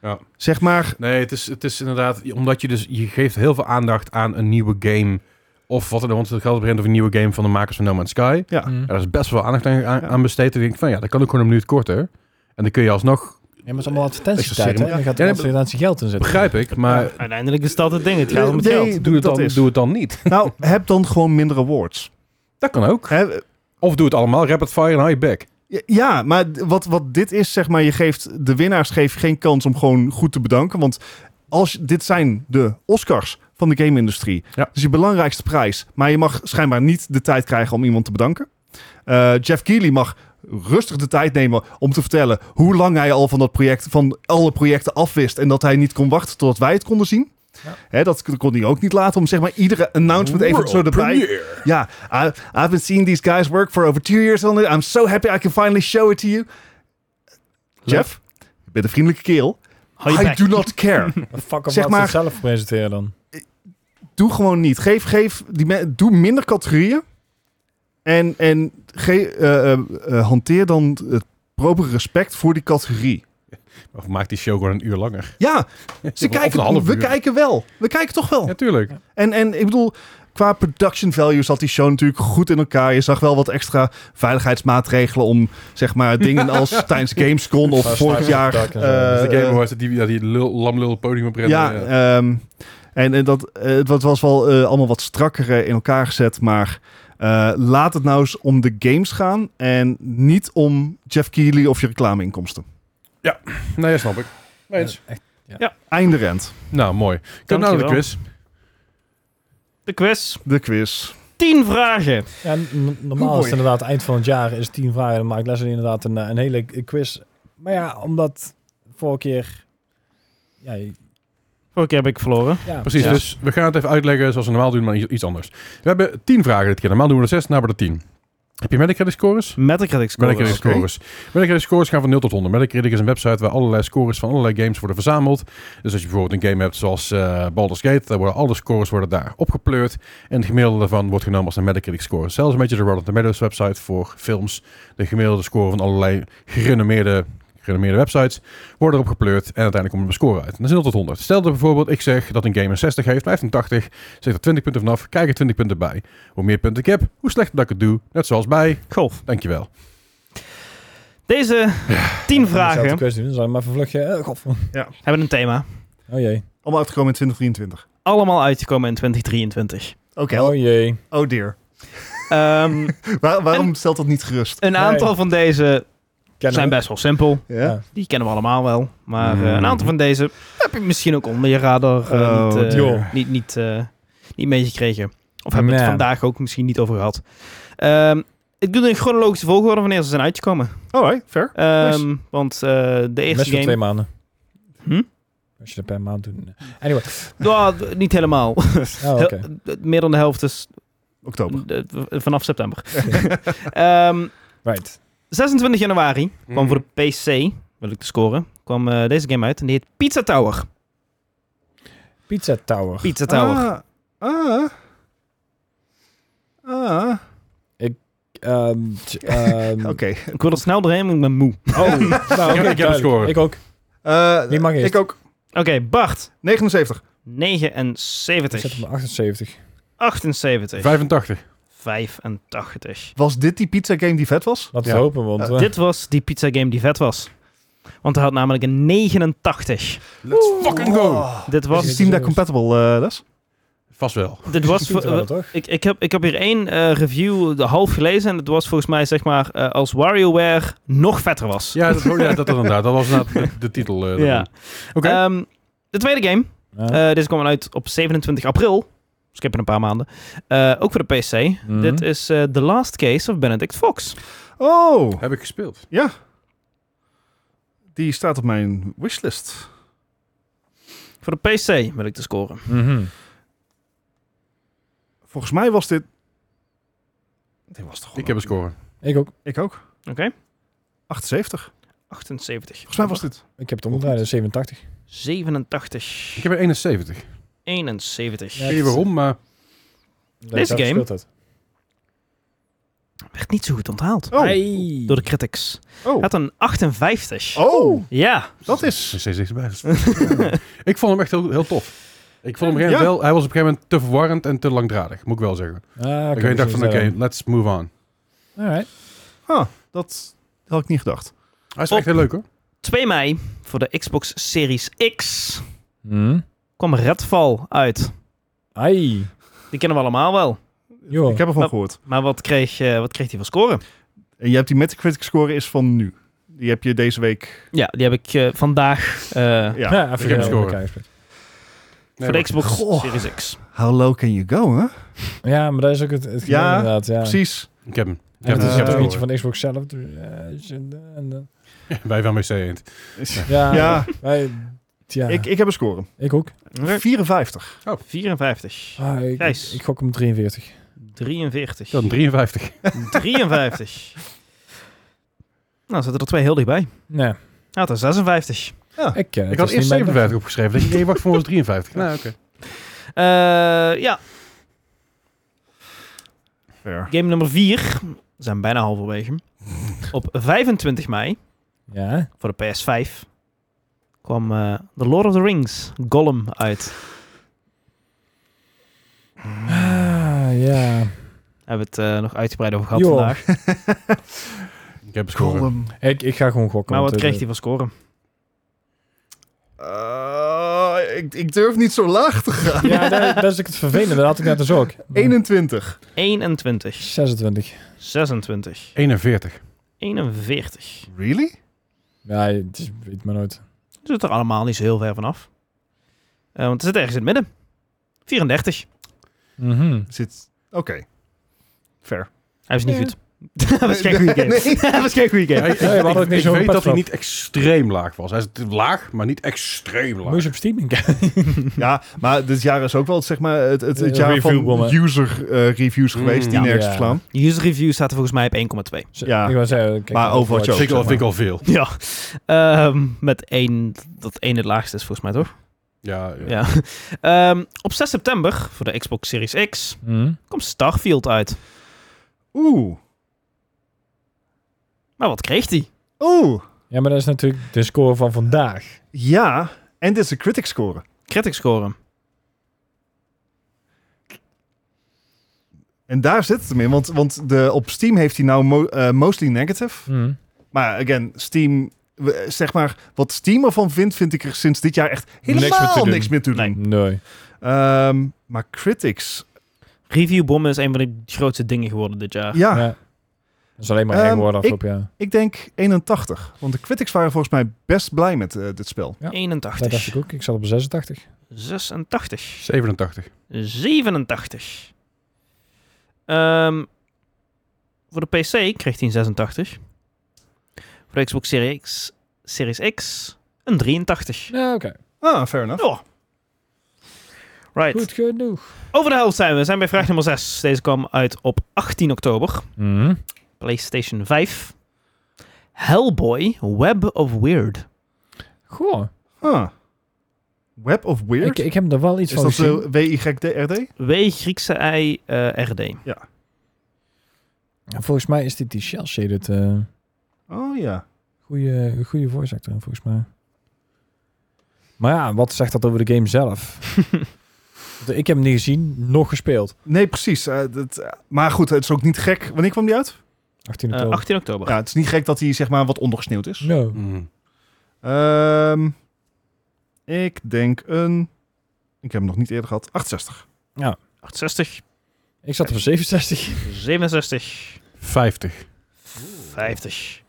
Ja.
Zeg maar,
Nee, het is, het is inderdaad, omdat je dus, je geeft heel veel aandacht aan een nieuwe game. Of wat er dan ons het geld brengt, of een nieuwe game van de makers van No Man's Sky.
ja.
Mm.
Er is best wel aandacht aan, aan-
Hm. Ja.
aan besteed. Ik denk van, ja, dat kan ook gewoon een minuut korter. En dan kun je alsnog,
Ja, maar het is allemaal advertentietijd, hè?
Extra
Dan gaat
Ja,
er
nee,
ja, advertentie geld in zitten.
begrijp ik, maar
Uiteindelijk is dat het ding. Het gaat om het
Nee,
geld.
doe, het
dat
dan,
is.
doe het dan niet. [LAUGHS]
Nou, heb dan gewoon minder awards.
Dat kan ook.
Hè,
Of doe het allemaal, rapid fire en hou je back.
Ja, maar d- wat, wat dit is, zeg maar, je geeft de winnaars geeft geen kans om gewoon goed te bedanken. Want als, dit zijn de Oscars van de game-industrie.
Ja.
Dus je belangrijkste prijs. Maar je mag schijnbaar niet de tijd krijgen om iemand te bedanken. Eh, Jeff Keighley mag rustig de tijd nemen om te vertellen hoe lang hij al van dat project, van alle projecten afwist. En dat hij niet kon wachten totdat wij het konden zien.
Ja.
Hè, dat kon hij ook niet laten om zeg maar iedere announcement even zo erbij. Yeah, I, I've been seeing these guys work for over two years on it. I'm so happy I can finally show it to you. Jeff, je bent een vriendelijke kerel.
Hou je
I
bek.
do not care.
Fuck
Zeg
of
maar-
maar... zelf presenteren dan.
doe gewoon niet. Geef, geef die me- doe minder categorieën. En, en ge- eh, eh, eh, hanteer dan het propere respect voor die categorie.
Of maak die show gewoon een uur langer.
Ja, [LAUGHS] ze
of een
kijken,
half
we
uur.
kijken Eh, wel. We kijken toch wel.
Natuurlijk.
En, en ik bedoel, qua production value zat die show natuurlijk goed in elkaar. Je zag wel wat extra veiligheidsmaatregelen om, zeg maar, dingen als tijdens Gamescom of
Als
vorig
tijdens
jaar...
de dak en zo.
eh,
dus de Game Awards, die, ja, die lul, lam lul podium op rennen. eh.
ja, ehm, en, en dat, eh, het was- was wel eh, allemaal wat strakker eh, in elkaar gezet, maar eh, laat het nou eens om de games gaan en niet om Jeff Keighley of je reclameinkomsten.
Nee, dat snap ik. Eens.
Ja, echt.
Einde rent.
Nou, mooi. Kom nou
Dankjewel.
de quiz.
De quiz.
De quiz.
10 vragen.
Ja, n- normaal is
Mooi.
het inderdaad eind van het jaar is tien vragen. Dan maakt Leslie inderdaad een, eh, een hele quiz. Maar ja, omdat vorige keer Ja, je-
Vorige keer heb ik verloren.
ja.
Precies,
Ja.
dus we gaan het even uitleggen zoals we normaal doen, maar i- iets anders. We hebben tien vragen dit keer. Normaal doen we er zes, nou hebben we er tien. Heb je Metacritic scores?
Metacritic scores.
Metacritic scores. Metacritic scores gaan van 0 tot 100. Metacritic is een website waar allerlei scores van allerlei games worden verzameld. Dus als je bijvoorbeeld een game hebt zoals eh Baldur's Gate, dan worden alle scores worden daar opgepleurd. En het gemiddelde daarvan wordt genomen als een Metacritic score. Zelfs een beetje de Rotten Tomatoes website voor films. De gemiddelde score van allerlei gerenommeerde gerenommeerde websites, worden erop gepleurd en uiteindelijk komt er een score uit. En dat is 0 tot 100. Stel dat bijvoorbeeld ik zeg dat een game een 60 heeft, maar hij heeft een 80, zet er 20 punten vanaf, kijk er 20 punten bij. Hoe meer punten ik heb, hoe slechter dat ik het doe. Net zoals bij,
Golf.
dankjewel.
Deze tien
Dezelfde
vragen
kwestie doen. Zou je maar vervluchten. Eh, god.
hebben een thema.
Oh jee.
Allemaal uitgekomen in 2023.
Allemaal uitgekomen in 2023.
Oké,
Oh jee.
oh dear.
Ehm,
Waar- waarom stelt dat niet gerust?
een aantal van deze
Kennen
zijn
we.
best wel simpel.
Ja.
Ja.
Die kennen we allemaal wel. Maar eh,
Mm.
Mhm.
een aantal van deze heb je misschien ook onder je radar eh,
Oh,
niet, eh,
joh.
niet, niet, eh, niet meegekregen. Of hebben we het
Man.
vandaag ook misschien niet over gehad. Ehm, ik doe het in chronologische volgorde wanneer ze zijn uitgekomen.
Alright, fair.
Ehm, Want eh, de
Best
eerste
voor twee
game...
maanden.
Hm?
Als je dat per maand doet. Anyway.
Ja, Ah, d- niet helemaal.
Oh, oké.
Heel- d- Meer dan [LAUGHS] de helft is
Oktober.
d- d- vanaf
[LAUGHS]
september. Ehm,
Right.
26 januari kwam
Mhm.
voor de PC, wil ik de scoren, kwam eh, deze game uit. En die heet Pizza Tower.
Pizza Tower.
Pizza Tower.
Ah. Ah.
Hm. Ehm, tj-
[LAUGHS]
ehm,
Oké.
Ik wil er snel doorheen, want ik ben moe.
Oh, nou, oké,
heb een
duidelijk.
score.
Ik ook.
Eh,
Wie mag eerst?
Ik ook.
Oké, Bart.
79.
Ik zet
79.
hem op 78.
78.
85.
85.
Was dit die pizza game die vet was?
Laten we
Ja.
hopen, want...
Ja,
eh,
Dit was die pizza game die vet was. Want hij had namelijk een 89.
Let's fucking go!
Oh.
Dit
Was
was...
die Steam Deck compatible, eh Les?
Vast wel.
[LAUGHS]
Dit was
ziet het wel,
voor,
toch?
ik, ik, heb, ik heb hier één eh, review de half gelezen. En het was volgens mij, zeg maar, eh, als WarioWare nog vetter was.
Ja, dat, hoorde- ja, dat inderdaad. Dat was inderdaad de, de titel. eh,
Ja.
daarvan. Oké.
Ehm, de tweede game.
Ja.
eh deze kwam uit op 27 april. Skippen een paar maanden. Eh, ook voor de PC.
Mhm.
Dit is eh, The Last Case of Benedict Fox.
Oh,
Heb ik gespeeld.
die staat op mijn wishlist.
Voor de PC wil ik de scoren.
Mhm.
Volgens mij was dit... Dit was toch
Ik heb een score.
Ik ook.
Ik ook.
Oké.
78.
78.
Volgens mij was dit...
Ik heb het omgedraaid, 87.
87.
Ik heb er 71. Ik
71.
Ja.
weet niet waarom, maar
Dat
Deze
ik dat
game.
gespeeld had.
Werd niet zo goed onthaald.
Oh.
Hey.
Door de critics.
Oh.
Had een 58.
Oh,
Ja.
dat
het is
is...
steeds dichterbij. Ja. ik vond hem echt heel, heel tof. Ik vond hem op een gegeven moment
Ja.
wel... Hij was op een gegeven moment te verwarrend en te langdradig, moet ik wel zeggen.
Ah,
ik weet- dacht van, oké, let's move on.
Alright.
Ah, dat had ik niet gedacht.
Hij is
Op.
echt heel leuk, hoor.
2 mei voor de Xbox Series X
Mhm.
kwam Redfall uit.
Ai.
Die kennen we allemaal wel.
Joh.
Ik heb ervan
Oh.
gehoord.
Maar wat kreeg, eh, wat kreeg die voor scoren?
En je hebt die Metacritic score is van nu. Die heb je deze week...
Ja, die heb ik eh, vandaag eh,
Ja.
Ja, even
heb
eh,
scoren.
elkaar gespeeld.
Nee,
voor de
wacht.
Xbox
Goh.
Series X.
How low can you go, hè?
Ja, maar dat is ook het, het
Ja,
ja, inderdaad. Ja.
Precies.
Ik heb hem. Ik
En
heb
het
hem.
is
Ik heb
ook
hem.
een
eh,
beetje van Xbox zelf. dus, eh, en dan-
Wij van WC Eend.
Ja.
Ja.
Wij, ja.
Ik,
Ik,
ik heb een score.
ik ook.
54.
54.
Ah, ik,
Gijs.
ik gok hem 43.
53.
Ik had een 53.
53. nou, zitten er twee heel dichtbij.
Nee.
Hij had er 56.
Ik, eh,
Ik
het
had
is
eerst
niet mijn dag.
57 opgeschreven. Ik dacht, nee, wacht, voor ons 53. Nou, oké.
Eh, ja,
Fair.
game nummer 4. We zijn bijna
[LAUGHS]
halverwege. Op 25 mei,
Ja.
voor de PS5, kwam eh, The Lord of the Rings Gollum uit.
Hmm. Ah, ja.
Daar hebben we het eh, nog uitgebreid over gehad
Joh.
vandaag.
Ik heb een score.
Column.
Ik, ik ga gewoon gokken.
Maar wat
want,
kreeg
eh,
hij voor scoren?
Eh, ik, ik durf niet zo laag te gaan. [LAUGHS]
[LAUGHS] Ja, dat, dat is ook het vervelende. Dat had ik net dus ook.
21.
21,
26.
26,
41.
41.
Really?
Ja, het is, weet maar nooit.
Dat zit Dus er allemaal niet zo heel ver vanaf. Eh, want het zit ergens in het midden. 34.
Mhm.
Zit... Oké. Fair.
Hij is niet
Ja.
goed. [LAUGHS] dat was geen
[LAUGHS]
goede game.
[LAUGHS]
dat was geen goede game.
ik
Nee, we hadden ook
ik-
niet
ik
zo'n
weet dat hij
petflap.
niet extreem laag was. Hij is laag, maar niet extreem laag.
Moest je op Steam in [LAUGHS]
Ja, maar dit jaar is ook wel zeg maar, het, het, het
Ja,
jaar
review
van
bommen.
user eh, reviews
Mm.
geweest die
Ja.
nergens
Ja.
verslaan.
User reviews staat er volgens mij op 1,2.
Ja.
Ik wou zeggen, kijk,
Maar Overwatch
Dat
ook,
vind ik, al,
zeg
vind ik
maar.
al veel.
[LAUGHS] Ja. Ehm, met één, dat één het laagste is volgens mij toch?
Ja, ja.
Ja. [LAUGHS] Ehm, op 6 september voor de Xbox Series X
Mhm.
komt Starfield uit.
Oeh.
Maar wat kreeg die?
Oeh.
Ja, maar dat is natuurlijk de score van vandaag.
Ja. En dit is de critic score.
Critic score.
En daar zit het hem in. Want, want de, op Steam heeft hij nou mo- eh, mostly negative.
Mhm.
Maar again, Steam... we- Zeg maar, wat Steam ervan vindt, vind ik er sinds dit jaar echt
meer
helemaal niks
te
meer
doen.
te doen.
Nee.
Nee.
Ehm, maar critics...
Reviewbommen is een van de grootste dingen geworden dit jaar.
Ja,
Ja. Dat is alleen maar
Ah. Ehm,
één woord afgelopen jaar.
ik denk 81. Want de critics waren volgens mij best blij met eh, dit spel.
ja. Dat
81,
dacht ik ook. Ik zat op 86.
86,
87.
87. Ehm, voor de PC kreeg hij een 86. Voor de Xbox Series X, Series X een 83.
Ja, oké.
Ah, fair enough.
Oh. Right.
Goed genoeg.
Over de helft zijn we. We zijn bij vraag nummer 6. Deze kwam uit op 18 oktober.
Mhm.
PlayStation 5. Hellboy, Web of Weird.
Goh.
Huh. Ah. Web of Weird?
Ik, ik heb er wel iets
is
van
dat eh,
gezien.
zo W-Y-D-R-D?
W, Griekse I, eh, RD.
Ja, Volgens mij is dit die Shell Shaded eh
Oh ja.
goede, goede voice actor, volgens mij. Maar ja, wat zegt dat over de game
[LAUGHS]
zelf? Want ik heb hem niet gezien, nog gespeeld.
Nee, precies. Eh, dat, eh, maar goed, het is ook niet gek. Wanneer kwam die uit?
18
Eh,
oktober.
18 oktober.
Ja, het is niet gek dat hij zeg maar wat ondergesneeuwd is.
No.
Mhm.
Ehm, ik denk een... Ik heb hem nog niet eerder gehad. 68.
68,
Ik zat op
[LAUGHS]
67.
67,
50.
50.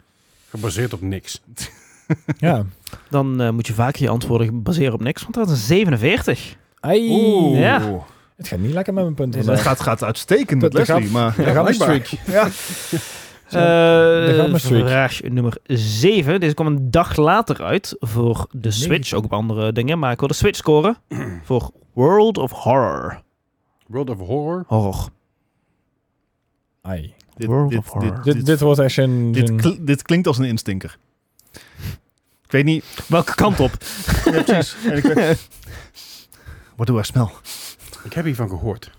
Gebaseerd op niks.
ja.
Dan eh, moet je vaker je antwoorden baseren op niks, want dat is een 47.
Ai.
Ja.
Het gaat niet lekker met mijn punten
Is
Het
vandaag.
gaat, gaat uitstekend met
Dat- dat
Leslie,
gaat-
maar...
Daar gaat mijn
blijkbaar.
streak. Zo, daar gaat
Eh
mijn streak.
vraag nummer 7. Deze kwam een dag later uit voor de Switch. Ook op andere dingen, maar ik wil de Switch scoren voor World of Horror.
World of Horror.
Horror.
Ai.
Dit,
World
dit,
of Horror.
dit,
Dit,
dit-
dit wordt echt een...
dit
een-
kl- dit klinkt als een instinker. Ik weet niet...
Welke kant op?
Ja, precies. [LAUGHS] En ik weet- What do I smell?
Ik heb hiervan gehoord.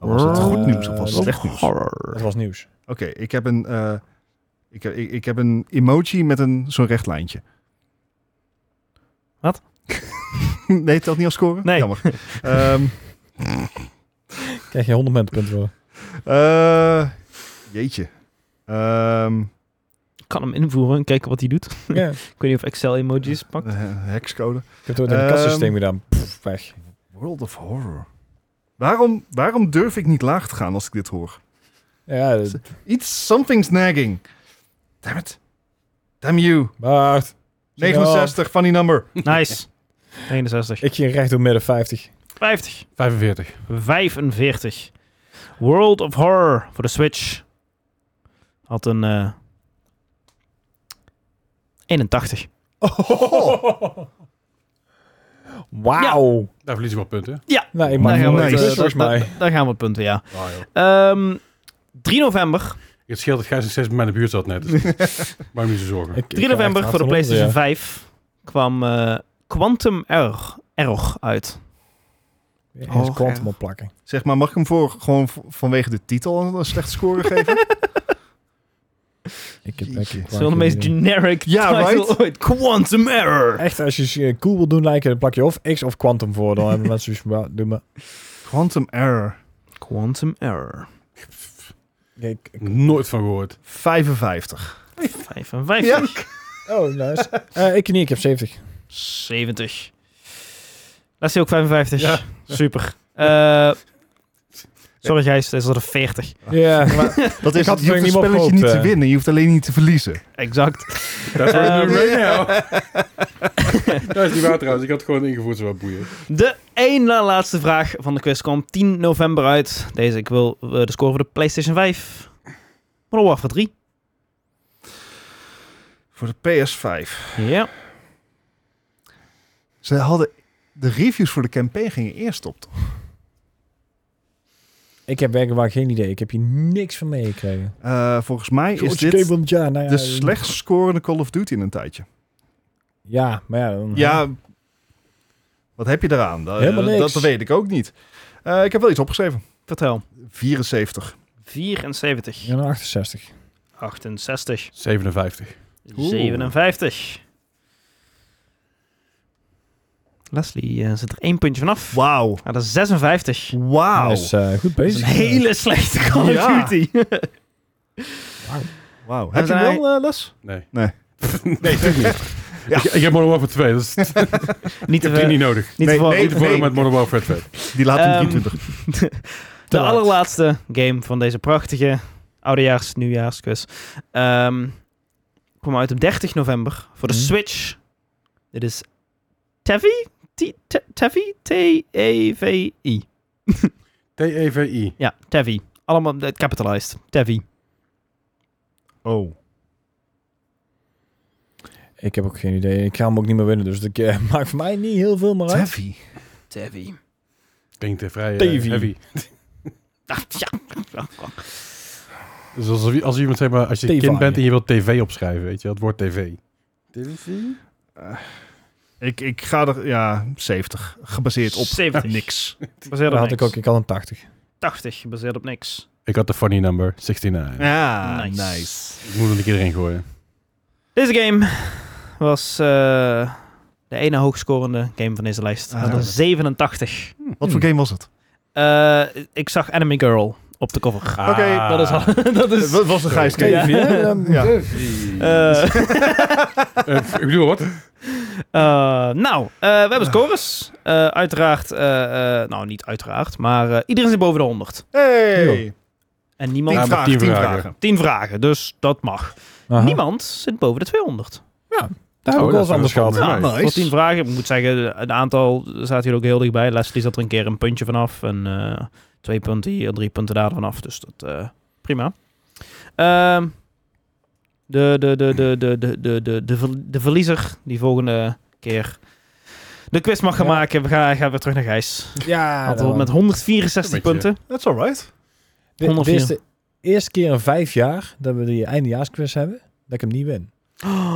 Oh, Was het goed
Eh,
nieuws of was het
dat-
slecht nieuws?
Het
Horror.
was nieuws.
Oké, ik heb een. eh, ik, heb, ik, ik heb een emoji met een zo'n recht lijntje.
Wat?
[LAUGHS] nee, telt niet als scoren?
Nee.
Jammer. Ehm,
Krijg je 100 punten voor.
eh, jeetje. Ehm
Ik kan hem invoeren en kijken wat hij doet.
ja. Ik
Ik weet niet of Excel emojis pakt.
eh, hekscode.
heb het ooit in het
Ehm.
kassysteem gedaan. Pff, weg.
World of Horror. Waarom, waarom durf ik niet laag te gaan als ik dit hoor?
Ja, dat-
Iets, something's nagging. Damn it. Damn you.
Bart.
69, funny
[LAUGHS]
number.
[LAUGHS] Nice. 61.
Ik ging recht door midden 50.
50.
45.
45. World of Horror voor de Switch. Had een... eh, 81.
Oh,
Oh,
Wauw.
Daar verlies ik wel punten.
Nou, ik
Daar
mag
gaan we
nog
nice.
het,
niks,
eh,
volgens
dat-
mij.
dat- Daar gaan we op punten, ja.
Ah, joh.
Ehm, 3 november.
Het scheelt dat Gijs en Zes bij mij in de buurt zat net. Dus maak me niet zo zorgen.
3 november voor de PlayStation 5 kwam eh, Quantum Error, Error uit.
Ja, eens
Oh,
quantum
ja.
opplakken.
Zeg maar, mag ik hem voor, gewoon v- vanwege de titel een slecht score geven?
[LAUGHS] Ik heb
Jeetje.
ik heb
Dat is wel de meest generic
Ja,
title
right?
ooit. Quantum Error.
Echt, als je ze eh, cool wil doen lijken, dan plak je of X of Quantum voor. Dan hebben mensen zoiets van, "Wa, doe maar.
Quantum Error.
Quantum Error.
Kijk,
Nooit van gehoord.
55.
55.
oh, nice. [LAUGHS] Eh, ik niet, ik heb 70.
70. Laat ze ook 55.
Ja.
Super. Eh, sorry Gijs, dat is er 40.
Ja, Ah. [LAUGHS] maar
Dat
Ik
is het,
had
je hoeft een
het niet
spelletje
opgehoopt,
niet te
eh.
winnen, je hoeft alleen niet te verliezen.
Exact. Eh,
Dat is
what we're doing
Dat is niet waar trouwens. Ik had gewoon ingevoerd, zo wat boeien.
De één na laatste vraag van de quiz kwam 10 november uit. Deze, ik wil eh, de score voor de PlayStation 5. Modern Warfare 3.
Voor de PS5.
Ja.
Ze hadden... De reviews voor de campaign gingen eerst op, toch?
Ik heb werkelijk waar geen idee. Ik heb hier niks van meegekregen.
Eh, volgens mij is
George
dit
Cable, ja, nou ja,
de slechtst scorende Call of Duty in een tijdje.
Ja, maar ja. Dan,
Ja, wat heb je eraan? Dat,
Mhm.
eh,
Helemaal niks.
dat weet ik ook niet. Eh, ik heb wel iets opgeschreven.
Vertel.
74.
74.
Ja, nou, 68.
68.
57.
Oeh.
57. Leslie eh, zit er één puntje vanaf.
Wauw.
Ja, dat is 56.
Wauw.
Dus eh, goed
Dat is een
bezig.
hele slechte Call of
Ja.
Duty.
Wauw.
Dan
Heb je hem
zijn-
wel, eh, Les?
Nee. [LAUGHS]
Nee.
nee, natuurlijk niet.
Ja.
ik, ik heb Modern Warfare 2. Dat is, ik
niet te
heb die
ver-
niet nodig.
niet
Nee,
te ver-
nee,
Niet te vullen met Modern Warfare 2.
[LAUGHS] Die laat
Ehm,
hem 23.
De
laat.
allerlaatste game van deze prachtige oudejaars nieuwjaarsquiz. Ehm kwam uit op 30 november voor de
Mhm.
Switch. Dit is Tevi? T- Te- Tevi? T-E-V-I.
T-E-V-I.
Ja, Tevi. Allemaal eh, capitalized. Tevi.
Oh.
Ik heb ook geen idee. Ik ga hem ook niet meer winnen. Dus dat eh, [LAUGHS] maakt voor mij niet heel veel meer uit.
Heavy.
Tevi.
Klinkt eh, vrij eh,
Tevi.
heavy.
Ah, ja.
Dus als, als iemand zeg maar, als je
Tevi.
kind bent en je wilt tv opschrijven, weet je, het woord tv.
Ik, ik ga er, ja, 70. Gebaseerd op
70.
niks.
Gebaseerd
Dan had
op
ik
niks.
ook. Ik had een 80.
80 gebaseerd op niks.
Ik had de funny number, 69.
Ja,
nice.
Ik moet hem een keer erin gooien.
Deze game was eh, de ene hoogscorende game van deze lijst.
Ah,
Met een
dat-
87.
Wat voor game was het?
Eh, ik zag Enemy Girl op de cover.
Ah.
Oké,
[LAUGHS] Dat is al. [LAUGHS] dat
[LAUGHS]
is.
Het was een grijs game.
Dus- Ja.
[LAUGHS] Ja.
eh,
Eh, ik bedoel, wat?
eh, nou, eh, we hebben scores. Eh, uiteraard, eh, eh, nou niet uiteraard, maar eh, iedereen zit boven de 100.
Hey.
En
Tien
niemand.
Ja, maar
vragen,
tien
tien
vragen.
vragen.
10 vragen, dus dat mag.
Aha.
Niemand zit boven de 200.
Daar heb
Oh,
ik
dat
wel
is
eens anders
wel
van.
schattig.
Nou,
Nice.
voor 10 vragen, ik moet zeggen, een aantal zaten hier ook heel dichtbij. Leslie zat er een keer een puntje vanaf. En eh, twee punten hier, drie punten daar vanaf. Dus dat, eh, prima. Ehm, de, de, de, de, de, de, de, de, de, ver- de verliezer die volgende keer de quiz mag gaan
Ja. Ah,
maken. We gaan, gaan weer terug naar Gijs.
Ja,
Had al
dan-
met 164
Een beetje.
punten.
That's alright.
Dit- Dit,
104.
is de eerste keer in vijf jaar dat we die eindejaarsquiz hebben, dat ik hem niet win.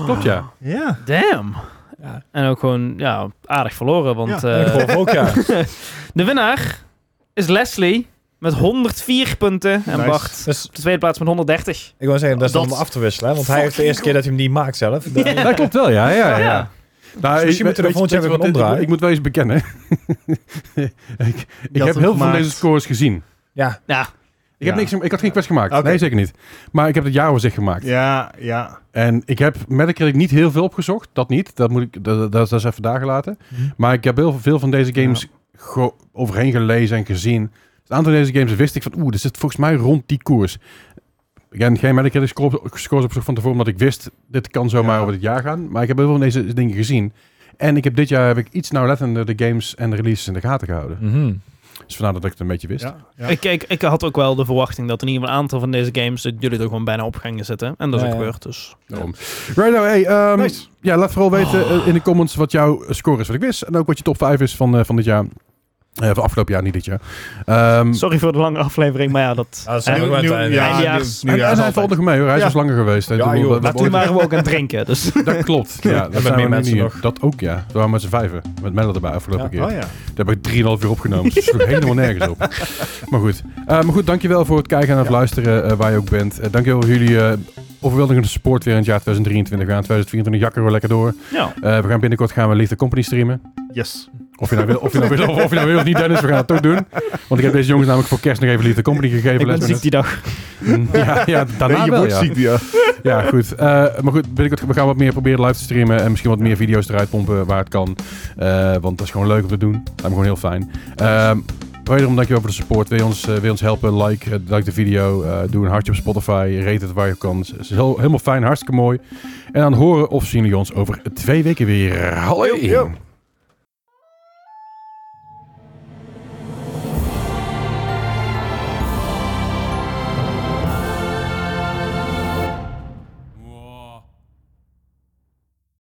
Klopt, ja.
Ja.
Damn.
Ja,
En ook gewoon ja, aardig verloren. Want
Ja.
ik
eh,
geloof ook ja.
de winnaar is Leslie met 104 punten. En
Nice.
Bart
Dus
Op de tweede plaats met 130.
ik wil zeggen, dat is dan
Dat-
om af te wisselen. hè, Want hij heeft de eerste keer dat hij hem niet maakt zelf. Dan-
Dat klopt wel, ja. Ah, ja, ja,
Ah, Ja.
Nou,
Dus
ik-
misschien moeten we
weet-
volgend jaar
weet
weer
je wat,
gaan omdraaien.
Ik, ik moet wel eens bekennen. [LAUGHS] ik ik
hem
heb heel veel van
gemaakt.
deze scores gezien.
Ja,
Ik,
Ja.
heb niks, ik had geen quest gemaakt.
Oké.
Nee, zeker niet. Maar ik heb het jaaroverzicht gemaakt.
Ja, ja.
En ik heb Metacritic niet heel veel opgezocht. Dat niet. Dat, moet ik, dat, dat, dat is even daar gelaten.
Mhm.
Maar ik heb heel veel van deze games ge- overheen gelezen en gezien. Een aantal van deze games wist ik van... Oeh, dit zit volgens mij rond die koers. Ik heb geen Metacritic score- scores opgezocht van tevoren... omdat ik wist, dit kan zomaar
Ja.
over dit jaar gaan. Maar ik heb heel veel van deze dingen gezien. En ik heb dit jaar heb ik iets nauwlettender de games en de releases in de gaten gehouden.
Mhm.
Dus vandaar dat ik het een beetje wist.
ja, ja.
Ik, ik, ik had ook wel de verwachting dat in ieder geval een aantal van deze games... dat jullie er gewoon bijna op gingen zitten. En dat
Ja,
is
ja.
ook gebeurd, dus...
Daarom. Right now, hey, ehm,
Nice.
ja, laat vooral weten eh, in de comments wat jouw eh, score is wat ik wist. En ook wat je top 5 is van, eh, van dit jaar. Eh, van afgelopen jaar, niet dit jaar. Ehm,
Sorry voor de lange aflevering, maar ja, dat...
Ja, dat zijn
Eh,
we ook
Nieuw-
aan het
nieuw-
einde.
ja,
Eindejaars.
nieuw-
en-
nieuwjaars
en hij
altijd.
valt nog mee hoor. Hij is
Ja.
dus langer geweest. hè.
Ja,
Toen we-
joh.
we- we-
Maar toen waren we ook aan het drinken, dus...
Dat klopt. Ja, dat
met
zijn
meer
we nu
mensen
niet.
nog.
Dat ook, ja. We waren met z'n vijven. Met Melle erbij afgelopen
Ja.
keer.
Oh ja.
Daar heb ik 3,5 uur opgenomen. Dus het sloeg helemaal nergens op. Maar goed. Eh, maar goed, dankjewel voor het kijken en het
Ja.
luisteren eh, waar je ook bent. Eh, dankjewel voor jullie eh overweldigende support weer in het jaar 2023. We gaan 2024 jakken we lekker door.
Ja.
Eh, we gaan binnenkort gaan we Liefde Company streamen.
Yes.
Of je nou wil of, je nou wil, of, je nou wil of niet, Dennis, we gaan het toch doen. Want ik heb deze jongens namelijk voor kerst nog even Liefde Company gegeven.
Ik ben
last
ziek die dag.
minute. Ja, ja daarna
Nee, je
wel,
wordt
ja.
ziek, ja.
Ja, goed. Eh, maar goed, binnenkort, we gaan wat meer proberen live te streamen. En misschien wat meer video's eruit pompen waar het kan. Eh, want dat is gewoon leuk om te doen. Dat lijkt me gewoon heel fijn. Ehm Wederom dankjewel voor de support. Wil je ons, eh, wil je ons helpen? Like, eh, like de video. eh, doe een hartje op Spotify. Rate het waar je kan. Het is heel, helemaal fijn. Hartstikke mooi. En dan horen of zien jullie ons over twee weken weer. Hallo.
Yo, yo.